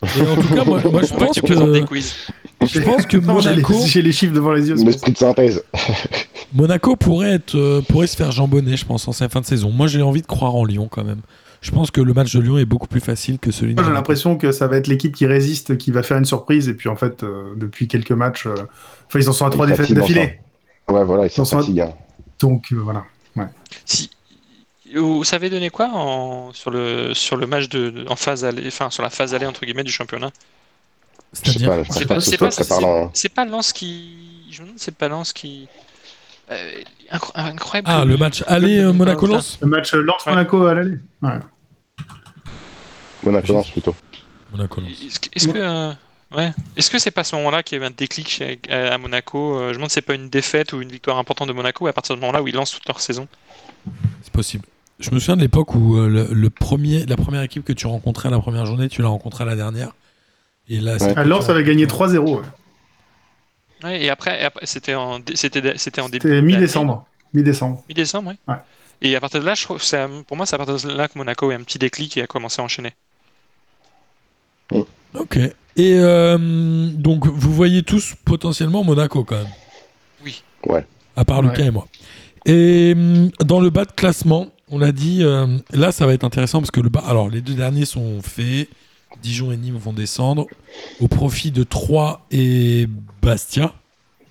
E: Et en tout cas, moi, moi, je
F: On voit que
E: pense
F: tu présentes des
E: que,
F: quiz.
E: je pense que
B: Non, j'ai les-
E: Monaco,
B: J'ai les chiffres devant les yeux. c'est pour ça.
C: L'esprit de synthèse.
E: Monaco pourrait, être, euh, pourrait se faire jambonner, je pense, en cette fin de saison. Moi, j'ai envie de croire en Lyon quand même. Je pense que le match de Lyon est beaucoup plus facile que celui de
B: Moi, J'ai
E: Monaco.
B: l'impression que ça va être l'équipe qui résiste, qui va faire une surprise. Et puis, en fait, euh, depuis quelques matchs, euh, enfin, ils en sont à trois
C: Ils
B: défaites
C: fatiguent
B: d'affilée.
C: Ouais, voilà, ils sont
B: On sent-
C: fatigués. hein.
B: Donc, euh, voilà.
F: Si, vous savez donner quoi en- sur le sur le match de de- en phase aller, enfin sur la phase aller entre guillemets du championnat.
C: Je sais
E: C'est-à-dire
C: pas, je pense
F: C'est
C: pas
F: pas,
C: que ce
F: c'est
C: soit
F: pas,
C: très
F: c'est
C: parlant. hein.
F: c'est pas Lens qui. Je me demande, c'est pas Lens qui. Euh, incro- incroyable.
E: Ah, le match aller euh, Monaco-Lens
B: Le match euh, Lens
F: Ouais.
B: Monaco à l'aller. Ouais.
C: Monaco Lens plutôt.
E: Monaco-Lens.
F: Est-ce que- est-ce que. euh, ouais. Est-ce que c'est pas à ce moment-là qu'il y avait un déclic chez- à à Monaco Euh, Je me demande, c'est pas une défaite ou une victoire importante de Monaco et à partir de ce moment-là où ils lancent toute leur saison.
E: C'est possible. Je me souviens de l'époque où euh, le, le premier, la première équipe que tu rencontrais à la première journée, tu l'as rencontrée à la dernière. Et là, c'est-
B: Ah, Lens avait gagné 3-0. ouais.
F: Ouais, et après, et après, c'était en, dé- c'était, c'était en début.
B: C'était
F: d'année.
B: mi-décembre. Mi-décembre.
F: Mi-décembre, oui.
B: Ouais.
F: Et à partir de là, je trouve, c'est à- pour moi, c'est à partir de là que Monaco a eu un petit déclic et a commencé à enchaîner.
E: Ok. Et euh, donc, vous voyez tous potentiellement Monaco quand même.
F: Oui.
C: Ouais.
E: À part Lucas et moi. Et hum, dans le bas de classement, on l'a dit, euh, là, ça va être intéressant parce que le bas. Alors, les deux derniers sont faits. Dijon et Nîmes vont descendre au profit de Troyes et Bastia.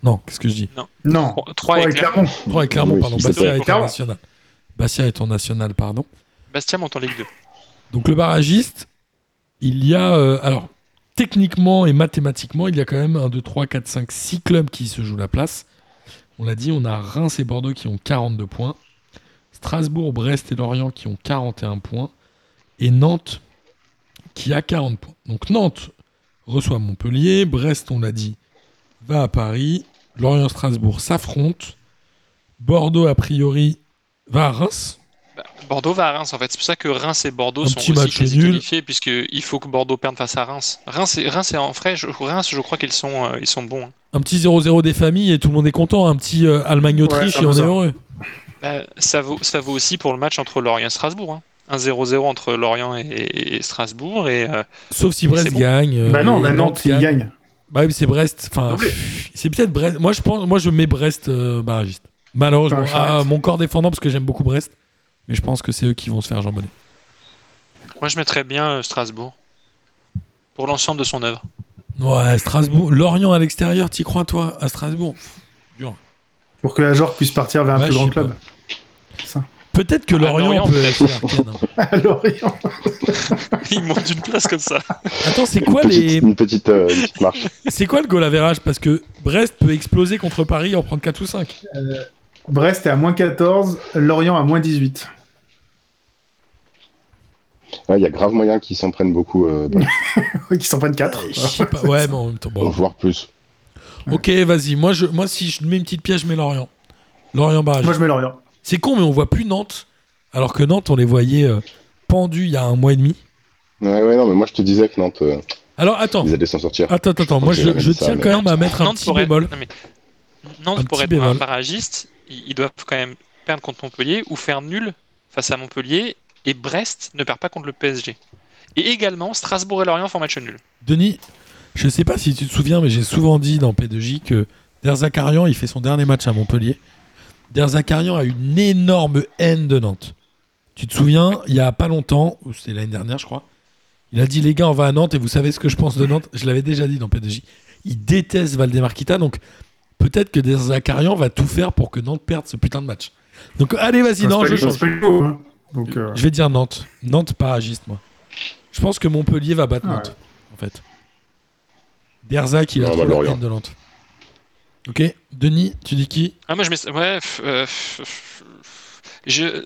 E: Non, qu'est-ce que je dis
B: Non.
F: 3
B: Ouais,
F: et Clermont.
B: clairement.
E: Troyes et Clermont,
C: Oui,
E: pardon.
C: c'est
E: Bastia
F: ça.
E: est en national. Bastia est en national, pardon.
F: Bastia monte en Ligue 2.
E: Donc le barragiste, il y a... euh, alors, techniquement et mathématiquement, il y a quand même 1, 2, 3, 4, 5, 6 clubs qui se jouent la place. On l'a dit, on a Reims et Bordeaux qui ont 42 points. Strasbourg, Brest et Lorient qui ont 41 points. Et Nantes qui a 40 points. Donc Nantes reçoit Montpellier. Brest, on l'a dit, va à Paris. Lorient-Strasbourg s'affrontent. Bordeaux, a priori, va à Reims.
F: Bah, Bordeaux va à Reims en fait. C'est pour ça que Reims et Bordeaux
E: Un
F: sont
E: petit
F: aussi
E: match
F: quasi
E: nul.
F: qualifiés puisque il faut que Bordeaux perde face à Reims. Reims et Reims est en frais. Je, Reims, je crois qu'ils sont euh, ils sont bons. hein.
E: Un petit 0-0 des familles et tout le monde est content. Un petit euh, Allemagne-Autriche
B: Ouais,
E: et on est
B: ça.
E: heureux.
F: Bah, ça vaut ça vaut aussi pour le match entre Lorient et Strasbourg. hein. Un 0-0 entre Lorient et, et- et Strasbourg et euh,
E: Sauf si Brest
F: C'est bon.
E: gagne. euh,
B: bah non, bah
E: et
B: Nantes, ils gagnent.
E: Bah oui, mais c'est Brest. Enfin,
B: Non, mais-
E: pff, c'est peut-être Brest. Moi, je pense, moi, je mets Brest euh, barragiste. Malheureusement,
B: Enfin,
E: Ah,
B: j'arrête.
E: mon corps défendant parce que j'aime beaucoup Brest, mais je pense que c'est eux qui vont se faire jambonner.
F: moi je mettrais bien euh, Strasbourg pour l'ensemble de son œuvre.
E: Ouais, Strasbourg, Lorient à l'extérieur, t'y crois toi à Strasbourg
B: Pour que la genre puisse partir vers un
E: Ouais,
B: plus
E: je
B: grand
E: sais
B: club.
E: Peut-être que
F: Ah,
E: Lorient,
F: Lorient,
E: peut
F: peut-être.
E: être Arcane, hein.
B: À Lorient.
F: Ils montent une place comme ça.
E: Attends, c'est
C: Une
E: quoi
C: petite,
E: les,
C: une petite, euh, une petite marche.
E: c'est quoi le goal average Parce que Brest peut exploser contre Paris et en prendre 4 ou 5.
B: Brest est à moins 14, Lorient à moins 18.
C: Ouais, Il y a grave moyen qu'ils s'en prennent beaucoup, euh, dans-
B: Qui s'en prennent 4.
E: Je sais pas. Ouais, mais en même temps, bon.
C: voire plus.
E: Ok, vas-y. Moi, je, moi, si je mets une petite pièce, je mets Lorient. Lorient barrage.
B: Moi, je mets Lorient.
E: C'est con, mais on voit plus Nantes. Alors que Nantes, on les voyait euh, pendus il y a un mois et demi.
C: Ouais, ouais, non, mais moi je te disais que Nantes, euh,
E: Alors attends,
C: Ils allaient s'en sortir.
E: attends, attends, attends. moi
C: Je
E: je,
C: pense que
E: je
C: ça,
E: tiens
C: mais-
E: quand même à mettre un
F: Nantes
E: petit
F: pourrait-
E: bémol.
F: non, mais Nantes,
E: Un
F: pour
E: petit
F: être un
E: bémol.
F: barragiste, ils ils doivent quand même perdre contre Montpellier ou faire nul face à Montpellier et Brest ne perd pas contre le PSG. Et également Strasbourg et Lorient font match nul.
E: Denis, je sais pas si tu te souviens, mais j'ai souvent dit dans P2J que Derzakarian, il fait son dernier match à Montpellier. Derzakarian a une énorme haine de Nantes. Tu te souviens, il y a pas longtemps, ou c'était l'année dernière, je crois, il a dit les gars, on va à Nantes et vous savez ce que je pense de Nantes. Je l'avais déjà dit dans P2J. Il déteste Valdemarquita, donc peut-être que Derzakarian va tout faire pour que Nantes perde ce putain de match. Donc allez, vas-y, non, je
B: C'est pas-
E: change.
B: c'est pas chaud, hein. Donc, euh,
E: Je vais dire Nantes. Nantes paragiste, moi. Je pense que Montpellier va battre
B: Ah
E: Nantes, en fait. Derzac, il a
C: Non, on va
E: trop la
C: Lorient.
E: haine de Nantes. Ok Denis, tu dis qui
F: Ah moi je mets ouais f- euh, f- f- je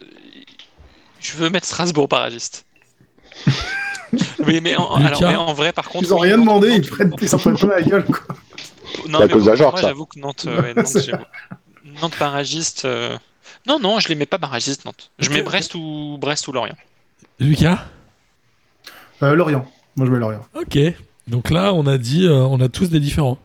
F: je veux mettre Strasbourg barragiste. mais mais en, alors,
E: Lucas.
F: mais en vrai par contre
B: Ils ont
F: oui,
B: rien
F: Nantes-
B: demandé,
F: Nantes-
B: ils prennent
F: Nantes-
B: ils s'en prennent pas la gueule, quoi.
F: Non,
C: C'est à
F: mais
C: cause
F: moi,
C: de Jorg,
F: moi,
C: ça.
F: j'avoue que Nantes, euh, ouais, Nantes, j'avoue. Nantes barragiste. euh, Non, non, je les mets pas barragistes, Nantes. Je
E: Ok,
F: mets
E: ok.
F: Brest ou Brest ou Lorient.
E: Lucas
B: Euh, Lorient. Moi, je mets Lorient.
E: Ok. Donc là, on a dit, euh, on a tous des différents.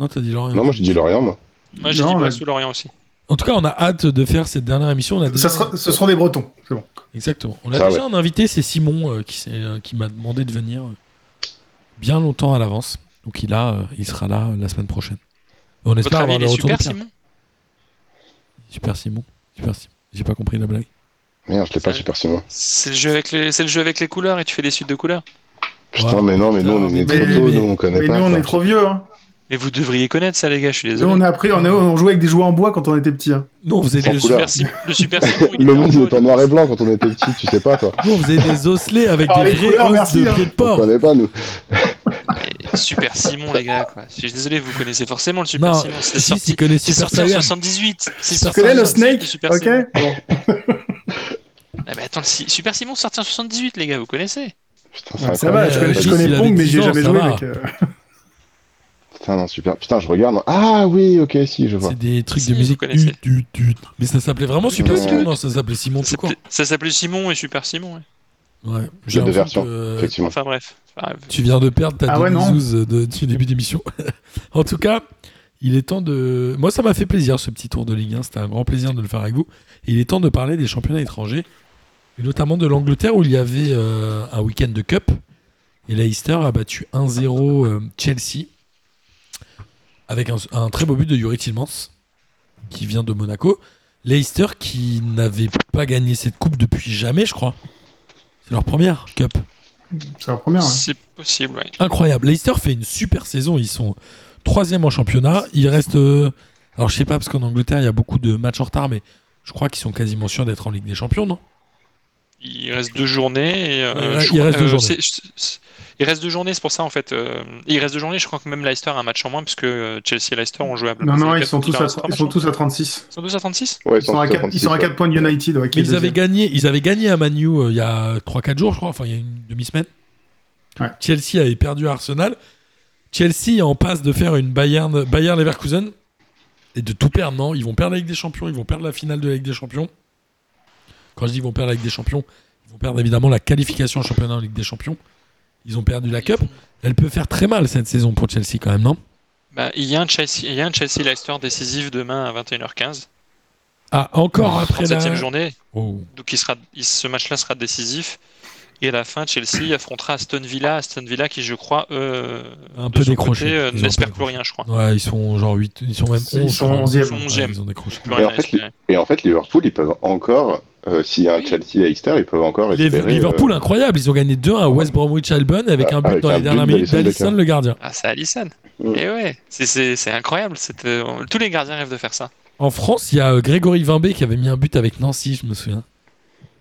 E: Non, t'as dit Lorient.
B: Ah.
C: Non, moi je dis Lorient, moi.
F: Moi, j'ai
B: Non,
F: dit
B: mais-
F: Brest ou Lorient aussi.
E: En tout cas, on a hâte de faire cette dernière émission. On a déjà-
B: Ça sera- ce seront des Bretons, c'est bon.
E: Exactement. On a
C: Ça,
E: déjà un invité, c'est Simon, euh, qui, s'est- euh, qui m'a demandé de venir euh, bien longtemps à l'avance. Donc il, a, euh, il sera là euh, la semaine prochaine. On
F: Votre
E: espère
F: avis,
E: avoir
F: il
E: le
F: est
E: retour de
F: super,
E: Pierre.
F: Simon
E: Super Simon. Super Simon. J'ai pas compris la blague.
C: Merde, je l'ai pas
F: Ça-
C: super Simon.
F: C'est le, jeu avec les... c'est le jeu avec les couleurs et tu fais des suites de couleurs.
C: Putain,
E: Ouais.
C: mais non, mais nous on est
B: Mais-
C: trop tôt,
E: mais-
C: nous on connaît
B: Mais
C: pas.
B: nous, on
C: ça.
B: est trop vieux, hein.
F: Mais vous devriez connaître ça, les gars, je suis
B: Nous,
F: désolé.
B: on a appris, on, a- on jouait avec des jouets en bois quand on était petits. hein.
E: Nous, on faisait
C: Sans
E: des,
F: Super
C: couleur.
F: Simon- le Super Simon, il
C: Le
F: était en
C: monde il est pas
F: jaune.
C: noir et blanc quand on était petit, tu sais pas toi.
E: nous, on faisait des osselets avec
B: Ah,
E: des
B: les
E: vraies
B: couleurs,
E: os
B: merci,
E: de
B: hein.
E: pied de
C: On
E: porc.
C: connaît pas nous.
F: Et Eh, Super Simon, les gars, quoi. Je suis désolé, vous connaissez forcément le Super
E: Non,
F: Simon. C'est
E: si,
F: sorti...
E: tu connais
F: c'est
E: Super
F: sorti en
E: Saiyan.
F: 78. C'est
E: Super
B: Tu connais le
F: sorti en 78,
B: Snake
F: Super
B: Ok
F: Simon.
B: Bon.
F: Ah, mais attends, le si- Super Simon sorti en 78, les gars, vous connaissez
C: Putain,
B: Ouais,
C: c'est
B: Ah, Ça va,
E: incroyable.
B: je
C: incroyable.
B: connais, je
E: Régis,
B: connais
E: il avait
B: Pong, mais
E: 10
B: j'ai
E: ans,
B: jamais
E: ça
B: joué
E: va.
B: avec. euh,
C: Putain, non, super. Putain, je regarde. Ah oui, ok, si, je vois.
E: C'est des trucs
F: Si,
E: de
F: vous
E: musique.
F: connaissez.
E: Tut, tut, tut. Mais ça s'appelait vraiment Super
C: Ouais.
E: Simon Non, ça s'appelait Simon
F: Ça
E: tout court.
F: s'appelait- Ça s'appelait Simon et Super Simon. ouais.
E: Ouais. J'ai
C: deux
E: l'impression
C: versions,
E: que, euh,
C: Effectivement.
F: Enfin bref. Enfin,
E: Tu viens de perdre ta
B: Ah ouais, non.
E: demi-zouze de- du début d'émission. en tout cas, il est temps de. Moi, ça m'a fait plaisir ce petit tour de Ligue 1. C'était un grand plaisir de le faire avec vous. Et il est temps de parler des championnats étrangers, et notamment de l'Angleterre où il y avait euh, un week-end de Cup. Et Leicester a battu 1-0 euh, Chelsea avec un, un très beau but de Yuri Tillmans qui vient de Monaco. Leicester qui n'avait pas gagné cette coupe depuis jamais, je crois. C'est leur première Cup.
B: C'est la première. ouais.
F: C'est possible, ouais.
E: Incroyable. Leicester fait une super saison. Ils sont troisième en championnat. Ils restent. euh, Alors, je sais pas, parce qu'en Angleterre, il y a beaucoup de matchs en retard, mais je crois qu'ils sont quasiment sûrs d'être en Ligue des Champions, non
F: Il reste deux journées. et, euh,
E: Ouais,
F: je
E: il
F: crois-
E: reste deux
F: euh,
E: journées.
F: c'est- c'est- c'est- il reste deux journées, c'est pour ça en fait. euh, il reste deux journées, je crois que même Leicester a un match en moins, puisque euh, Chelsea et Leicester ont joué à
B: Non, non, ils sont,
F: Ils
B: tous à, ils sont
F: tous
B: tous à 36.
F: ils sont tous à 36
C: Ouais,
B: Ils sont à 4, ils sont à
C: 166,
B: quatre points de United. ouais, qui
E: Mais
B: est
E: ils avaient,
B: deuxième.
E: gagné, ils avaient gagné à Manu euh, il y a 3-4 jours, je crois, enfin il y a une demi-semaine.
B: Ouais.
E: Chelsea avait perdu à Arsenal. Chelsea est en passe de faire une Bayern, Bayern Leverkusen et de tout perdre, non Ils vont perdre la Ligue des Champions, ils vont perdre la finale de la Ligue des Champions. Quand je dis ils vont perdre la Ligue des Champions, ils vont perdre évidemment la qualification au championnat en Ligue des Champions. Ils ont perdu la Cup. Elle peut faire très mal cette saison pour Chelsea quand même, non
F: Bah, Il y a un Chelsea, il y a un Chelsea Leicester décisif demain à 21h15.
E: Ah, encore après la...
F: 37e journée.
E: Oh.
F: Donc il sera, il- ce match-là sera décisif. Et à la fin, Chelsea affrontera Aston Villa. Aston Villa qui, je crois, euh,
E: Un
F: de
E: peu
F: son
E: décroché.
F: côté,
E: Ils
F: euh,
E: ont un peu
F: n'espère plus
E: décroché.
F: rien, je crois.
E: Ouais, ils sont genre 8, ils sont même 11.
B: Ils sont
E: je crois.
B: 11e.
E: Ouais,
F: 11e.
E: ils ont décroché.
F: Plus
C: Mais
F: rien
C: en
F: à
C: fait,
F: espérer.
C: Et en fait, Liverpool, ils peuvent encore. euh, S'il y a un Chelsea Leicester, ils peuvent encore
E: Les-
C: espérer.
E: Liverpool,
C: euh,
E: incroyable. Ils ont gagné 2-1 à West Bromwich Albion avec un but
C: avec
E: dans
C: un
E: les
C: but
E: dernières minutes
C: d'Alisson
E: d'Alisson,
C: Becker.
E: le gardien.
F: Ah, c'est Allison.
C: Mm.
F: Et ouais, c'est- c'est c'est incroyable. cette, euh, tous les gardiens rêvent de faire ça.
E: En France, il y a euh, Grégory Vimbé qui avait mis un but avec Nancy, je me souviens.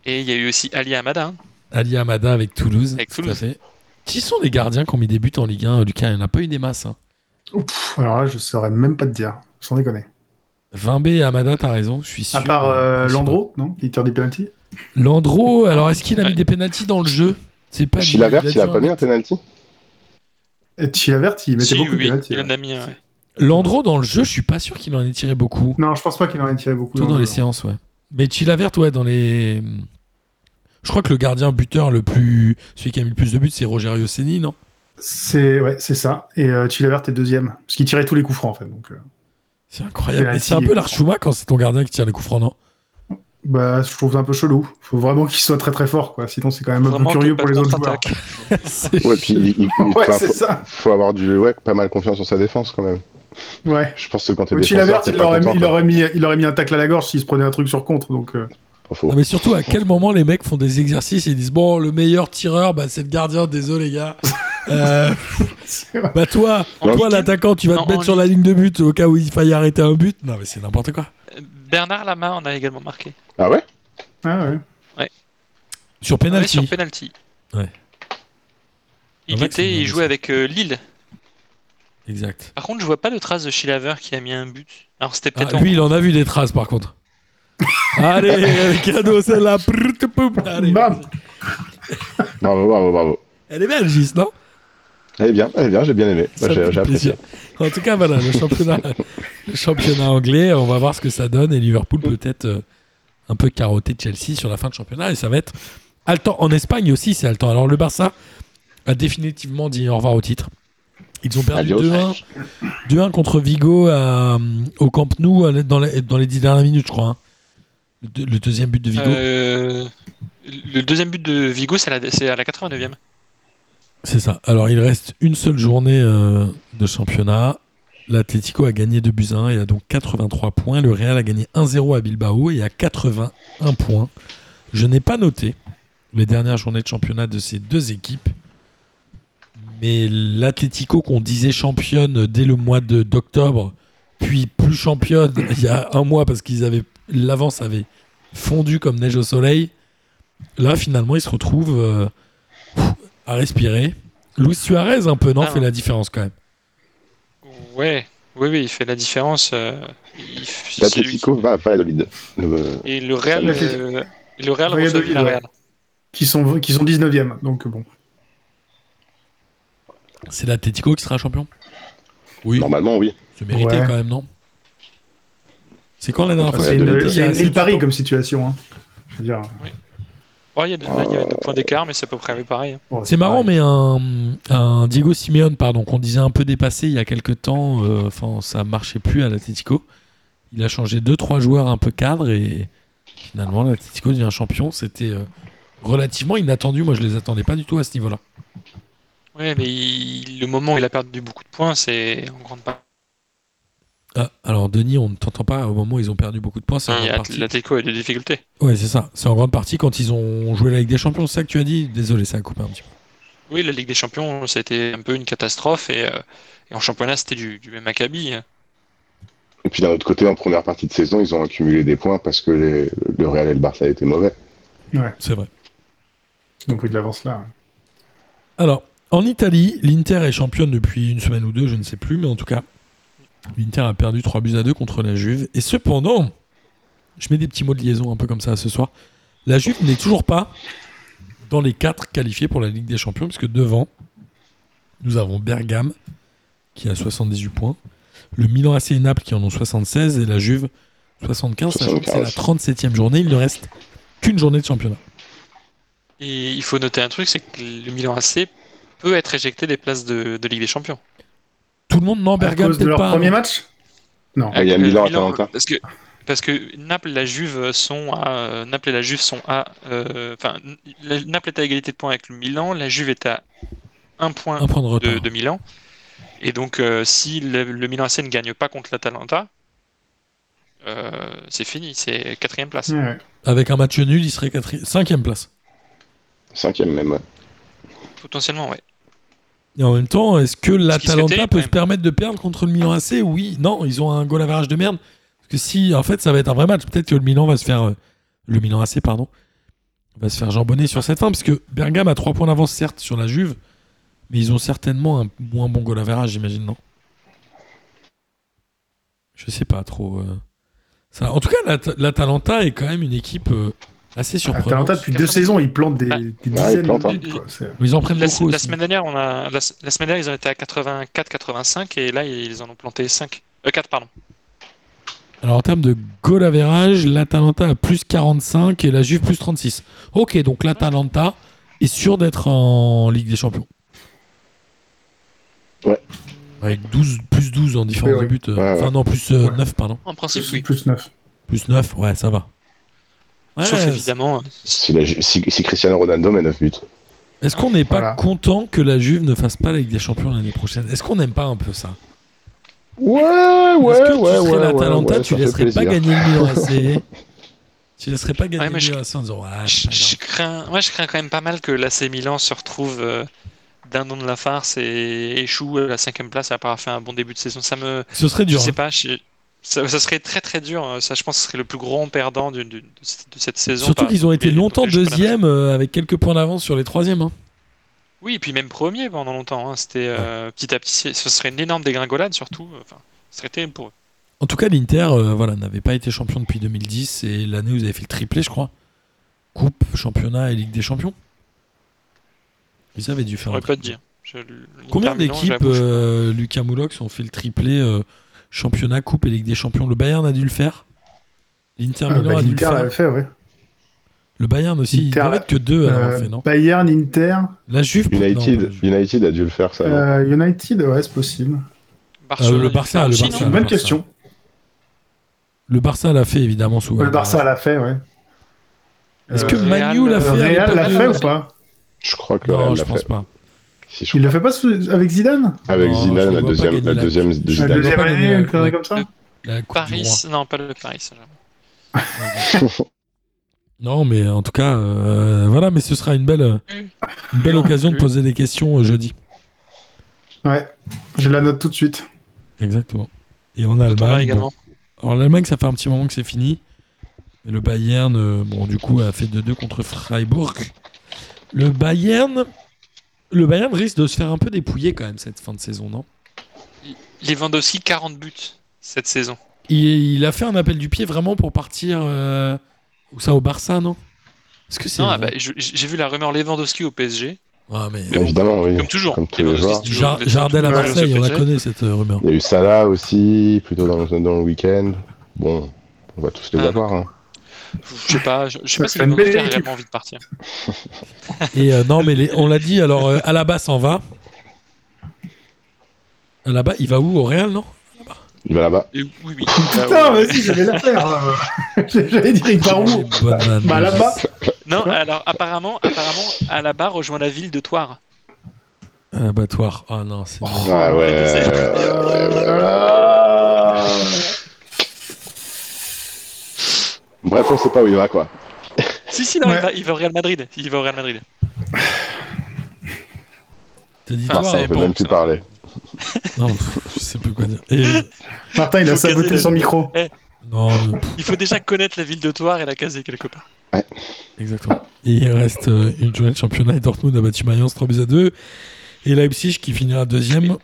F: Et il y a eu aussi Ali Amada. hein.
E: Ali Amada avec Toulouse.
F: Avec
E: tout à
F: Toulouse.
E: fait. Qui sont les gardiens qui ont mis des buts en Ligue 1 Lucas, il n'y en a pas eu des masses. Hein.
B: Pff, Alors là, je saurais même pas te dire. Sans déconner.
E: Vimbé et Amada, t'as raison, je suis sûr.
B: À part euh,
E: Je sais
B: Landreau, non Qui tire des penalties
E: pas. Landreau, alors est-ce qu'il a mis
F: Ouais.
E: des pénalties dans le jeu C'est pas
C: Chila Vert,
E: dit,
C: il a
E: dit
C: pas
E: un-
C: mis un penalty
B: Et Chilavert, il mettait
F: Si,
B: beaucoup
F: oui,
B: de penalties.
F: il
B: ouais.
F: en a mis un, ouais.
E: Landreau, dans le jeu, je suis pas sûr qu'il en ait tiré beaucoup.
B: Non, je pense pas qu'il en ait tiré beaucoup.
E: Plutôt dans
B: le
E: les
B: jeu.
E: séances, ouais. Mais Chilavert, ouais, dans les. Je crois que le gardien buteur le plus. Celui qui a mis le plus de buts, c'est Rogerio Seni, non
B: C'est ouais, c'est ça. Et euh, Chilavert est deuxième. Parce qu'il tirait tous les coups francs, en fait. Donc, euh,
E: C'est incroyable.
B: C'est
E: Et C'est un
B: ainsi.
E: peu l'Archuma quand c'est ton gardien qui tire les coups francs, non
B: bah, je trouve ça un peu chelou. faut vraiment qu'il soit très très fort, quoi. Sinon, c'est quand même un peu
F: Vraiment,
B: curieux
F: que
B: pour les
F: pas
B: autres joueurs.
F: contre-attaque.
E: C'est-
C: Ouais, puis il, il- il-
B: Ouais,
C: enfin,
B: c'est
C: faut,
B: ça.
C: faut avoir du, ouais, pas mal confiance en sa défense quand même.
B: Ouais.
C: Je pense que quand t'es défenseur,
B: Chilavert,
C: t'es
B: il
C: pas
B: aurait,
C: content.
B: mis, il,
C: quoi.
B: aurait mis, il aurait mis un tacle à la gorge s'il se prenait un truc sur contre. Donc, euh,
C: Pas faux.
E: Non, mais surtout, à quel moment les mecs font des exercices et ils disent Bon, le meilleur tireur, bah, c'est le gardien, désolé, les gars. Euh,
B: c'est vrai.
E: bah, toi,
F: En
E: toi
F: Ligue-
E: l'attaquant, tu vas
F: Non,
E: te mettre
F: en
E: sur la ligne de but au cas où il faille arrêter un but. Non, mais c'est n'importe quoi.
F: Bernard Lama en a également marqué.
C: Ah ouais
B: Ah, ouais.
E: Sur
F: Ah Ouais,
E: penalty.
F: sur penalty.
E: Ouais.
F: Il
E: Ouais, c'est
F: était, il
E: bien,
F: jouait
E: ça.
F: avec euh, Lille.
E: exact.
F: Par contre, je vois pas de trace de Chilaver qui a mis un but. Alors c'était
E: Ah,
F: peut-être en-
E: lui, il en a vu des traces, par contre. Allez, elle est cadeau, celle-là. Prrrt, poup. Allez,
B: Bam.
E: vas-y.
C: Bravo, bravo, bravo.
E: Elle est belle, Gis, non
C: Elle est bien, elle est bien, j'ai bien aimé.
E: Ça
C: J'ai
E: me fait
C: j'ai apprécié.
E: plaisir. En tout cas, voilà, le championnat, le championnat anglais, on va voir ce que ça donne. Et Liverpool peut-être euh, un peu carotté de Chelsea sur la fin de championnat. Et ça va être haletant. En Espagne aussi, c'est haletant. Alors le Barça a définitivement dit au revoir au titre. Ils ont perdu
C: Adios.
E: 2-1 2-1 contre Vigo à, euh, au Camp Nou euh, dans les, dans les 10 dernières minutes, je crois. hein. Le, deux- le deuxième but de Vigo.
F: Euh, le deuxième but de Vigo, c'est à la, c'est à la 89e.
E: C'est ça. Alors il reste une seule journée euh, de championnat. L'Atlético a gagné 2 buts à 1 et a donc 83 points. Le Real a gagné 1-0 à Bilbao et a 81 points. Je n'ai pas noté les dernières journées de championnat de ces deux équipes. Mais l'Atlético qu'on disait championne dès le mois de- d'octobre, puis plus championne il y a un mois parce qu'ils avaient l'avance avait fondu comme neige au soleil. Là finalement ils se retrouvent euh, à respirer. Luis Suarez un peu non
F: Ah.
E: fait la différence quand même.
F: Ouais, oui, oui, il fait la différence. euh, il-
C: L'Atletico va à Euh, Valladolid. Le-
F: Et le Real,
B: L'Atlético.
F: euh, le Real
B: Valladolid,
F: reçoit Villarreal.
B: Qui sont, qui sont 19e. Donc, bon.
E: C'est l'Atlético qui sera champion Oui,
C: Normalement, oui.
E: c'est mérité
B: Ouais.
E: quand même, non C'est quand la dernière fois
B: C'est
E: que
C: de-
E: l'Atlético
B: une,
C: de-
E: a
B: c'est une
E: assez
B: île
E: de
B: Paris
E: points
B: comme situation. hein. Je veux dire,
F: Ouais, Oh, il y a deux là, il y a deux points d'écart, mais c'est à peu près pareil. hein.
B: bon,
E: C'est marrant,
B: pareil.
E: mais un, un Diego Simeone, pardon, qu'on disait un peu dépassé il y a quelques temps, euh, enfin ça marchait plus à l'Atlético. Il a changé deux trois joueurs un peu cadres et finalement l'Atlético devient champion. C'était euh, relativement inattendu. Moi, je les attendais pas du tout à ce niveau-là.
F: Ouais, mais il- le moment où il a perdu beaucoup de points, c'est en grande partie.
E: Ah, alors Denis, on ne t'entend pas au moment où ils ont perdu beaucoup de points. C'est Ah, en grande partie-
F: L'Atlético Hum, a eu des difficultés.
E: Ouais, c'est ça. C'est en grande partie quand ils ont joué la Ligue des Champions. C'est ça que tu as dit. Désolé, ça a coupé un petit peu.
F: Oui, la Ligue des Champions, ça a été un peu une catastrophe et, euh, et en championnat, c'était du, du même acabit. hein.
C: Et puis d'un autre côté, en première partie de saison, ils ont accumulé des points parce que les- le Real et le Barça étaient mauvais.
E: C'est vrai.
B: Donc, oui, de l'avance là.
E: Alors, en Italie, l'Inter est championne depuis une semaine ou deux, je ne sais plus, mais en tout cas, l'Inter a perdu 3 buts à 2 contre la Juve. Et cependant, je mets des petits mots de liaison un peu comme ça ce soir, la Juve n'est toujours pas dans les 4 qualifiés pour la Ligue des Champions, puisque devant, nous avons Bergame, qui a 78 points, le Milan AC et Naples qui en ont 76, et la Juve 75, sachant que c'est la 37e journée, il ne reste qu'une journée de championnat.
F: Et il faut noter un truc, c'est que le Milan AC peut être éjecté des places de, de Ligue des Champions.
E: Tout le monde, non,
B: À
E: Bergame,
B: cause de
E: peut-être
B: leur
E: pas.
B: premier
E: mais-
B: match Non.
C: Ah, il y a
F: Euh,
C: Milan, Atalanta.
F: Parce que, parce que Naples, la Juve sont à, euh, Naples et la Juve sont à, euh, enfin, la- Naples est à égalité de points avec le Milan, la Juve est à un point
E: Un point de retard.
F: de, de Milan. Et donc, euh, si le, le Milan AC ne gagne pas contre l'Atalanta, euh, c'est fini, c'est quatrième place.
E: Hmm.
B: Ouais, ouais.
E: Avec un match nul, il serait 5 cinquième place.
C: Cinquième même. ouais.
F: Potentiellement, ouais.
E: Et en même temps, est-ce que
F: qui serait
E: l'Atalanta
F: terrible,
E: peut
F: quand
E: se
F: même. Ah.
E: permettre de perdre contre le Milan AC Oui, non, ils ont un goal average de merde. Parce que si, en fait, ça va être un vrai match. Peut-être que le Milan va se faire. euh, le Milan AC, pardon. Va se faire jambonner sur cette fin. Parce que Bergame a 3 points d'avance, certes, sur la Juve. Mais ils ont certainement un moins bon goal average, j'imagine, non Je sais pas trop. euh, Ça... En tout cas, l'At- l'Atalanta est quand même une équipe euh, assez surprenante.
B: Atalanta, Ah, depuis deux saisons, ils plantent des,
F: Ah.
B: des
C: ils
B: dizaines de
C: plantent, hein.
B: buts, quoi. C'est-
E: Mais Ils en prennent
F: La,
E: beaucoup
F: la
E: aussi.
F: semaine dernière, on a, la, la semaine dernière, ils en étaient à 84-85 et là, ils en ont planté 5. Euh, 4, pardon.
E: Alors en termes de goal average, l'Atalanta a plus 45 et la Juve plus 36. Ok, donc l'Atalanta est sûre d'être en Ligue des Champions.
C: Ouais.
E: Avec 12, plus 12 en différence
B: Oui,
E: de
B: oui.
E: but. euh,
C: Ouais,
E: Enfin,
C: ouais.
E: non, plus euh,
B: Ouais.
E: 9, pardon.
F: En principe, oui.
B: Plus 9.
E: Plus 9, ouais, ça va. Ouais,
F: Sauf
E: c'est-
F: évidemment,
C: Si, la- si- si Cristiano Ronaldo met 9 buts.
E: Est-ce qu'on n'est pas
B: Voilà.
E: content que la Juve ne fasse pas la Ligue des Champions l'année prochaine Est-ce qu'on n'aime pas un peu ça
C: Ouais, ouais,
E: Parce que
C: ouais,
E: tu
C: ouais.
E: serais la
C: ouais,
E: Talenta,
C: ouais,
E: tu
C: ça fait
E: laisserais pas gagner
C: plaisir.
E: le Milan AC. tu laisserais pas gagner
F: Ouais, mais
E: le
F: je-
E: Milan AC en disant ouais,
F: je,
E: c'est pas
F: je crains, ouais, je crains quand même pas mal que l'AC Milan se retrouve euh, d'un don de la farce et échoue à la cinquième place après avoir fait un bon début de saison. Ça me,
E: grave. ce serait
F: je
E: dur.
F: sais
E: hein.
F: pas, je- ça, ça serait très très dur. hein. Ça, je pense, que ce serait le plus grand perdant du- du- de, cette- de cette saison.
E: Surtout
F: par-
E: qu'ils ont été
F: et-
E: longtemps
F: et je-
E: deuxième euh, avec quelques points d'avance sur les troisièmes. hein.
F: Oui, et puis même premier pendant longtemps. hein. C'était euh, petit à petit, c'est- ce serait une énorme dégringolade surtout. Enfin, ce serait terrible pour eux.
E: En tout cas, l'Inter euh, voilà, n'avait pas été champion depuis 2010 et l'année où ils avaient fait le triplé, je crois. Coupe, championnat et Ligue des Champions. Ils avaient dû
F: Je
E: faire un
F: pourrais pas te
E: triplé.
F: dire. Je-
E: Combien
F: l'Inter Milan, je la
E: d'équipes,
F: bouche.
E: euh, Lucas Moulox, ont fait le triplé euh, championnat, coupe et Ligue des Champions Le Bayern a dû le faire. L'Inter
B: Ah,
E: Milan
B: bah,
E: a dû le
B: L'Inter
E: faire.
B: l'avait fait, ouais.
E: Le Bayern aussi. Il
B: Inter-
E: doit être que deux à l'avoir
B: Euh,
E: fait, non
B: Bayern, Inter,
E: La Juve. peut- non, pas la
C: United,
E: Juve.
C: United a dû le faire, ça. non
B: euh, United, ouais, c'est possible.
F: Barcelone,
E: le Barça,
F: Inter
E: le
F: aussi, non
E: Barça.
B: C'est une bonne
E: Barça.
B: question.
E: Le Barça l'a fait évidemment souvent.
B: le Barça l'a fait, ouais.
E: Est-ce
B: Euh,
E: que
F: Le
E: Manu
F: Real,
E: l'a
B: le
E: fait avec
B: Real
E: pas
B: l'a
E: mal
B: fait
E: de-
B: ou pas
C: Je crois que le
E: Non,
C: Real
E: je
C: l'a
E: pense
C: fait.
E: pas.
C: Si, je
B: Il l'a fait pas sous- avec Zidane
C: Avec
E: Non, je
C: Zidane,
E: le
C: la
E: vois pas
C: deuxième,
E: gagner
C: la
E: la-
C: deuxième de
B: La
C: Zidane.
B: deuxième
E: pas donné
B: année,
E: la-
B: une connerie
E: la-
B: comme ça
E: La Coupe du
F: Paris,
E: Roi.
F: non, pas le Paris. Saint-Germain.
E: Non, mais en tout cas, euh, voilà, mais ce sera une belle, euh,
F: Mm.
E: une belle occasion de poser des questions euh, jeudi.
B: Ouais, je la note tout de suite.
E: Exactement. Et en
F: Tout en bas
E: Allemagne. bon.
F: également.
E: Alors l'Allemagne, ça fait un petit moment que c'est fini. Et le Bayern, euh, bon, du coup, a fait 2-2 contre Freiburg. Le Bayern, le Bayern risque de se faire un peu dépouiller quand même cette fin de saison, non
F: Lewandowski, 40 buts cette saison.
E: il, il a fait un appel du pied vraiment pour partir euh, où ça au Barça, non Est-ce que c'est
F: Non, ah
E: vrai
F: bah, je- j'ai vu la rumeur Lewandowski au PSG.
E: Ah, mais-
F: Mais bon,
C: Évidemment, oui.
F: Comme toujours.
C: Comme tous les
F: Lewandowski,
C: joueurs.
F: c'est toujours-
E: Jar-
F: toujours-
E: Jardel à
F: toujours
E: Marseille,
F: au
E: on la
F: PSG.
E: connaît cette euh, rumeur.
C: Il y a eu Salah aussi, plutôt dans le, dans le week-end. Bon, on va tous les
F: Ah.
C: avoir. hein.
F: Je sais pas, je, je sais pas si
B: C'est une
F: Lewandowski a
B: belle
F: réellement envie de partir.
E: Et euh, non, mais les- on l'a dit, alors euh, Alaba s'en va. Alaba, il va où Au Real, non
C: Il va là-bas.
F: Et oui, oui. Bah,
B: Putain, vas-y, j'allais la faire. euh. J'allais dire il part où
E: Bonne vanne.
B: Bah là-bas.
F: Non, alors apparemment, apparemment, Alaba rejoint la ville de Toire.
E: Abattoir. Ah non, c'est.
C: Ah ouais, ouais, ouais, ouais, ouais. Bref, on sait pas où il va, quoi.
F: Si, si, non,
B: Ouais.
F: il, va, il va au Real Madrid. Il va au Real Madrid.
E: T'as dit
F: Ah,
E: toi
F: ça
E: hein
C: On peut
F: bon,
C: même plus
F: ça.
C: parler.
E: Non, pff, je sais plus quoi dire. Et, euh,
B: Martin, il a
F: Faut
B: saboté
F: casser.
B: son micro.
E: non, euh, pff,
F: Il faut déjà connaître la ville de Toire et la caser quelque part.
E: exactement. Et il reste euh, une journée de championnat et Dortmund a battu Mayence 3 buts à 2. Et Leipzig, qui finira deuxième,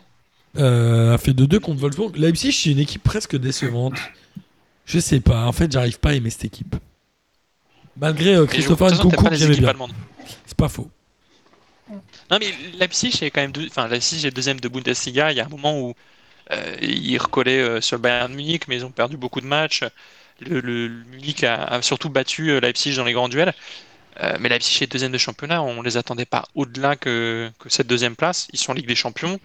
E: euh, a fait 2-2 contre Wolfsburg. Leipzig, c'est une équipe presque décevante. Je sais pas. En fait, j'arrive pas à aimer cette équipe. Malgré euh,
F: Et je- de toute
E: Christopher
F: façon, t'aimes
E: Nkunku,
F: pas
E: que
F: les
E: j'aimais
F: équipes
E: bien.
F: allemandes.
E: C'est pas faux.
F: Non, mais Leipzig est quand même, deux- enfin Leipzig est deuxième de Bundesliga. Il y a un moment où euh, ils recollaient euh, sur le Bayern de Munich, mais ils ont perdu beaucoup de matchs. Le, le- le Munich a, a surtout battu euh, Leipzig dans les grands duels. Euh, mais Leipzig est deuxième de championnat. On les attendait pas au-delà que, que cette deuxième place. Ils sont en Ligue des Champions.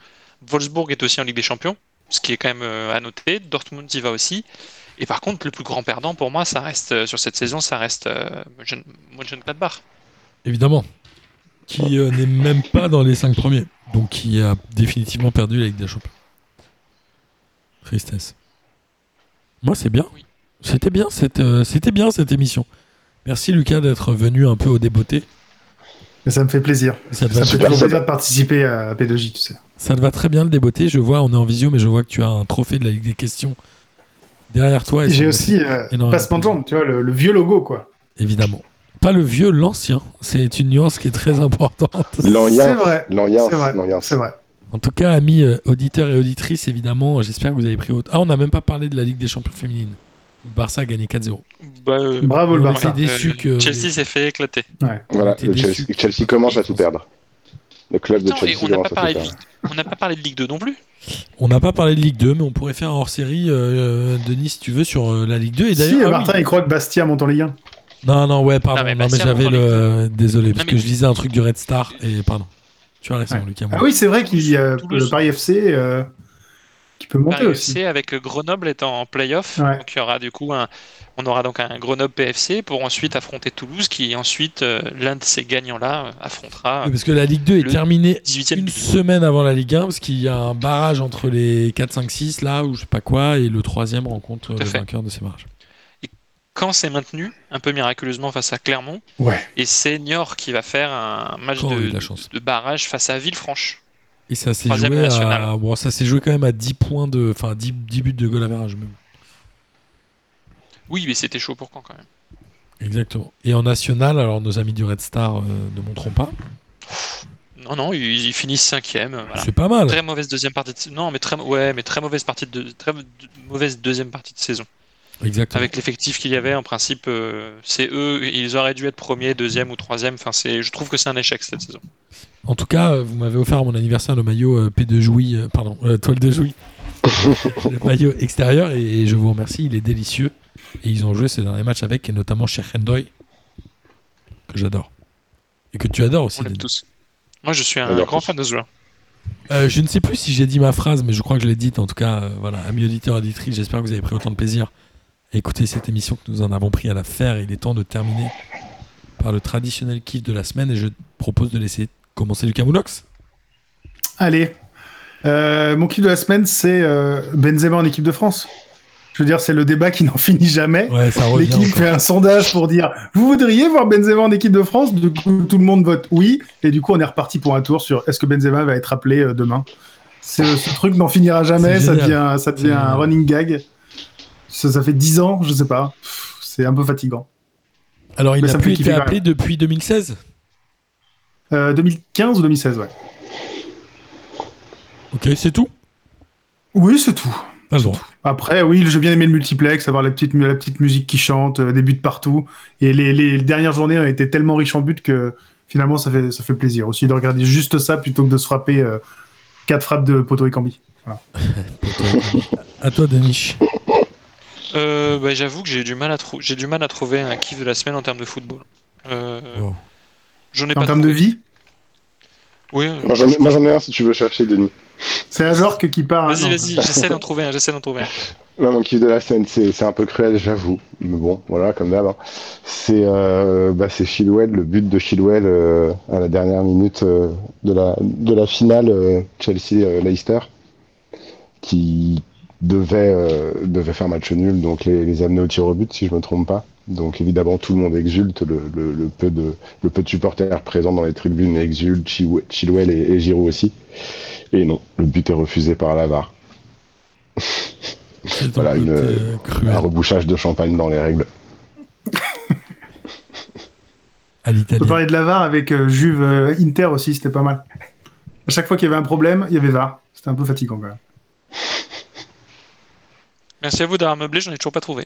F: Wolfsburg est aussi en Ligue des Champions, ce qui est quand même euh, à noter. Dortmund y va aussi. Et par contre, le plus grand perdant pour moi, ça reste euh, sur cette saison, ça reste euh, Mönchen- Mönchengladbach.
E: Évidemment. Qui euh, n'est même pas dans les 5 premiers. Donc qui a définitivement perdu la Ligue des Champions. Tristesse. Moi, c'est bien.
F: Oui.
E: C'était bien, cette, euh, c'était bien cette émission. Merci Lucas d'être venu un peu au débeauté.
B: Mais ça me fait plaisir.
E: Bah, Ça te, va,
B: Ça me fait
C: Super,
B: toujours
C: ça-
B: plaisir de participer à P2J, tu sais.
E: ça te va très bien le débeauté. Je vois, on est en visio, mais je vois que tu as un trophée de la Ligue des questions derrière toi. et
B: Et
E: ça
B: J'ai
E: me
B: aussi euh,
E: énormément
B: Passement de
E: plaisir.
B: jambes, tu vois, le, le vieux logo, quoi.
E: fait- Évidemment. Pas le vieux, l'ancien. C'est une nuance qui est très importante.
B: C'est
C: L'Orient,
B: vrai.
C: l'Orient,
B: C'est vrai.
C: l'Orient.
B: C'est vrai.
E: En tout cas, amis euh, auditeurs et auditrices, évidemment, euh, j'espère que vous avez pris haute. Ah, on n'a même pas parlé de la Ligue des Champions féminines. Le Barça a gagné 4-0.
F: Bah, euh,
B: Bravo le
E: Ouais,
B: Barça.
E: c'est déçu que-
F: Chelsea s'est fait éclater.
C: Voilà,
E: T'es
C: le
E: déçu.
C: Chelsea, Chelsea commence à tout perdre. Le club de
F: Attends, et
C: Chelsea
F: on n'a pas,
C: commence à tout
F: parlé de
C: perdre.
F: Ligue- on n'a pas parlé de Ligue 2 non plus.
E: On n'a pas parlé de Ligue 2, mais on pourrait faire un hors-série, euh, Denis, si tu veux, sur euh, la Ligue 2. Et
B: Si,
E: d'ailleurs, ah oui.
B: Martin, il croit que Bastia monte en Ligue 1.
E: Non, non, ouais, pardon.
F: Non, mais
E: Non, mais
F: Bastia,
E: j'avais
F: on prend
E: le. Désolé, parce
F: mais-
E: que je lisais un truc du Red Star et pardon. Tu as raison, Lucas.
B: Ah oui, c'est vrai qu'il y a
F: Toulouse.
B: le Paris FC euh, qui peut monter
F: Paris
B: aussi.
F: FC Bah, avec Grenoble étant en playoff.
B: Ouais.
F: Donc il y aura du coup un, on aura donc un Grenoble PFC pour ensuite affronter Toulouse qui ensuite euh, l'un de ces gagnants là affrontera
E: Oui, Parce que la Ligue 2 est
F: Ah Le
E: terminée
F: 18e.
E: une semaine avant la Ligue 1, parce qu'il y a un barrage entre les 4, 5, 6, là, ou je sais pas quoi, et le troisième rencontre euh,
F: à
E: le
F: fait.
E: vainqueur de ces barrages.
F: Caen s'est maintenu un peu miraculeusement face à Clermont
B: Ouais.
F: et c'est Niort qui va faire un match
E: Caen Oh, a eu
F: de,
E: de la chance.
F: de barrage face à Villefranche.
E: Et ça s'est
F: Troisième
E: joué, à...
F: national.
E: bon, ça s'est joué quand même à 10 points de. Enfin, 10, 10 buts de goal à barrage, même.
F: Oui, mais c'était chaud pour Caen quand même.
E: Exactement. Et en national, alors nos amis du Red Star euh, ne montreront pas.
F: Non, non, ils, ils finissent cinquième. euh, Voilà.
E: C'est pas mal.
F: Très mauvaise deuxième partie de non mais très ouais mais très mauvaise partie de très de- mauvaise deuxième partie de saison
E: Exactement.
F: avec l'effectif qu'il y avait en principe euh, c'est eux ils auraient dû être premier deuxième ou troisième enfin c'est je trouve que c'est un échec cette saison
E: En tout cas, euh, vous m'avez offert à mon anniversaire le maillot euh, P de Jouy, euh, pardon, euh, toile de Jouy. le maillot extérieur, et, et je vous remercie, il est délicieux. Et ils ont joué ces derniers matchs avec, et notamment chez Hendoy, que j'adore. Et que tu adores aussi.
F: on l'aime
E: Denis.
F: tous moi je suis un
C: Alors,
F: grand
C: tous.
F: fan de ce joueur
E: Euh, je ne sais plus si j'ai dit ma phrase, mais je crois que je l'ai dite. En tout cas, euh, voilà, amis auditeurs, auditrices, j'espère que vous avez pris autant de plaisir à écouter cette émission que nous en avons pris à la faire. Il est temps de terminer par le traditionnel kiff de la semaine, et je te propose de laisser commencer Lucas Moulox.
B: Allez. Euh, mon kiff de la semaine, c'est euh, Benzema en équipe de France. Je veux dire, c'est le débat qui n'en finit jamais.
E: Ouais, ça revient.
B: L'équipe
E: encore.
B: fait un sondage pour dire Vous voudriez voir Benzema en équipe de France Du coup, tout le monde vote oui. Et du coup, on est reparti pour un tour sur est-ce que Benzema va être appelé euh, demain ce, ce truc n'en finira jamais.
E: C'est
B: Ça
E: génial.
B: devient, ça devient
E: C'est-
B: un running gag. Ça, ça fait 10 ans, je sais pas. Pff, C'est un peu fatigant.
E: Alors, il
B: Mais
E: n'a
B: ça me
E: plus
B: fait
E: été
B: kiffer,
E: appelé depuis 2016.
B: Euh, 2015 ou 2016, ouais.
E: Ok, c'est tout
B: Oui, c'est tout.
E: Pas bon.
B: Après, oui, j'ai bien aimé le multiplex, avoir la petite, mu- la petite musique qui chante, euh, des buts partout. Et les, les dernières journées ont été tellement riches en buts que finalement, ça fait, ça fait plaisir aussi de regarder juste ça plutôt que de se frapper euh, quatre frappes de poteau et cambi.
E: À toi, Denis.
F: euh, bah, j'avoue que j'ai du mal à trou- j'ai du mal à trouver un kiff de la semaine en termes de football Euh,
E: Wow.
F: j'en ai
B: En
F: pas
B: termes de vie,
F: oui
C: Moi j'en ai, moi, j'en ai un si tu veux chercher, Denis.
B: c'est un genre que qui part.
F: vas-y
B: hein.
F: vas-y j'essaie d'en trouver un j'essaie d'en trouver un
C: Là, mon kiff de la scène, c'est c'est un peu cruel, j'avoue. Mais bon, voilà, comme d'hab. hein. C'est euh, bah, c'est Chilwell, le but de Chilwell euh, à la dernière minute euh, de, la, de la finale euh, Chelsea-Leicester, qui devait, euh, devait faire match nul, donc les, les amener au tir au but, si je me trompe pas. Donc évidemment, tout le monde exulte, le, le, le peu, de, le peu de supporters présents dans les tribunes exulte, Chilwell- Chilwell et, et Giroud aussi. Et non, le but est refusé par la VAR.
E: C'est
C: Voilà,
E: un
C: une-
E: peu, euh, cruel
C: Un rebouchage de champagne dans les règles.
E: à
B: On peut
E: l'Italie.
B: parler de la VAR avec euh, Juve euh, Inter aussi, c'était pas mal. À chaque fois qu'il y avait un problème, il y avait VAR. C'était un peu fatigant quand même.
F: merci à vous d'avoir meublé j'en ai toujours pas trouvé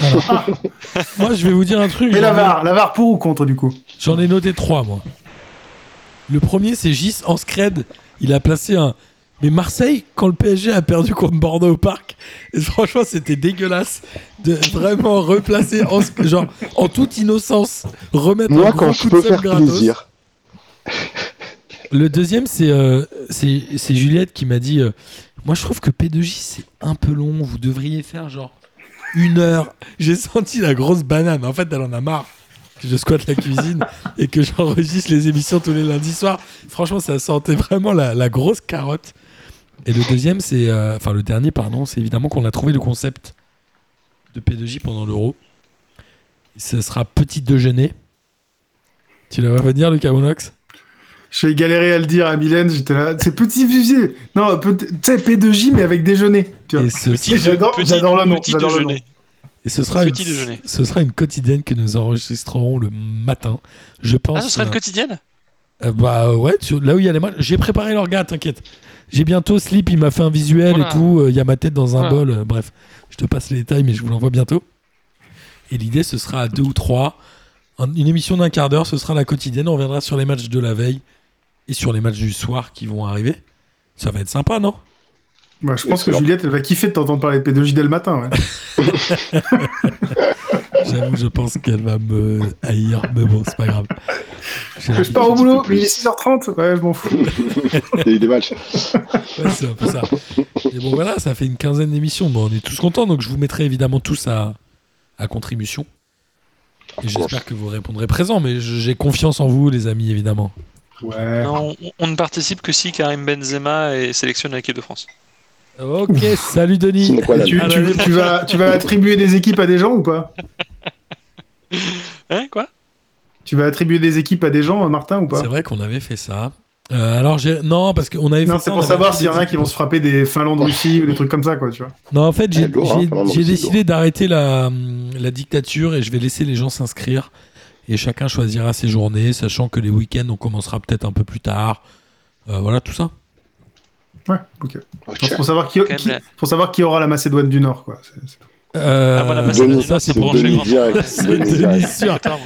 E: Moi, je vais vous dire un truc.
B: Et la
E: j'en ai-
B: VAR, la VAR pour ou contre du coup
E: J'en ai noté trois, moi. Le premier, c'est Gis Anscred. Il a placé un. Mais Marseille, quand le PSG a perdu contre Bordeaux au parc, et franchement, c'était dégueulasse de vraiment replacer en, genre, en toute innocence, remettre un
C: Moi,
E: gros
C: quand
E: coup
C: je
E: de
C: peux
E: seum
C: faire
E: gratos.
C: plaisir.
E: Le deuxième, c'est euh, c'est c'est Juliette qui m'a dit euh, Moi, je trouve que P2J, c'est un peu long. Vous devriez faire genre une heure. J'ai senti la grosse banane. En fait, elle en a marre que je squatte la cuisine et que j'enregistre les émissions tous les lundis soirs. Franchement, ça sentait vraiment la, la grosse carotte. Et le deuxième, c'est. euh, Enfin, le dernier, pardon, c'est évidemment qu'on a trouvé le concept de P2J pendant l'Euro. Ce sera petit déjeuner. Tu la vois venir, Lucas Monox
B: J'ai galéré à le dire à Mylène, j'étais là. C'est petit vivier. Non, peut- tu sais, P2J, mais avec déjeuner. Tu vois.
E: Et ce,
F: Petit-
B: J'adore
F: petit-
B: j'adore le nom.
F: petit
B: j'adore le nom.
F: déjeuner.
E: Et ce sera, une,
F: Petit déjeuner.
E: ce sera une quotidienne que nous enregistrerons le matin. Je pense.
F: ah ce sera
E: euh,
F: une quotidienne
E: euh, bah ouais, tu- là où il y a les matchs. J'ai préparé l'orga, t'inquiète. J'ai bientôt Slip, il m'a fait un visuel
F: Voilà.
E: et tout. euh, Il y a ma tête dans un
F: Voilà.
E: bol. euh, bref, je te passe les détails, mais je vous l'envoie bientôt. Et l'idée, ce sera à deux ou trois. Un- une émission d'un quart d'heure, ce sera la quotidienne. On reviendra sur les matchs de la veille et sur les matchs du soir qui vont arriver. Ça va être sympa, non
B: Bah, je pense que
C: Excellent.
B: Juliette, elle va kiffer de t'entendre parler de P2J dès le matin. ouais.
E: J'avoue, je pense qu'elle va me haïr, mais bon, c'est pas grave. J'ai-
B: Je pars au boulot, il est 6h30, ouais, je m'en fous.
C: Il y a eu des matchs.
E: Ouais, c'est un peu ça. Et bon, voilà, ça fait une quinzaine d'émissions. Bon, on est tous contents, donc je vous mettrai évidemment tous à, à contribution. Et
C: course.
E: j'espère que vous répondrez présent, mais je- j'ai confiance en vous, les amis, évidemment.
B: Ouais.
F: Non, on, on ne participe que si Karim Benzema est sélectionné à l'équipe de France.
E: Ok, salut Denis.
C: Sine qua non.
B: Tu,
E: Ah,
B: tu-
E: là, là.
B: tu vas, tu vas attribuer des équipes à des gens ou pas
F: Hein, quoi
B: Tu vas attribuer des équipes à des gens, euh, Martin, ou pas
E: C'est vrai qu'on avait fait ça. Euh, alors, j'ai... non, parce qu'on avait
B: Non,
E: fait
B: c'est
E: ça,
B: pour
E: on avait
B: savoir
E: fait
B: s'il y en a
E: des-
B: qui vont se frapper des Finlande-Russie ou des trucs comme ça, quoi, tu vois.
E: Non, en fait, j'ai,
C: Ah, lourd, hein,
E: j'ai-
C: quand même,
E: j'ai
C: aussi
E: décidé d'arrêter la, hum, la dictature et je vais laisser les gens s'inscrire. Et chacun choisira ses journées, sachant que les week-ends, on commencera peut-être un peu plus tard. Euh, voilà, tout ça.
B: Ouais, ok.
C: Ok.
B: Donc, pour, savoir qui,
F: Quand même,
B: qui-
F: la-
B: pour savoir qui aura la Macédoine du Nord, quoi. C'est- c'est-
E: Euh,
F: Ah, voilà, bah,
E: ça,
C: Denis,
E: ça, c'est
C: c'est
E: pour
C: Denis
E: Angélique.
C: direct.
E: C'est
C: Denis
E: Denis
C: direct.
E: sûr.
F: Attends,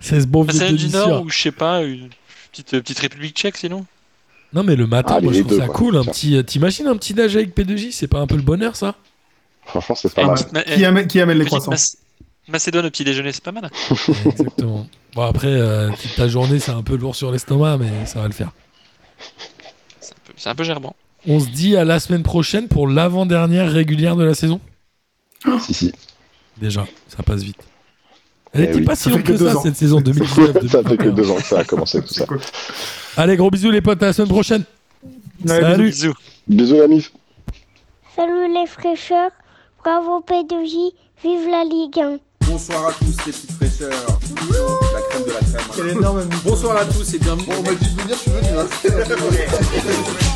E: C'est ce bon vieux
F: Macédoine
E: Denis
F: du Nord
E: sûr.
F: Bah, ou je sais pas, une petite, euh, petite République tchèque sinon
E: Non, mais le matin,
C: Ah,
E: moi,
C: les
E: je trouve
C: deux,
E: ça
C: quoi.
E: cool. Un
C: Tiens.
E: petit, euh, t'imagines un petit déj avec P2J C'est pas un peu le bonheur, ça
C: Franchement, c'est
F: Et
C: pas mal.
F: petite ma-
B: Qui,
F: eh,
B: amène, qui amène les
F: petite
B: croissants
F: Mac- Macédoine au petit déjeuner, c'est pas mal.
E: Ouais, Exactement. Bon, après, euh, toute ta journée, c'est un peu lourd sur l'estomac, mais ça va le faire.
F: C'est un peu- C'est un peu gerbant.
E: On se dit à la semaine prochaine pour l'avant-dernière régulière de la saison.
C: Si, si.
E: Déjà, ça passe vite. Elle
C: Eh
E: n'était
C: oui.
E: pas si
B: Ça fait
E: longue que
B: que deux
E: ça
B: ans.
E: cette saison
C: ça fait que
E: 2019-2021.
C: deux ans que ça a commencé tout ça.
B: C'est cool.
E: Allez, gros bisous les potes, à la semaine prochaine.
B: Ouais,
E: Salut.
F: Bisous.
C: Bisous, la mif.
G: Salut les fraîcheurs, bravo P2J, vive la Ligue 1.
A: Bonsoir à tous les petites fraîcheurs. La crème hein. de la crème.
B: énorme
A: Bonsoir à tous et bienvenue. on m'a dit de venir, je suis venu.